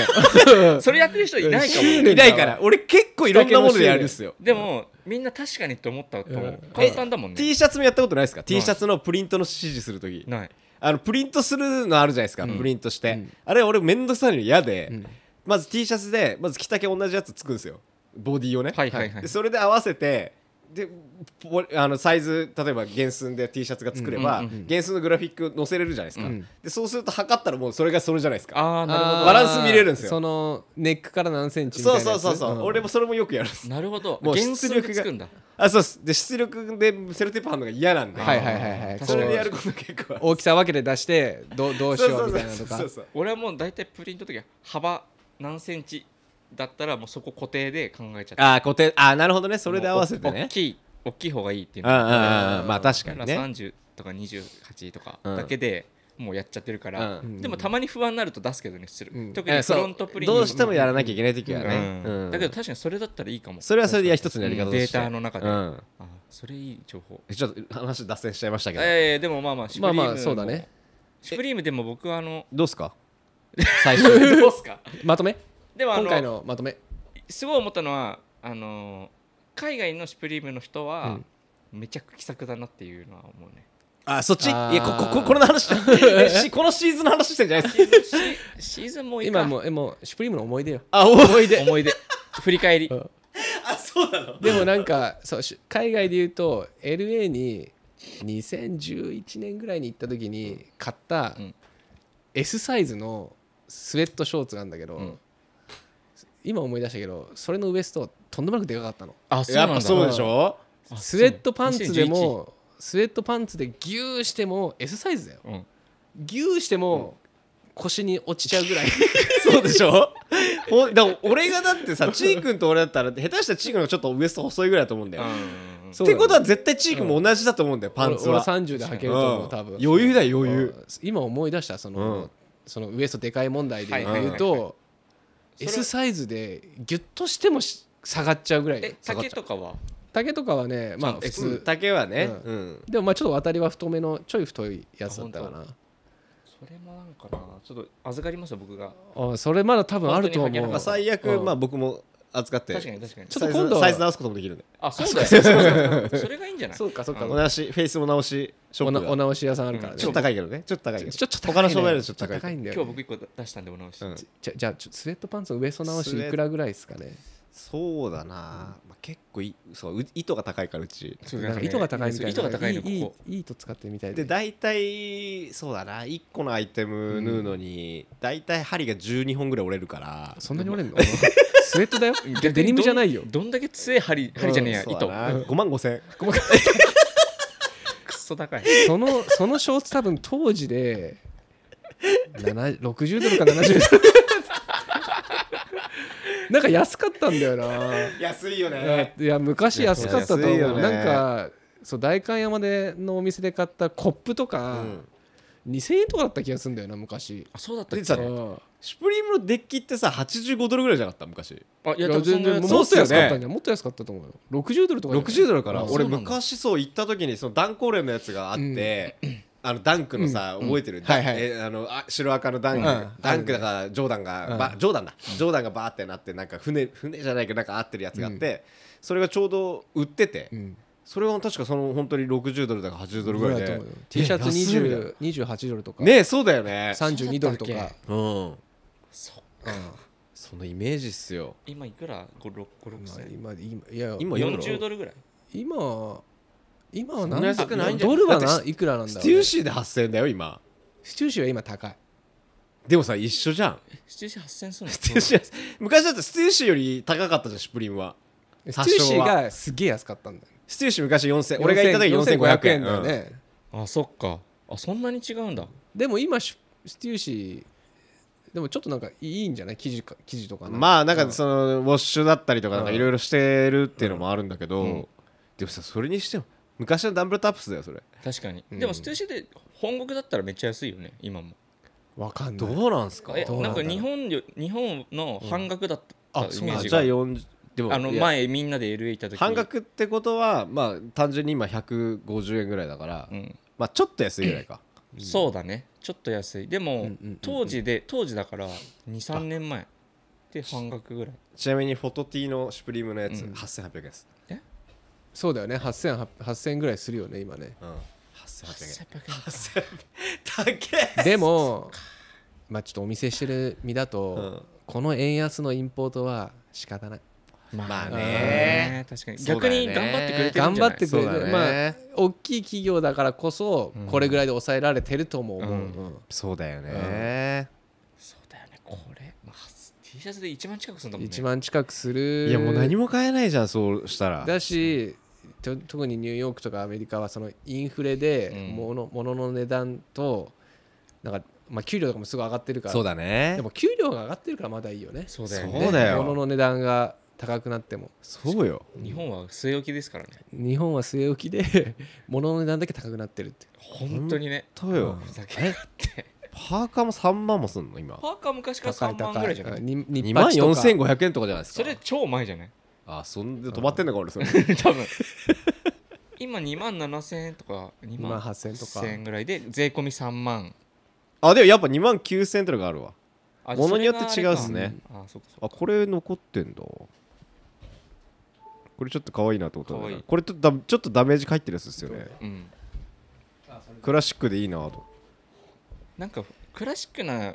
[SPEAKER 3] 念
[SPEAKER 2] それやってる人いないかも、
[SPEAKER 1] 執念
[SPEAKER 3] いないから俺結構いろんなものでやるんですよ
[SPEAKER 2] でもみんな確かにって思ったと、
[SPEAKER 1] うん
[SPEAKER 2] 簡単だもんね
[SPEAKER 3] T シャツもやったことないですか T シャツのプリントの指示するとき
[SPEAKER 2] ない
[SPEAKER 3] あのプリントするのあるじゃないですか、
[SPEAKER 2] うん
[SPEAKER 3] プリントして、
[SPEAKER 1] うん
[SPEAKER 3] あれ俺めんどくさいの嫌で、
[SPEAKER 1] うん
[SPEAKER 3] まず T シャツでまず着丈同じやつつくんですよボディをね、
[SPEAKER 2] はいはいはい
[SPEAKER 3] でそれで合わせてでポあのサイズ例えば原寸で T シャツが作れば、
[SPEAKER 2] うんうん
[SPEAKER 3] 原寸のグラフィック載せれるじゃないですか、
[SPEAKER 1] うん
[SPEAKER 3] でそうすると測ったらもうそれがそれじゃないですか
[SPEAKER 2] ああなるほ
[SPEAKER 1] あー
[SPEAKER 3] バランス見れるんですよ
[SPEAKER 1] そのネックから何センチみたい
[SPEAKER 3] そう
[SPEAKER 1] なやつ
[SPEAKER 3] そうそうそう、俺もそれもよくやるんです
[SPEAKER 2] どなるほど
[SPEAKER 3] もう
[SPEAKER 2] 原
[SPEAKER 3] 出
[SPEAKER 2] 寸
[SPEAKER 3] 力
[SPEAKER 2] で
[SPEAKER 3] が
[SPEAKER 2] つくんだ
[SPEAKER 3] あそうですで出力でセロテープ貼るのが嫌なんで、
[SPEAKER 1] はいはいはいはい
[SPEAKER 2] あー
[SPEAKER 3] それでやる
[SPEAKER 1] こ
[SPEAKER 3] こと結構あ
[SPEAKER 1] う大きさ分けて出してどうどう
[SPEAKER 3] る
[SPEAKER 1] しようみたいなとか
[SPEAKER 3] そうそうそうそう
[SPEAKER 2] 俺はもう大体プリントの時は幅何センチだったらもうそこ固定で考えちゃって
[SPEAKER 3] あー固定あーなるほどねそれで合わせて
[SPEAKER 2] もうお大
[SPEAKER 3] ね
[SPEAKER 2] きい大きい方がいいっていう
[SPEAKER 3] うん
[SPEAKER 2] の
[SPEAKER 3] うんう
[SPEAKER 2] だ
[SPEAKER 3] んうんまあ確か
[SPEAKER 2] か
[SPEAKER 3] に
[SPEAKER 2] ら
[SPEAKER 3] ね
[SPEAKER 2] 30とか28とか
[SPEAKER 3] うん
[SPEAKER 2] だけでもうやっちゃってるから、
[SPEAKER 3] うん
[SPEAKER 2] でもたまに不安になると出すけどねする、
[SPEAKER 1] うん
[SPEAKER 2] 特
[SPEAKER 3] え
[SPEAKER 2] に
[SPEAKER 3] ー
[SPEAKER 2] フ
[SPEAKER 3] そう
[SPEAKER 2] ロントプリント
[SPEAKER 3] どうしてもやらなきゃいけない時はね、
[SPEAKER 2] うん
[SPEAKER 3] うん
[SPEAKER 2] だけど確かにそれだったらいいかも
[SPEAKER 3] それはそれで一つのやり方として
[SPEAKER 2] データの中で、
[SPEAKER 3] うん
[SPEAKER 2] あそれいい情報
[SPEAKER 3] ちょっと話脱線しちゃいましたけど、
[SPEAKER 2] ええでもまあまあシュプリーム
[SPEAKER 1] まあまあそうだね
[SPEAKER 2] シュプリームでも僕はあの
[SPEAKER 3] どうす か最初
[SPEAKER 2] どうっすか
[SPEAKER 1] まとめ
[SPEAKER 2] でもあ
[SPEAKER 1] 今回
[SPEAKER 2] の
[SPEAKER 1] のまとめ
[SPEAKER 2] すごい思ったのはあの海外のシュプリームの人は、めちゃく気さくだなっていうのは 思うね
[SPEAKER 3] あそっちい
[SPEAKER 1] あー
[SPEAKER 3] やここここれの話じゃんえしこのシーズンの話してんじゃないですか
[SPEAKER 2] シシーズンもいいか
[SPEAKER 1] 今もうえもうシュプリームの思い出よ
[SPEAKER 3] あお
[SPEAKER 2] 思い出思い出振り返り
[SPEAKER 1] うん
[SPEAKER 3] あそうなの
[SPEAKER 1] でもなんかそうし海外で言うと LA に2011年ぐらいに行った時に買った
[SPEAKER 2] うん
[SPEAKER 1] S サイズのスウェットショーツなんだけど、
[SPEAKER 2] うん
[SPEAKER 1] 今思い出したけどそれのウエストとんでもなくでかかったの
[SPEAKER 2] あ
[SPEAKER 3] やっぱそうでしょ
[SPEAKER 2] あ
[SPEAKER 1] スウェットパンツでもスウェットパンツでギューしても S サイズだよ
[SPEAKER 2] そう2011
[SPEAKER 1] ギューしても腰に落ちちゃうぐらい
[SPEAKER 3] そうでしょほだから俺がだってさチー君と俺だったら下手したらチー君のちょっとウエスト細いぐらいだと思うんだ
[SPEAKER 2] うん
[SPEAKER 3] よ、っ
[SPEAKER 2] うんうん
[SPEAKER 1] そうだ
[SPEAKER 3] て
[SPEAKER 1] ね
[SPEAKER 3] ことは絶対チー君も同じだと思うんだ よパンツ
[SPEAKER 1] 俺
[SPEAKER 3] は
[SPEAKER 1] 俺30で履けると思う多分
[SPEAKER 3] うん余裕だよ余裕
[SPEAKER 1] うん今思い出したその,、
[SPEAKER 3] うん
[SPEAKER 1] そのウエストでかい問題で
[SPEAKER 2] はい
[SPEAKER 3] はいはい
[SPEAKER 1] 言
[SPEAKER 3] は
[SPEAKER 1] う
[SPEAKER 3] い
[SPEAKER 1] と、
[SPEAKER 2] れは
[SPEAKER 1] S サイズでギュッとしてもし下がっちゃうぐら
[SPEAKER 2] え
[SPEAKER 1] い
[SPEAKER 2] 竹とかは
[SPEAKER 1] 丈とかはねまあ
[SPEAKER 3] 普
[SPEAKER 1] 普
[SPEAKER 3] 通
[SPEAKER 1] 通
[SPEAKER 3] 丈はね、
[SPEAKER 1] う
[SPEAKER 3] うん
[SPEAKER 1] でもまあちょっと渡りは太めのちょい太いやつだったかな
[SPEAKER 2] それもなんかなちょっと預かりますよ僕が
[SPEAKER 1] あそれまだ多分あると
[SPEAKER 2] 本当に履けな
[SPEAKER 1] 思う
[SPEAKER 2] か
[SPEAKER 3] まあ、
[SPEAKER 2] った
[SPEAKER 3] 最悪、
[SPEAKER 1] うん
[SPEAKER 3] まあ僕も扱って
[SPEAKER 2] 確かに確かに
[SPEAKER 1] ちょっと
[SPEAKER 3] サイズ
[SPEAKER 1] 今度は
[SPEAKER 3] サイズ直すこともできるんで
[SPEAKER 2] あそうだよそうだよそれがいいんじゃない
[SPEAKER 1] そうかそうか
[SPEAKER 3] お直しフェイスも直しショ
[SPEAKER 1] お
[SPEAKER 3] ッ
[SPEAKER 1] な
[SPEAKER 3] プ
[SPEAKER 1] お
[SPEAKER 3] が
[SPEAKER 1] 直し屋さんあるからね
[SPEAKER 3] ちょっと高いけどねちょっと高いけど
[SPEAKER 1] ちょちょっと
[SPEAKER 3] 他
[SPEAKER 1] 高
[SPEAKER 3] の
[SPEAKER 1] い
[SPEAKER 3] 商売
[SPEAKER 1] ね
[SPEAKER 3] よりちょっと高い
[SPEAKER 1] 高いんだよ
[SPEAKER 2] 今日僕一個出したんでお直し、
[SPEAKER 3] うん
[SPEAKER 1] じゃじゃあちょスウェットパンツのウエスト直
[SPEAKER 3] スウェッ
[SPEAKER 1] し
[SPEAKER 3] ト
[SPEAKER 1] いくらぐらいですかね
[SPEAKER 3] そうだな、まあ、結構いそうう糸が高いからうち
[SPEAKER 2] そう
[SPEAKER 1] なんか糸が高いみたいな
[SPEAKER 2] 糸が高いのここ
[SPEAKER 1] いいいい糸使ってみたい
[SPEAKER 3] で大体そうだな1個のアイテム縫うのに、大体針が12本ぐらい折れるから
[SPEAKER 1] そんなに折れんの スウェットだよ
[SPEAKER 2] 逆に
[SPEAKER 1] デニムじゃないよ
[SPEAKER 2] どんどんだけ強い針針じゃねえや
[SPEAKER 3] そう
[SPEAKER 2] 糸
[SPEAKER 3] だな5万5千
[SPEAKER 2] くっそ高い
[SPEAKER 1] そのそのショーツ多分当時で7 60ドルか70ド ルなんか安かったんだよな
[SPEAKER 3] 安いよ
[SPEAKER 1] いや昔安かったと思、
[SPEAKER 3] いうやそうですよね
[SPEAKER 1] なんかそう代官山でのお店で買ったコップと
[SPEAKER 3] う
[SPEAKER 1] か、
[SPEAKER 3] ん
[SPEAKER 1] 2000円とかだった気がするんだよな昔
[SPEAKER 2] あそうだったっ
[SPEAKER 3] 出てた
[SPEAKER 2] け
[SPEAKER 3] ね
[SPEAKER 1] うん
[SPEAKER 3] シュプリームのデッキってさ85ドルぐらいじゃなかった昔
[SPEAKER 2] あいや
[SPEAKER 1] いや
[SPEAKER 2] 全
[SPEAKER 1] 全然
[SPEAKER 2] 然
[SPEAKER 1] も
[SPEAKER 3] そ
[SPEAKER 1] っ
[SPEAKER 3] うっす
[SPEAKER 1] と
[SPEAKER 3] よ
[SPEAKER 1] 安
[SPEAKER 3] ね
[SPEAKER 1] かったんじゃんもっと安かったと思うよ60ドルとかじゃない
[SPEAKER 3] 60ドルかな
[SPEAKER 1] うん
[SPEAKER 3] 俺
[SPEAKER 2] そうなんだ
[SPEAKER 3] 昔そう行った時にそのダンコーレンのやつがあって、あのダンクのさ、覚えてる、
[SPEAKER 1] はいはい
[SPEAKER 3] えあのあ白赤のダンク、
[SPEAKER 1] うん
[SPEAKER 3] ダンクだからジョーダンが、ばジョーダンだ、ジョーダンがバーってなってなんか船船じゃないけどなんか合ってるやつがあって、それがちょうど売ってて、
[SPEAKER 1] うん
[SPEAKER 3] それは確かその本当に60ドルだか80ドルぐら
[SPEAKER 1] だ
[SPEAKER 3] い
[SPEAKER 1] と
[SPEAKER 3] で
[SPEAKER 1] 思うよ T シャツ
[SPEAKER 3] え安いみたい
[SPEAKER 1] 20 28ドルとか、
[SPEAKER 3] なねえそうだよね
[SPEAKER 1] 32ドルと
[SPEAKER 2] そうだっ
[SPEAKER 1] か
[SPEAKER 2] け、
[SPEAKER 3] うん
[SPEAKER 2] そっ
[SPEAKER 1] うん
[SPEAKER 3] そのイメージっすよ
[SPEAKER 2] 今いくら5 6
[SPEAKER 1] まあ今
[SPEAKER 2] 6 0
[SPEAKER 1] 今いや
[SPEAKER 3] 今
[SPEAKER 2] 40ドルぐらい
[SPEAKER 1] 今今は
[SPEAKER 3] そんな安くないんじゃ
[SPEAKER 1] ドルは
[SPEAKER 3] だっ
[SPEAKER 1] な
[SPEAKER 3] て
[SPEAKER 1] いくらなんだろうね
[SPEAKER 3] ステューシーで8000円だよ今
[SPEAKER 1] ステューシーは今高い
[SPEAKER 3] でもさ一緒じゃん
[SPEAKER 2] 7 8 0 0 0するの
[SPEAKER 3] ステューシー昔だってステューシーより高かったじゃんシュプリームは
[SPEAKER 1] ス
[SPEAKER 3] 多
[SPEAKER 1] テュー
[SPEAKER 3] 少
[SPEAKER 1] シー
[SPEAKER 3] は
[SPEAKER 1] がすげえ安かったんだよ
[SPEAKER 3] ステューシー昔4000俺が行った時4500円
[SPEAKER 1] だよ、ね、
[SPEAKER 2] あそっかあそんなに違うんだ
[SPEAKER 1] でも今シュステューシーでもちょっとなんかいいんじゃない生地か生地とか
[SPEAKER 3] うんまあなん
[SPEAKER 1] う
[SPEAKER 3] かそのウォッシュだったりとかなんか
[SPEAKER 1] うん
[SPEAKER 3] いろいろしてるっていうのもあるんだけど、
[SPEAKER 2] うんうん
[SPEAKER 3] でもさそれにしても昔のダンブルタップスだよそれ
[SPEAKER 2] 確かに、
[SPEAKER 1] うん
[SPEAKER 2] でもステーシーで本国だったらめっちゃ安いよね今も
[SPEAKER 1] わかんない
[SPEAKER 3] どうなんすか
[SPEAKER 2] え
[SPEAKER 1] どうな
[SPEAKER 2] な
[SPEAKER 1] んんだろ
[SPEAKER 2] か
[SPEAKER 1] う
[SPEAKER 2] 日本よ日本の半額だったイメージ
[SPEAKER 3] じゃ
[SPEAKER 2] が、
[SPEAKER 3] あ40でも
[SPEAKER 2] あの
[SPEAKER 3] いや
[SPEAKER 2] 前みんなで LA 行った時
[SPEAKER 3] 半、額ってことはまあ単純に今150円ぐらいだから、
[SPEAKER 2] うん、
[SPEAKER 3] まあちょっと安いぐらいか、
[SPEAKER 2] そうだねちょっと安いでも、
[SPEAKER 1] うんうんうんうん
[SPEAKER 2] 当時で当時だから23年前で半額ぐらい
[SPEAKER 3] ちなみにフォトティのシュプリームのやつ、
[SPEAKER 2] うん
[SPEAKER 3] 8800円です、
[SPEAKER 1] そうだよね8800 8000円ぐらいするよね今ね
[SPEAKER 3] うん、8800円
[SPEAKER 2] 800
[SPEAKER 3] 高え
[SPEAKER 1] でもまあちょっとお見せしてる身だと、
[SPEAKER 3] うん
[SPEAKER 1] この円安のインポートは仕方ない
[SPEAKER 2] 円
[SPEAKER 3] まあ
[SPEAKER 1] ね
[SPEAKER 2] うん確かに
[SPEAKER 3] そう
[SPEAKER 2] 逆
[SPEAKER 3] だよ
[SPEAKER 2] に
[SPEAKER 3] ね
[SPEAKER 2] 頑張ってくれてるん
[SPEAKER 1] 頑
[SPEAKER 2] じゃ
[SPEAKER 1] 張
[SPEAKER 2] ない
[SPEAKER 1] ってくれ
[SPEAKER 3] そうだ
[SPEAKER 1] る、
[SPEAKER 3] ね
[SPEAKER 1] まあ大きい企業だからこそ
[SPEAKER 2] うん
[SPEAKER 1] これぐらいで抑えられてるとも思う、
[SPEAKER 2] うん
[SPEAKER 1] うん
[SPEAKER 3] そうだよね、
[SPEAKER 2] そうだよねこれ、まあ、T シャツで1万近くするんだもんね
[SPEAKER 1] 1万近くする
[SPEAKER 3] いやもう何も買えないじゃんそうしたら
[SPEAKER 1] だしと特にニューヨークとかアメリカはそのインフレ
[SPEAKER 2] うん
[SPEAKER 1] で物,、物の値段となんか、まあ、給料とかもすごい上がってるから
[SPEAKER 3] そうだね
[SPEAKER 1] でも給料が上がってるからまだいいよね
[SPEAKER 2] そうだよね
[SPEAKER 3] そうだよ
[SPEAKER 1] 物の値段が高くなっても
[SPEAKER 3] そうよ
[SPEAKER 2] 日本は据え置きですからね
[SPEAKER 1] 日本は据え置きで 物の値段だけ高くなってるって
[SPEAKER 2] 本当にね
[SPEAKER 3] そうよ
[SPEAKER 2] ふざけやがって
[SPEAKER 3] パーカーも3万もすんの今
[SPEAKER 2] パーカー昔から
[SPEAKER 1] 高い
[SPEAKER 2] 3万ぐ
[SPEAKER 1] 高
[SPEAKER 2] ら
[SPEAKER 1] い
[SPEAKER 2] いじゃない
[SPEAKER 1] に
[SPEAKER 3] 2
[SPEAKER 1] 日
[SPEAKER 3] 万
[SPEAKER 1] 八とか
[SPEAKER 3] 4500円とかじゃないですか
[SPEAKER 2] それ超 前じゃない
[SPEAKER 3] あそんで止まってんのか俺それ
[SPEAKER 2] 多分今2万7000円とか2
[SPEAKER 1] 2万
[SPEAKER 2] 万
[SPEAKER 1] 8000円とか
[SPEAKER 2] 8000円ぐらいで税込み3万
[SPEAKER 3] あでもやっぱ2万9000円とかあるわ
[SPEAKER 2] あ
[SPEAKER 3] 物によって
[SPEAKER 2] それ
[SPEAKER 3] 違
[SPEAKER 2] が
[SPEAKER 3] う
[SPEAKER 2] あ
[SPEAKER 3] っ
[SPEAKER 2] れか
[SPEAKER 3] すね
[SPEAKER 2] あそうかそうか
[SPEAKER 3] あこれ残ってんだこれちょっと可愛いなってことだ
[SPEAKER 2] 可愛
[SPEAKER 3] ね
[SPEAKER 2] い
[SPEAKER 3] これちょっとダちょっとダメージ入ってるやつですよね
[SPEAKER 2] うん
[SPEAKER 3] クラシックでいいなと
[SPEAKER 2] なんかクラシックな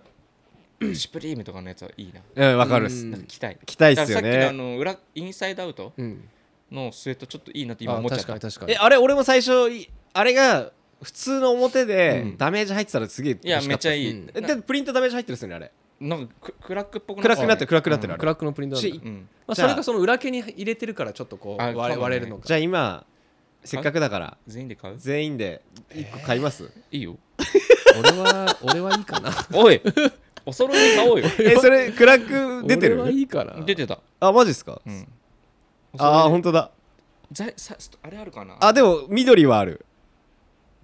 [SPEAKER 2] シュプリームとかのやつはいいな
[SPEAKER 3] うんわかるっす
[SPEAKER 1] うん
[SPEAKER 2] なんか着たい
[SPEAKER 3] 着たいっ
[SPEAKER 2] だ
[SPEAKER 3] す
[SPEAKER 2] からさ
[SPEAKER 3] よ
[SPEAKER 2] っきのあ
[SPEAKER 3] ね
[SPEAKER 2] の裏インサイドアウト
[SPEAKER 1] うん
[SPEAKER 2] のスウェットちょっといいなって今
[SPEAKER 1] あ
[SPEAKER 2] 思っちゃっ
[SPEAKER 1] 確
[SPEAKER 2] た
[SPEAKER 1] かに確かに
[SPEAKER 3] えあれ俺も最初いあれが普通の表
[SPEAKER 2] う
[SPEAKER 3] で
[SPEAKER 2] ん
[SPEAKER 3] ダメージ入ってたらすげえ欲
[SPEAKER 2] い
[SPEAKER 3] しか
[SPEAKER 2] や
[SPEAKER 3] った
[SPEAKER 2] めっちゃいい、
[SPEAKER 1] うん
[SPEAKER 3] えでプリントダメージ入ってるっすよねあれ
[SPEAKER 2] なんかククラックっぽく
[SPEAKER 3] 暗くなってる暗くなって
[SPEAKER 2] う
[SPEAKER 3] る
[SPEAKER 2] ん
[SPEAKER 3] あ
[SPEAKER 1] ク
[SPEAKER 3] れ
[SPEAKER 1] ラックのプリントなんだ
[SPEAKER 3] し
[SPEAKER 2] うん
[SPEAKER 1] まあ、
[SPEAKER 3] じ
[SPEAKER 1] そ
[SPEAKER 3] ゃあ
[SPEAKER 1] れがその裏毛に入れてるからちょっとこう
[SPEAKER 2] あ
[SPEAKER 1] 割
[SPEAKER 2] かもね
[SPEAKER 1] れ割れるのか
[SPEAKER 3] じゃあ今せっかくだから
[SPEAKER 2] 全員で買う
[SPEAKER 3] 全員で1個買います
[SPEAKER 2] いいよ
[SPEAKER 1] 俺は俺はいいかな
[SPEAKER 2] おい お揃いで買おうよ
[SPEAKER 3] えそれクラック出て
[SPEAKER 1] 俺はい
[SPEAKER 3] る
[SPEAKER 1] いかな
[SPEAKER 2] 出てた、
[SPEAKER 3] あマジっすか
[SPEAKER 2] うん、
[SPEAKER 3] ああ本当だ
[SPEAKER 2] ざさあれあるかな
[SPEAKER 3] あでも緑はある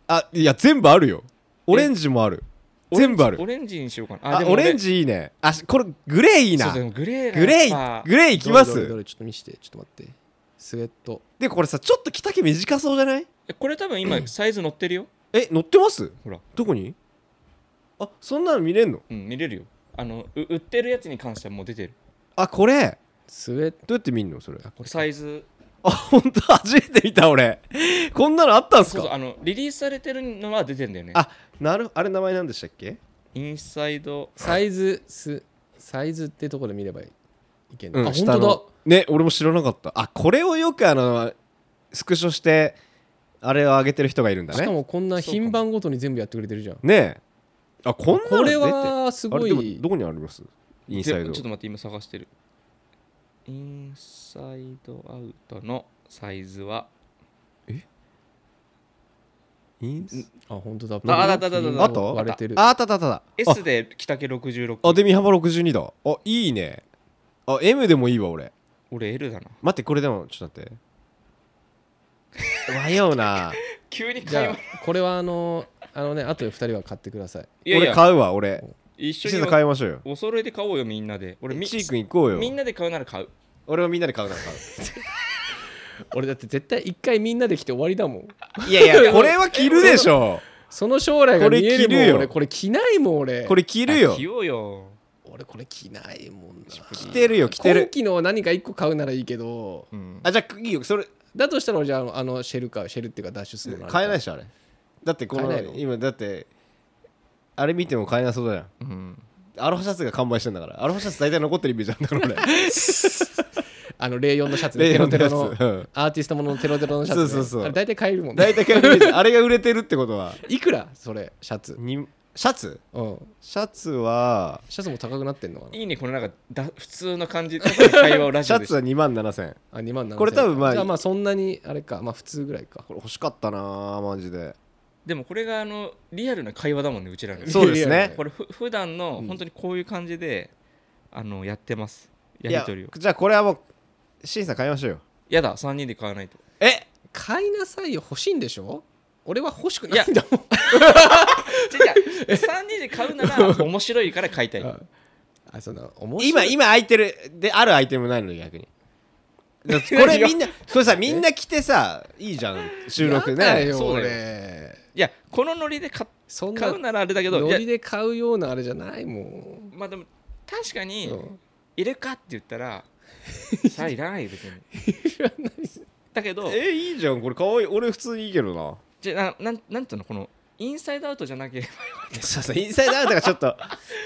[SPEAKER 3] あいや全部あるよオレンジもある
[SPEAKER 2] オレンジ
[SPEAKER 3] 全部ある
[SPEAKER 2] オレンジにしようかな
[SPEAKER 3] あ
[SPEAKER 2] でも
[SPEAKER 3] オ
[SPEAKER 2] 俺
[SPEAKER 3] レンジいいねあしこれグレーいい
[SPEAKER 2] そう
[SPEAKER 3] な
[SPEAKER 2] でもグレー
[SPEAKER 3] グレ
[SPEAKER 2] やっぱ
[SPEAKER 3] ーグレーいきま
[SPEAKER 1] どれどれどれちょ
[SPEAKER 3] す
[SPEAKER 1] っと見してちょっと待ってスウェット
[SPEAKER 3] でこれさちょっと着丈短そうじゃない
[SPEAKER 2] えこれ多分今サイズ乗ってるよ
[SPEAKER 3] え乗ってます
[SPEAKER 2] ほら、
[SPEAKER 3] どこにあそんなの見れんの
[SPEAKER 2] うん、見れるよあのう売ってるやつに関してはもう出てる
[SPEAKER 3] あこれ
[SPEAKER 1] スウェット
[SPEAKER 3] どうやって見んのそれ
[SPEAKER 2] サイズ
[SPEAKER 3] あ本当 初めて見た俺こんなのあったんす
[SPEAKER 2] そうそう
[SPEAKER 3] か
[SPEAKER 2] あのリリースされてるのは出てんだよね
[SPEAKER 3] あなるあれ名前なんでしたっけ
[SPEAKER 2] インサイド
[SPEAKER 1] サイズすサイズってとこで見ればいけない、
[SPEAKER 3] うん、
[SPEAKER 1] あ本
[SPEAKER 3] 下
[SPEAKER 1] 当だ
[SPEAKER 3] のね俺も知らなかったあこれをよくあのスクショしてあれを上げてる人がいるんだ
[SPEAKER 1] しか
[SPEAKER 3] ね
[SPEAKER 1] もこんな品番ごとに全部やってくれてるじゃん
[SPEAKER 3] ねえあこんなの
[SPEAKER 1] こ
[SPEAKER 3] 出て
[SPEAKER 1] れはす
[SPEAKER 3] あ
[SPEAKER 1] ご
[SPEAKER 3] れでも
[SPEAKER 1] い
[SPEAKER 3] どこにありますインサイ
[SPEAKER 2] で
[SPEAKER 3] ド
[SPEAKER 2] ちょっと待って今探してるインサイドアウトのサイズは
[SPEAKER 3] インス
[SPEAKER 1] あ本当だ
[SPEAKER 2] ああだだだだだ
[SPEAKER 3] あと
[SPEAKER 1] 割れてる
[SPEAKER 3] ああったあったあったあった
[SPEAKER 2] S で着丈66
[SPEAKER 3] あで身幅62だあいいねあ M でもいいわ俺
[SPEAKER 2] 俺 L だな
[SPEAKER 3] 待ってこれでもちょっと待 って迷うな
[SPEAKER 2] 急に
[SPEAKER 1] じ
[SPEAKER 2] 買い
[SPEAKER 1] ゃ
[SPEAKER 2] 物
[SPEAKER 1] あこれはあのあのねあとで2人は買ってください
[SPEAKER 2] いやい
[SPEAKER 3] 俺
[SPEAKER 2] や
[SPEAKER 3] 買うわ俺
[SPEAKER 2] 一
[SPEAKER 3] シ
[SPEAKER 2] 緒
[SPEAKER 3] ー
[SPEAKER 2] に
[SPEAKER 3] ズ買いましょうよ
[SPEAKER 2] お揃いで買おうよみんなで俺み
[SPEAKER 3] チー君行こうよ
[SPEAKER 2] みんなで買うなら買う
[SPEAKER 3] 俺はみんなで買うなら買う
[SPEAKER 1] 俺だって絶対一回みんなで来て終わりだもん
[SPEAKER 3] いやいや、これは着るでし ょ。
[SPEAKER 1] その将来が見える
[SPEAKER 3] これ着る
[SPEAKER 1] も
[SPEAKER 3] よ
[SPEAKER 1] ん俺これ着ないもん俺
[SPEAKER 3] これ着るよ
[SPEAKER 2] あ。着ようよ
[SPEAKER 1] 俺これ着ないもんな
[SPEAKER 3] 着てるよ、着て
[SPEAKER 1] 今
[SPEAKER 3] る。
[SPEAKER 1] 期の何か1個買うならいいけど
[SPEAKER 2] うん
[SPEAKER 3] あ、じゃあ、いいよ。それ、
[SPEAKER 1] だとしたら俺じゃああのシェルかシェルっていうかダッシュするの
[SPEAKER 3] 買えないで
[SPEAKER 1] し
[SPEAKER 3] しょあれだってこの
[SPEAKER 1] 買えないの
[SPEAKER 3] 今だってあれ見ても買えなそうだよ
[SPEAKER 2] うん
[SPEAKER 3] アロハシャツが完売してんだからアロハシャツ大体残ってるイメージあんだから俺
[SPEAKER 1] あのレイヨンのシャツでテロテロの
[SPEAKER 3] レイヨンのやつうん
[SPEAKER 1] アーティストもののテロテロのシャツ、ね、
[SPEAKER 3] そうそうそう
[SPEAKER 1] あれ大体買えるもんね
[SPEAKER 3] 大体買えるイメージあれが売れてるってことはい
[SPEAKER 1] くらそれシャツ
[SPEAKER 3] にシャツ
[SPEAKER 1] うん
[SPEAKER 3] シャツは
[SPEAKER 1] シャツも高くなってんのかない
[SPEAKER 2] いねこのなんかだ普通の感じの会話をラ
[SPEAKER 3] シ
[SPEAKER 2] ジオ
[SPEAKER 3] ャ
[SPEAKER 2] でし
[SPEAKER 3] ツは2万7000円
[SPEAKER 1] あ2万7
[SPEAKER 3] これ多分まあ
[SPEAKER 1] じゃあまあそんなにあれかまあ普通ぐらいか
[SPEAKER 3] これ欲しかったなあマジで
[SPEAKER 2] でもこれがあのリアルな会話だもんねうちらの
[SPEAKER 3] そうです
[SPEAKER 1] いやいやい
[SPEAKER 3] ね
[SPEAKER 1] や
[SPEAKER 2] これふ普段の
[SPEAKER 1] うん
[SPEAKER 2] 本当にこういう感じで、あのやってますや
[SPEAKER 3] い
[SPEAKER 2] り
[SPEAKER 3] や
[SPEAKER 2] 取りを
[SPEAKER 3] じゃあこれはもうシンさん買いましょうよ
[SPEAKER 2] やだ3人で買わないと
[SPEAKER 3] え
[SPEAKER 1] 買いなさいよ欲しいんでしょ俺は欲しくないんだもん
[SPEAKER 2] じゃあ3人で買うな ら面白いから買いたい
[SPEAKER 1] ああその面白
[SPEAKER 3] 今
[SPEAKER 1] い
[SPEAKER 3] 今空いてるであるアイテムないのに逆にだ ってこ
[SPEAKER 2] 何
[SPEAKER 3] れ
[SPEAKER 2] が
[SPEAKER 3] みんなこれさみんな着てさいいじゃん収録
[SPEAKER 1] やだ
[SPEAKER 3] ね
[SPEAKER 1] よ
[SPEAKER 2] そうだよ
[SPEAKER 1] 俺
[SPEAKER 2] いやこのノリで買
[SPEAKER 1] そんな
[SPEAKER 2] 買うならあれだけどい
[SPEAKER 1] ノ
[SPEAKER 2] や
[SPEAKER 1] リで買うようなあれじゃないもん
[SPEAKER 2] まあでも確かに
[SPEAKER 1] うん
[SPEAKER 2] いるかって言ったらさあいらないよ別にだけど
[SPEAKER 3] えいいじゃんこれかわいい俺普通にいいけどな
[SPEAKER 2] じゃあななんなんていうのこのインサイドアウトじゃなきゃ
[SPEAKER 3] そうそうインサイドアウトがちょっと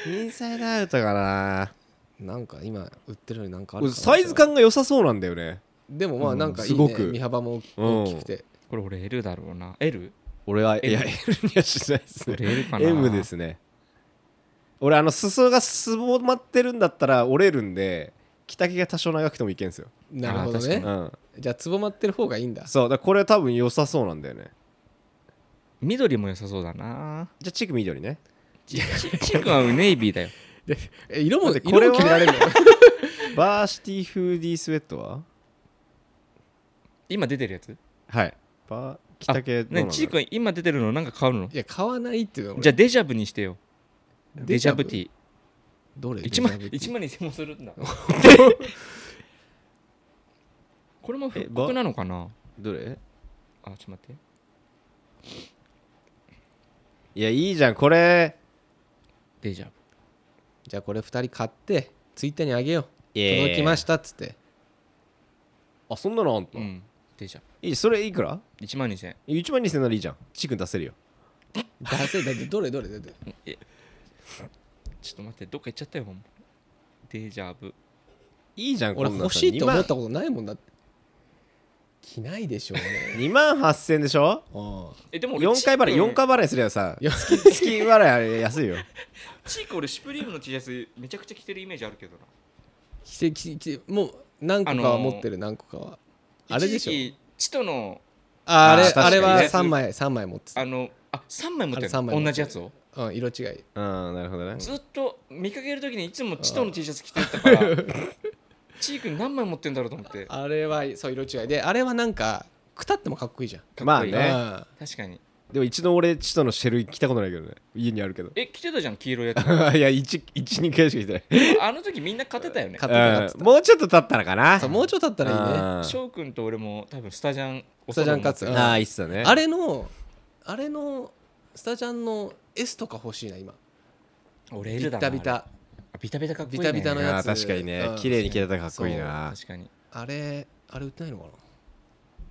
[SPEAKER 3] インサイドアウトかな
[SPEAKER 1] なんか今売ってるのになんかあ
[SPEAKER 3] こ
[SPEAKER 1] る
[SPEAKER 3] れ
[SPEAKER 1] かな
[SPEAKER 3] サイズ感が良さそうなんだよね
[SPEAKER 1] でもまあなんかいい、
[SPEAKER 3] う
[SPEAKER 1] ね
[SPEAKER 3] んすごく
[SPEAKER 1] 身幅も大きくて、
[SPEAKER 2] これ俺 L だろうな L?
[SPEAKER 3] 俺はいや L にはしないですね
[SPEAKER 2] 俺 L かな
[SPEAKER 3] M ですね俺あの裾がすぼまってるんだったら折れるんで着丈が多少長くてもいけんすよ、
[SPEAKER 1] なるほど
[SPEAKER 2] あ
[SPEAKER 3] う
[SPEAKER 1] ね
[SPEAKER 3] ん、
[SPEAKER 1] じゃあつぼまってる方がいいんだ
[SPEAKER 3] そうだからこれは多分良さそうなんだよね
[SPEAKER 2] 緑も良さそうだな
[SPEAKER 3] じゃあチーク緑ね
[SPEAKER 2] ちちちくんはネイビーだよ
[SPEAKER 1] え色も
[SPEAKER 3] だって
[SPEAKER 1] 色
[SPEAKER 3] これ
[SPEAKER 1] も
[SPEAKER 3] は
[SPEAKER 1] 決められるの
[SPEAKER 3] バーシティフーディースウェットは
[SPEAKER 2] 今出てるやつ
[SPEAKER 3] はいバー着
[SPEAKER 2] あ
[SPEAKER 3] 丈どうなんだろ
[SPEAKER 2] ね
[SPEAKER 3] う
[SPEAKER 2] ちーくん今出てるのなんか買うの
[SPEAKER 1] いや買わないっていうの俺
[SPEAKER 2] じゃあデジャブにしてよデジャブテ
[SPEAKER 1] ィ
[SPEAKER 2] ィ
[SPEAKER 1] どれ
[SPEAKER 2] 1万
[SPEAKER 1] デジャブティ
[SPEAKER 2] 1万2000もするんだこれも
[SPEAKER 3] え
[SPEAKER 2] 復
[SPEAKER 3] ば
[SPEAKER 2] 刻なのかな
[SPEAKER 3] どれ
[SPEAKER 2] あちょっと待って
[SPEAKER 3] いやいいじゃんこれ
[SPEAKER 2] デジャブ
[SPEAKER 1] じゃあこれ2人買ってツイッターにあげよう
[SPEAKER 3] いやいやいや
[SPEAKER 1] 届きましたっつって
[SPEAKER 3] あそんなのあんた、
[SPEAKER 2] うんデジャ
[SPEAKER 3] いいそれいくら
[SPEAKER 2] ブ1万2000
[SPEAKER 3] 1万2000ならいいじゃんチーク出せるよ
[SPEAKER 1] 出せだってどれどれどれ
[SPEAKER 2] ちょっと待ってどっか行っちゃったよもうデジャブ
[SPEAKER 3] いいじゃんこん
[SPEAKER 1] 俺
[SPEAKER 3] なの
[SPEAKER 1] 欲しいって思ったことないもんだって着ないでしょう ね
[SPEAKER 3] 2万8000でしょ
[SPEAKER 1] ああ
[SPEAKER 2] えでも俺
[SPEAKER 3] 4回払い
[SPEAKER 2] チーク
[SPEAKER 3] 4回払いすればさ
[SPEAKER 1] いや
[SPEAKER 3] 月月払いあれ安いよ
[SPEAKER 2] チーク俺シュプリームの T シャツめちゃくちゃ着てるイメージあるけどな
[SPEAKER 1] 着て着て着てもう何個かは持ってる何個かはあれでしょ
[SPEAKER 2] 一時期チトの
[SPEAKER 1] ああれ
[SPEAKER 3] あー確かに
[SPEAKER 1] あれは
[SPEAKER 2] ね
[SPEAKER 1] 3枚三枚持ってた
[SPEAKER 2] あのあ3枚持ってる
[SPEAKER 1] あれ三枚持ってる
[SPEAKER 2] 同じやつを
[SPEAKER 1] うん色違い
[SPEAKER 3] うんなるほどね
[SPEAKER 2] ずっと見かけるときにいつもチトの T シャツ着てったから チーク何枚持ってんだろうと思ってかっ
[SPEAKER 1] あれはそう色違いであれはなんかくたってもかっこいいじゃん
[SPEAKER 2] こいい
[SPEAKER 3] まあね
[SPEAKER 1] あ
[SPEAKER 2] 確かに
[SPEAKER 3] でも一度俺チトのシェル着たことないけどね家にあ るけど
[SPEAKER 2] え着てたじゃん黄色いやつ
[SPEAKER 3] いや12回しか着てない
[SPEAKER 2] あの時みんな勝てたよね
[SPEAKER 1] 勝てた勝て
[SPEAKER 3] うんもうちょっと経ったらかな
[SPEAKER 1] あそうもうちょっとだったらいいね
[SPEAKER 3] うん
[SPEAKER 2] 翔くんと俺も多分スタジャン
[SPEAKER 1] スタジャン勝つ
[SPEAKER 2] お
[SPEAKER 1] う
[SPEAKER 2] そば
[SPEAKER 1] ん
[SPEAKER 3] ああいいっすよね
[SPEAKER 1] あれのあれのスタジャンの S とか欲しいな今
[SPEAKER 2] 持って俺
[SPEAKER 1] ビ
[SPEAKER 2] L だ
[SPEAKER 1] ッ
[SPEAKER 2] な
[SPEAKER 1] タビタ
[SPEAKER 2] あビタビタかっこいい、ね、
[SPEAKER 1] ビタビタのやつ
[SPEAKER 3] あー確かにね
[SPEAKER 1] うん
[SPEAKER 3] 綺麗に着れたらかっこいいな
[SPEAKER 2] 確かに
[SPEAKER 1] あれあれ売ってないのかな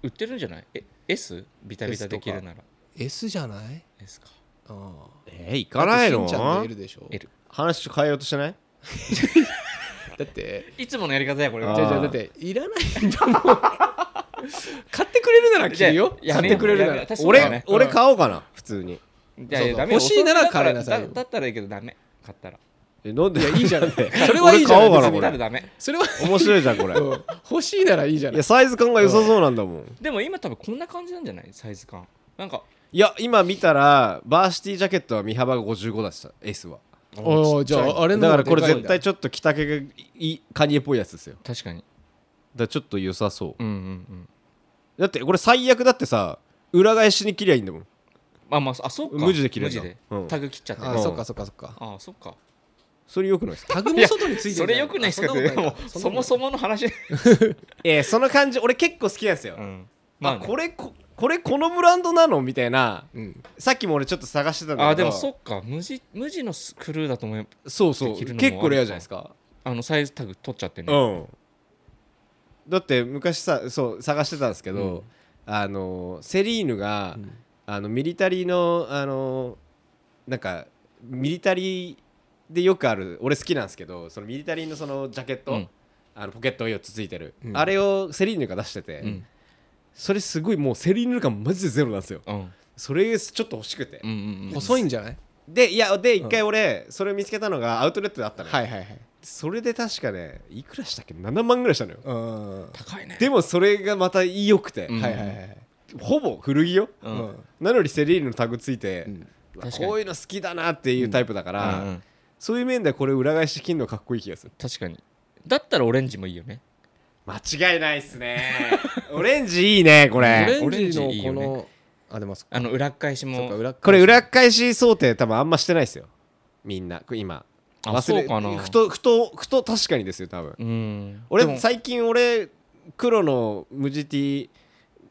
[SPEAKER 2] 売ってるんじゃないえ S? ビタビ
[SPEAKER 1] S
[SPEAKER 2] タ
[SPEAKER 1] と
[SPEAKER 2] で
[SPEAKER 1] か
[SPEAKER 2] きるなら
[SPEAKER 1] S じゃない
[SPEAKER 2] S か
[SPEAKER 1] あ
[SPEAKER 3] えー行
[SPEAKER 1] あ
[SPEAKER 3] かない
[SPEAKER 1] だってしんちゃんと L
[SPEAKER 3] の
[SPEAKER 1] でしょ
[SPEAKER 2] L
[SPEAKER 3] 話変えようとしてない
[SPEAKER 1] だって
[SPEAKER 2] いつものやり方やこれ
[SPEAKER 3] あー
[SPEAKER 1] じゃあじゃあだっていらないんだもん買ってくれるなら着るよ
[SPEAKER 2] じゃ
[SPEAKER 1] 買
[SPEAKER 2] あや
[SPEAKER 1] っ
[SPEAKER 2] め
[SPEAKER 1] て
[SPEAKER 2] よう
[SPEAKER 1] くれるな
[SPEAKER 2] やめよ
[SPEAKER 1] ら
[SPEAKER 2] う私も
[SPEAKER 1] だ
[SPEAKER 3] 俺
[SPEAKER 1] ね
[SPEAKER 3] 俺買おうかな普通に
[SPEAKER 2] いやい
[SPEAKER 1] そう
[SPEAKER 2] や
[SPEAKER 1] そう
[SPEAKER 2] ダメ
[SPEAKER 1] 欲しいなら
[SPEAKER 2] おそん
[SPEAKER 1] 買いなさいよ
[SPEAKER 2] だだったらいいけどダメ買ったら
[SPEAKER 3] えなんでいや
[SPEAKER 1] いいじゃんってそれはいいじゃん
[SPEAKER 3] 俺買おうかな
[SPEAKER 1] 別
[SPEAKER 2] 買
[SPEAKER 1] に
[SPEAKER 2] ったらダメ
[SPEAKER 1] それは
[SPEAKER 3] 面白いじゃんこれ
[SPEAKER 1] うん欲しいならいいじゃ
[SPEAKER 3] い
[SPEAKER 1] ない
[SPEAKER 3] やサイズ感が良さそうなんだもん
[SPEAKER 2] でも今多分こんな感じなんじゃないサイズ感なんか
[SPEAKER 3] いや今見たらバーシティジャケットは身幅が55だした S は
[SPEAKER 1] おーじゃああれの
[SPEAKER 3] だ
[SPEAKER 1] 方
[SPEAKER 3] か
[SPEAKER 1] が
[SPEAKER 3] らこれ
[SPEAKER 1] でいん
[SPEAKER 3] 絶対ちょっと着丈がいいカニエっぽいやつですよだか
[SPEAKER 2] 確かに
[SPEAKER 3] らちょっと良さそう
[SPEAKER 2] うんうんうん
[SPEAKER 3] だってこれ最悪だってさ裏返しに切りゃいいんだもん
[SPEAKER 2] まあまああそうか
[SPEAKER 3] 無地で切れる
[SPEAKER 2] 無
[SPEAKER 3] んだ
[SPEAKER 2] 地で
[SPEAKER 3] うん
[SPEAKER 2] タグ切っちゃって
[SPEAKER 1] あ
[SPEAKER 2] あ
[SPEAKER 1] そっかそっかそっか
[SPEAKER 2] あそっか
[SPEAKER 3] それ良くないですか
[SPEAKER 1] タグも外についてるじゃ
[SPEAKER 2] そ
[SPEAKER 1] ん
[SPEAKER 2] れよくないっすか
[SPEAKER 1] あんなことない
[SPEAKER 2] も
[SPEAKER 1] か
[SPEAKER 2] うそもそもの話
[SPEAKER 3] えーその感じ俺結構好きなんですよ
[SPEAKER 2] うんま
[SPEAKER 3] あ
[SPEAKER 2] あね
[SPEAKER 3] これここれこのブランドなのみたいな
[SPEAKER 1] うん
[SPEAKER 3] さっきも俺ちょっと探してたんだけど
[SPEAKER 2] あでもそっか無地無地のスクルーだと思えば
[SPEAKER 3] そうそう
[SPEAKER 2] 着るのも
[SPEAKER 3] 結構レアじゃないですか
[SPEAKER 2] あのサイズタグ取っちゃって
[SPEAKER 3] う
[SPEAKER 2] ね
[SPEAKER 3] んだって昔さそう探してたんですけど、あのセリーヌが、
[SPEAKER 1] うん
[SPEAKER 3] あのミリタリーのあのなんかミリタリーでよくある俺好きなんですけどそのミリタリーのそのジャケット、
[SPEAKER 2] うん
[SPEAKER 3] あのポケット4つついてる、
[SPEAKER 1] うん
[SPEAKER 3] あれをセリーヌが出してて、
[SPEAKER 2] うん
[SPEAKER 3] それすごいもうセリーヌ感マジでゼロなんですよ
[SPEAKER 2] うん
[SPEAKER 3] それちょっと欲しくて、
[SPEAKER 2] うんうんうん
[SPEAKER 1] 細いんじゃない
[SPEAKER 3] でいやで一回俺それ見つけたのがアウトレットであったのよ、
[SPEAKER 1] はいはいはい
[SPEAKER 3] それで確かねいくらしたっけ7万ぐらいしたのよ
[SPEAKER 1] うんは
[SPEAKER 2] 高いね
[SPEAKER 3] でもそれがまた良くて、
[SPEAKER 2] うん
[SPEAKER 1] いはいはい
[SPEAKER 3] ほぼ古着よ、
[SPEAKER 2] う
[SPEAKER 1] うんん
[SPEAKER 3] なのにセリーヌのタグついて、
[SPEAKER 1] うん
[SPEAKER 3] うわ
[SPEAKER 2] 確かに
[SPEAKER 3] こういうの好きだなっていうタイプだから、
[SPEAKER 2] うんうん
[SPEAKER 3] そういう面ではこれ裏返して金のかっこいい気がする
[SPEAKER 2] 確かにだったらオレンジもいいよね
[SPEAKER 3] 間違いないっすね オレンジいいねこれ
[SPEAKER 1] オレンジ
[SPEAKER 2] オレンジいいよ
[SPEAKER 1] のこ
[SPEAKER 2] ね
[SPEAKER 1] のあ出ますか
[SPEAKER 2] あの裏返し
[SPEAKER 1] そ
[SPEAKER 2] も
[SPEAKER 1] っか裏
[SPEAKER 3] これ裏返し想定多分あんましてないっすよみんなこれ今
[SPEAKER 2] あそうかな
[SPEAKER 3] ふとふとふと確かにですよ多分
[SPEAKER 2] うんで
[SPEAKER 3] 俺
[SPEAKER 2] も
[SPEAKER 3] 最近俺黒の無地 T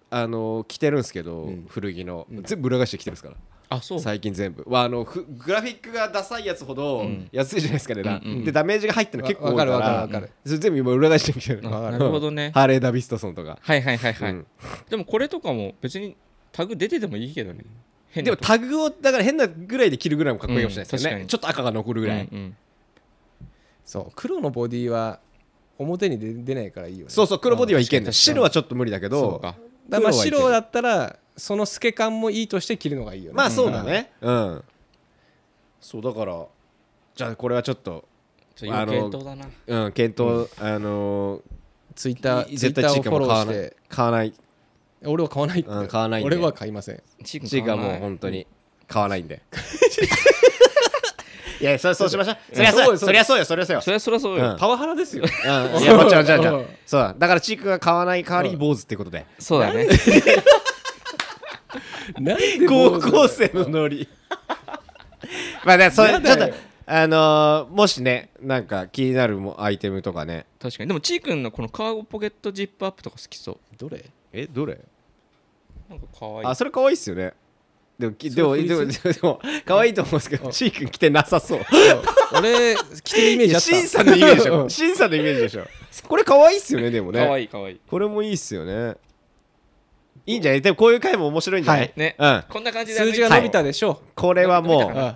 [SPEAKER 3] あの着てるんですけど、
[SPEAKER 1] うん
[SPEAKER 3] 古着の、
[SPEAKER 1] うん
[SPEAKER 3] 全部裏返して着てるんですから
[SPEAKER 2] あそう
[SPEAKER 3] 最近全部はあのふグラフィックがダサいやつほど
[SPEAKER 2] うん
[SPEAKER 3] 安いじゃないですか値段、
[SPEAKER 2] うんうん
[SPEAKER 3] でダメージが入ってるの結構多いから
[SPEAKER 1] わかるわかるわかる
[SPEAKER 3] それ全部今裏返してみてる
[SPEAKER 2] あ
[SPEAKER 1] わかる
[SPEAKER 2] なるほどね
[SPEAKER 3] ハーレー・ダビストソンとか、
[SPEAKER 2] はいはいはいはい、
[SPEAKER 3] うん
[SPEAKER 2] でもこれとかも別にタグ出ててもいいけどね変
[SPEAKER 3] で
[SPEAKER 2] な
[SPEAKER 3] も
[SPEAKER 2] とこ
[SPEAKER 3] タグをだから変なぐらいで着るぐらいもかっこいいかもしれないですよ
[SPEAKER 2] うん
[SPEAKER 3] ね、
[SPEAKER 2] 確かに
[SPEAKER 3] ちょっと赤が残るぐらい、
[SPEAKER 2] うんうん
[SPEAKER 1] そう黒のボディは表に出出ないからいいよね
[SPEAKER 3] そうそう黒ボディはいけん
[SPEAKER 2] う
[SPEAKER 3] ね
[SPEAKER 2] ん
[SPEAKER 3] 白はちょっと無理だけ
[SPEAKER 2] そう
[SPEAKER 3] ど
[SPEAKER 2] か
[SPEAKER 1] だからまあ
[SPEAKER 3] 黒はいける
[SPEAKER 1] 白だったらその透け感もいいとして着るのがいいよね
[SPEAKER 3] まあそうだねうん、そうだからじゃあこれはちょっと
[SPEAKER 2] ちょっと余計当だな
[SPEAKER 3] うん、検討、あの
[SPEAKER 1] ツイッター
[SPEAKER 3] 絶対チーカも
[SPEAKER 1] フォロー
[SPEAKER 3] 買わ
[SPEAKER 1] し
[SPEAKER 3] ない
[SPEAKER 1] て
[SPEAKER 3] 買わない
[SPEAKER 1] 俺は買わないって
[SPEAKER 3] うん買わないんで
[SPEAKER 1] 俺は買いません
[SPEAKER 2] チ
[SPEAKER 3] チーカもう本当に買わないんで いやそれそうしましょうそりゃそうよそりゃそうよそりゃそうよ
[SPEAKER 2] そりゃそりゃそうよ、
[SPEAKER 3] うん
[SPEAKER 1] パワハラですよ
[SPEAKER 3] うんいやもちろんじゃんじゃ
[SPEAKER 1] うんん
[SPEAKER 3] そうだだからチークが買わない代わりに坊主ってことで
[SPEAKER 2] そうだね
[SPEAKER 1] なんで
[SPEAKER 3] 高
[SPEAKER 1] 坊主
[SPEAKER 3] 校生のノリ まあねそれ
[SPEAKER 1] や
[SPEAKER 3] ちょっ
[SPEAKER 1] だよ
[SPEAKER 3] とあのーもしねなんか気になるもアイテムとかね
[SPEAKER 2] 確かにでもちーくんのこのカーゴポケットジップアップとか好きそう
[SPEAKER 1] どれ
[SPEAKER 3] えどれ
[SPEAKER 2] なんか可愛い
[SPEAKER 3] あそれ可愛いっすよねでもきでも
[SPEAKER 1] それ
[SPEAKER 3] でもでもでも可愛いと思うんですけどチー君着てなさそう
[SPEAKER 1] 俺着てるイメージあった
[SPEAKER 3] シンさんのイメージでし
[SPEAKER 1] う
[SPEAKER 3] ょ
[SPEAKER 1] ん
[SPEAKER 3] シンさんのイメージでしょこれ可愛いっすよねでも
[SPEAKER 2] 可愛
[SPEAKER 3] ね
[SPEAKER 2] い可愛い
[SPEAKER 3] これもいいっすよねいいんじゃないでもこういう回も面白いんじゃな
[SPEAKER 1] はい
[SPEAKER 3] い
[SPEAKER 2] ね、
[SPEAKER 3] うん
[SPEAKER 2] こんな感じで
[SPEAKER 1] 数字が伸びたでしょ
[SPEAKER 3] これは
[SPEAKER 2] 伸
[SPEAKER 3] も
[SPEAKER 2] びた
[SPEAKER 1] う
[SPEAKER 2] か
[SPEAKER 3] うん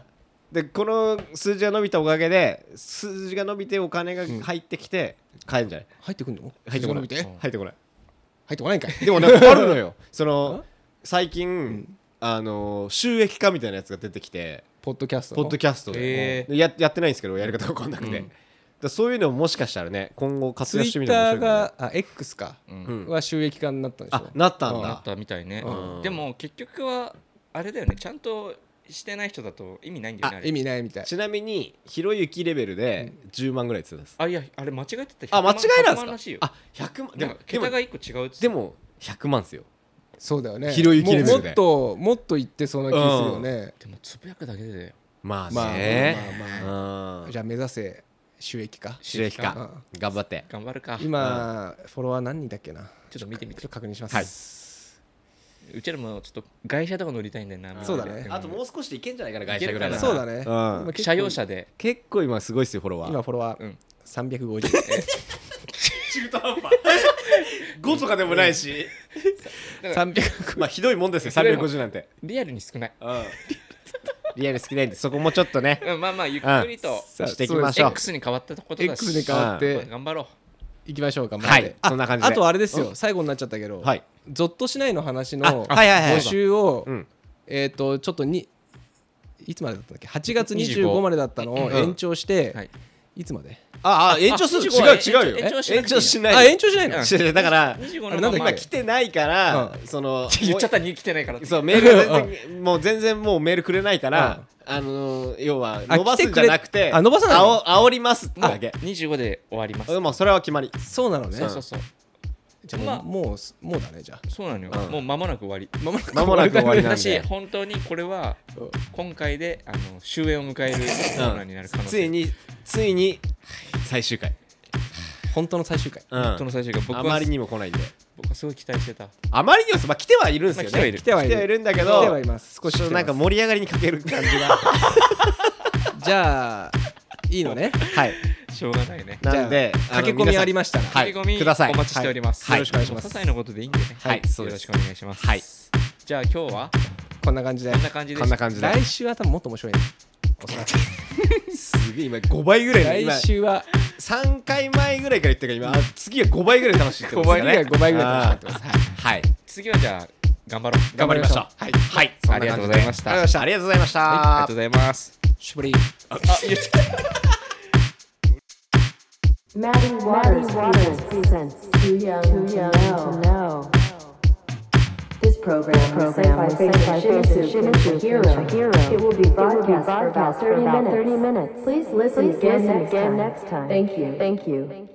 [SPEAKER 3] でこの数字が伸びたおかげで数字が伸びてお金が入ってきて買えんじゃない
[SPEAKER 1] 入ってくんの
[SPEAKER 3] 入ってこ
[SPEAKER 1] 数字が伸
[SPEAKER 3] ない
[SPEAKER 1] びて
[SPEAKER 3] 入ってこない
[SPEAKER 1] 入ってこないんかい
[SPEAKER 3] でもねあるのよ その最近あの収益化みたいなやつが出てきて
[SPEAKER 1] ポッドキャスト
[SPEAKER 3] ポッドキャスト
[SPEAKER 2] へ
[SPEAKER 3] でややってないんですけどやり方が分かんなくて、だからそういうのももしかしたらね今後活
[SPEAKER 1] ツイ
[SPEAKER 3] 用してみ
[SPEAKER 1] ッ
[SPEAKER 3] るの
[SPEAKER 1] タ
[SPEAKER 3] 面
[SPEAKER 1] ー
[SPEAKER 3] 白いかもね
[SPEAKER 1] があ X か
[SPEAKER 2] うん
[SPEAKER 3] うん
[SPEAKER 1] は収益化になったんでしょ
[SPEAKER 3] あなったん
[SPEAKER 2] な
[SPEAKER 3] だ
[SPEAKER 2] ったみたいね、
[SPEAKER 3] うん
[SPEAKER 2] でも結局はあれだよねちゃんとしてない人だと意味ないんだよね
[SPEAKER 1] あ
[SPEAKER 2] あれ
[SPEAKER 1] 意味ないみたい
[SPEAKER 3] ちなみにひろゆきレベルで10万ぐらいつってたんです、
[SPEAKER 2] あいやあれ間違えてた
[SPEAKER 3] あ間違いなん
[SPEAKER 2] 100万ら
[SPEAKER 3] で
[SPEAKER 2] しい
[SPEAKER 3] す
[SPEAKER 2] よ
[SPEAKER 3] かあ100万で
[SPEAKER 2] で
[SPEAKER 3] も
[SPEAKER 2] も
[SPEAKER 3] で
[SPEAKER 2] 桁
[SPEAKER 3] も
[SPEAKER 2] が一個違うっつって
[SPEAKER 3] でも100万っすよ
[SPEAKER 1] そうだよね
[SPEAKER 3] ひろゆきレベルで
[SPEAKER 1] ももっともっと言ってそうな気するよね
[SPEAKER 2] でもつぶやくだけでだよ
[SPEAKER 3] まあ
[SPEAKER 1] まあ
[SPEAKER 3] ね、
[SPEAKER 1] まあま
[SPEAKER 3] う
[SPEAKER 1] あ
[SPEAKER 3] ん
[SPEAKER 1] じゃあ目指せ収益化
[SPEAKER 3] 収益
[SPEAKER 1] う
[SPEAKER 3] 化
[SPEAKER 1] ん
[SPEAKER 3] 頑張って
[SPEAKER 2] 頑張るか
[SPEAKER 1] 今フォロワー何人だっけな
[SPEAKER 2] ちょっと見てみ
[SPEAKER 1] ちょってと確認します
[SPEAKER 2] うちらもちょっと外車とか乗りたいんだよな
[SPEAKER 1] そうだね
[SPEAKER 3] あともう少しでいけんじゃないかな会社ぐらい
[SPEAKER 2] い
[SPEAKER 3] なら
[SPEAKER 2] や
[SPEAKER 1] そうだね
[SPEAKER 3] うん
[SPEAKER 1] 今結構
[SPEAKER 2] 車用車で
[SPEAKER 3] 結構今すごいっすよフォロワ
[SPEAKER 1] 今
[SPEAKER 3] ー
[SPEAKER 1] フォロワ
[SPEAKER 2] う
[SPEAKER 1] ー
[SPEAKER 2] ん
[SPEAKER 1] 350
[SPEAKER 3] 中途半端5とかでもないし、
[SPEAKER 1] 300
[SPEAKER 3] まあひどいもんですよ350なんて
[SPEAKER 2] リアルに少ない、
[SPEAKER 3] リアル好きないんでそこもちょっとね
[SPEAKER 2] うん、まあまあゆっくりと
[SPEAKER 3] うんしていきましょう
[SPEAKER 2] X に変わったことだし
[SPEAKER 1] X に変わっ
[SPEAKER 2] う
[SPEAKER 1] て
[SPEAKER 2] ん頑張ろう
[SPEAKER 1] いきましょうかま
[SPEAKER 3] はいそんな感じで
[SPEAKER 1] あとあれですよ最後になっちゃったけど
[SPEAKER 3] はい
[SPEAKER 1] ゾッとしないの話の
[SPEAKER 3] あはいはいはい
[SPEAKER 1] 募集を
[SPEAKER 3] うん
[SPEAKER 1] えっとちょっとにいつまでだったんだっけ8月25
[SPEAKER 2] 25
[SPEAKER 1] までだったのを延長し
[SPEAKER 2] は
[SPEAKER 1] て
[SPEAKER 2] い
[SPEAKER 1] いつまで
[SPEAKER 3] ああ延長する
[SPEAKER 2] あ
[SPEAKER 3] 違
[SPEAKER 2] 25は
[SPEAKER 3] う違うよ
[SPEAKER 2] 延長しなくていい
[SPEAKER 3] 延長し ない
[SPEAKER 1] あ延長しないうの
[SPEAKER 2] ん
[SPEAKER 3] しだから
[SPEAKER 2] 25
[SPEAKER 1] あれなん
[SPEAKER 2] の
[SPEAKER 1] だっけ
[SPEAKER 2] まま
[SPEAKER 3] 今来てないから
[SPEAKER 1] う
[SPEAKER 3] そ の
[SPEAKER 2] 言っちゃったに来てないから
[SPEAKER 3] そうメールが全然 もう全然もうメールくれないからあのー要は
[SPEAKER 1] あ
[SPEAKER 3] 伸ばすんじゃなく
[SPEAKER 1] 来てく
[SPEAKER 3] て
[SPEAKER 1] れあ伸ばさない
[SPEAKER 3] あ
[SPEAKER 1] の
[SPEAKER 3] お煽りますって
[SPEAKER 2] もう
[SPEAKER 3] だけ
[SPEAKER 2] 25で終わります
[SPEAKER 3] でもそれは決まり
[SPEAKER 1] そうなのね
[SPEAKER 2] そうそうそう
[SPEAKER 1] じゃあもうもうもうだねじゃあ
[SPEAKER 2] そうなのよ、
[SPEAKER 3] うん
[SPEAKER 2] もう間もなく終わり
[SPEAKER 1] まもなく
[SPEAKER 3] 間もなく終わりなん
[SPEAKER 2] だし
[SPEAKER 3] で
[SPEAKER 2] 本当にこれは
[SPEAKER 1] うん
[SPEAKER 2] 今回であの終焉を迎えるコーナーになる可能性、
[SPEAKER 3] ついについに最終回
[SPEAKER 1] 本当の最終回
[SPEAKER 3] うん
[SPEAKER 2] その最終が僕は
[SPEAKER 3] あまりにも来ないんで
[SPEAKER 2] 僕はすごい期待してた
[SPEAKER 3] あまりにもまあ来てはいるんですよ
[SPEAKER 2] まあ来てはい
[SPEAKER 3] ね
[SPEAKER 2] る
[SPEAKER 1] 来てはいる
[SPEAKER 3] 来てはいるんだけど
[SPEAKER 1] 来てはいます少し
[SPEAKER 3] ちょっとなんか
[SPEAKER 1] 来てま
[SPEAKER 3] 盛り 上がりに欠ける感じが
[SPEAKER 1] すじゃあいいのね
[SPEAKER 3] はい
[SPEAKER 2] しょうがないね。
[SPEAKER 3] なんで
[SPEAKER 1] じゃあ駆け込みありましたら
[SPEAKER 3] はい
[SPEAKER 2] 意気込み
[SPEAKER 3] ください
[SPEAKER 2] お待ちしております。
[SPEAKER 3] はい
[SPEAKER 1] よろしくお願いします
[SPEAKER 2] 些細なことでいいんでね。
[SPEAKER 3] はいそう
[SPEAKER 2] よ
[SPEAKER 3] で
[SPEAKER 2] ろ
[SPEAKER 3] す
[SPEAKER 2] しくお願いします。
[SPEAKER 3] はい。
[SPEAKER 2] じゃあ今日は
[SPEAKER 1] こんな感じで
[SPEAKER 2] こんな感じで
[SPEAKER 3] こんな感じで
[SPEAKER 1] 来週は多分もっと面白いねおそらく
[SPEAKER 3] すげえ今5倍ぐらいの今
[SPEAKER 1] 来週は
[SPEAKER 3] 3回前ぐらいから言ったけど今あ次は5倍ぐらい楽しいってこ
[SPEAKER 1] 5
[SPEAKER 3] とで
[SPEAKER 1] 倍ぐら
[SPEAKER 3] すかね
[SPEAKER 1] い5倍ぐらい楽しくなってますはい
[SPEAKER 3] ますはい
[SPEAKER 2] 次はじゃあ頑張ろう。
[SPEAKER 3] 頑張りましょう
[SPEAKER 1] 頑張
[SPEAKER 3] はい
[SPEAKER 1] りま
[SPEAKER 3] はい
[SPEAKER 2] ありがとうございました。はい
[SPEAKER 3] ありがとうございまし
[SPEAKER 2] あり
[SPEAKER 3] た
[SPEAKER 2] がとうございます。
[SPEAKER 1] シュプリ
[SPEAKER 2] あ、言っちゃった。
[SPEAKER 4] Maddie Waters, presents, Too Young, too young to Know. This program, program was sent by Shimizu Shimizu Hero. It will be broadcast for about 30 minutes. Please listen again next time. Thank you. Thank you.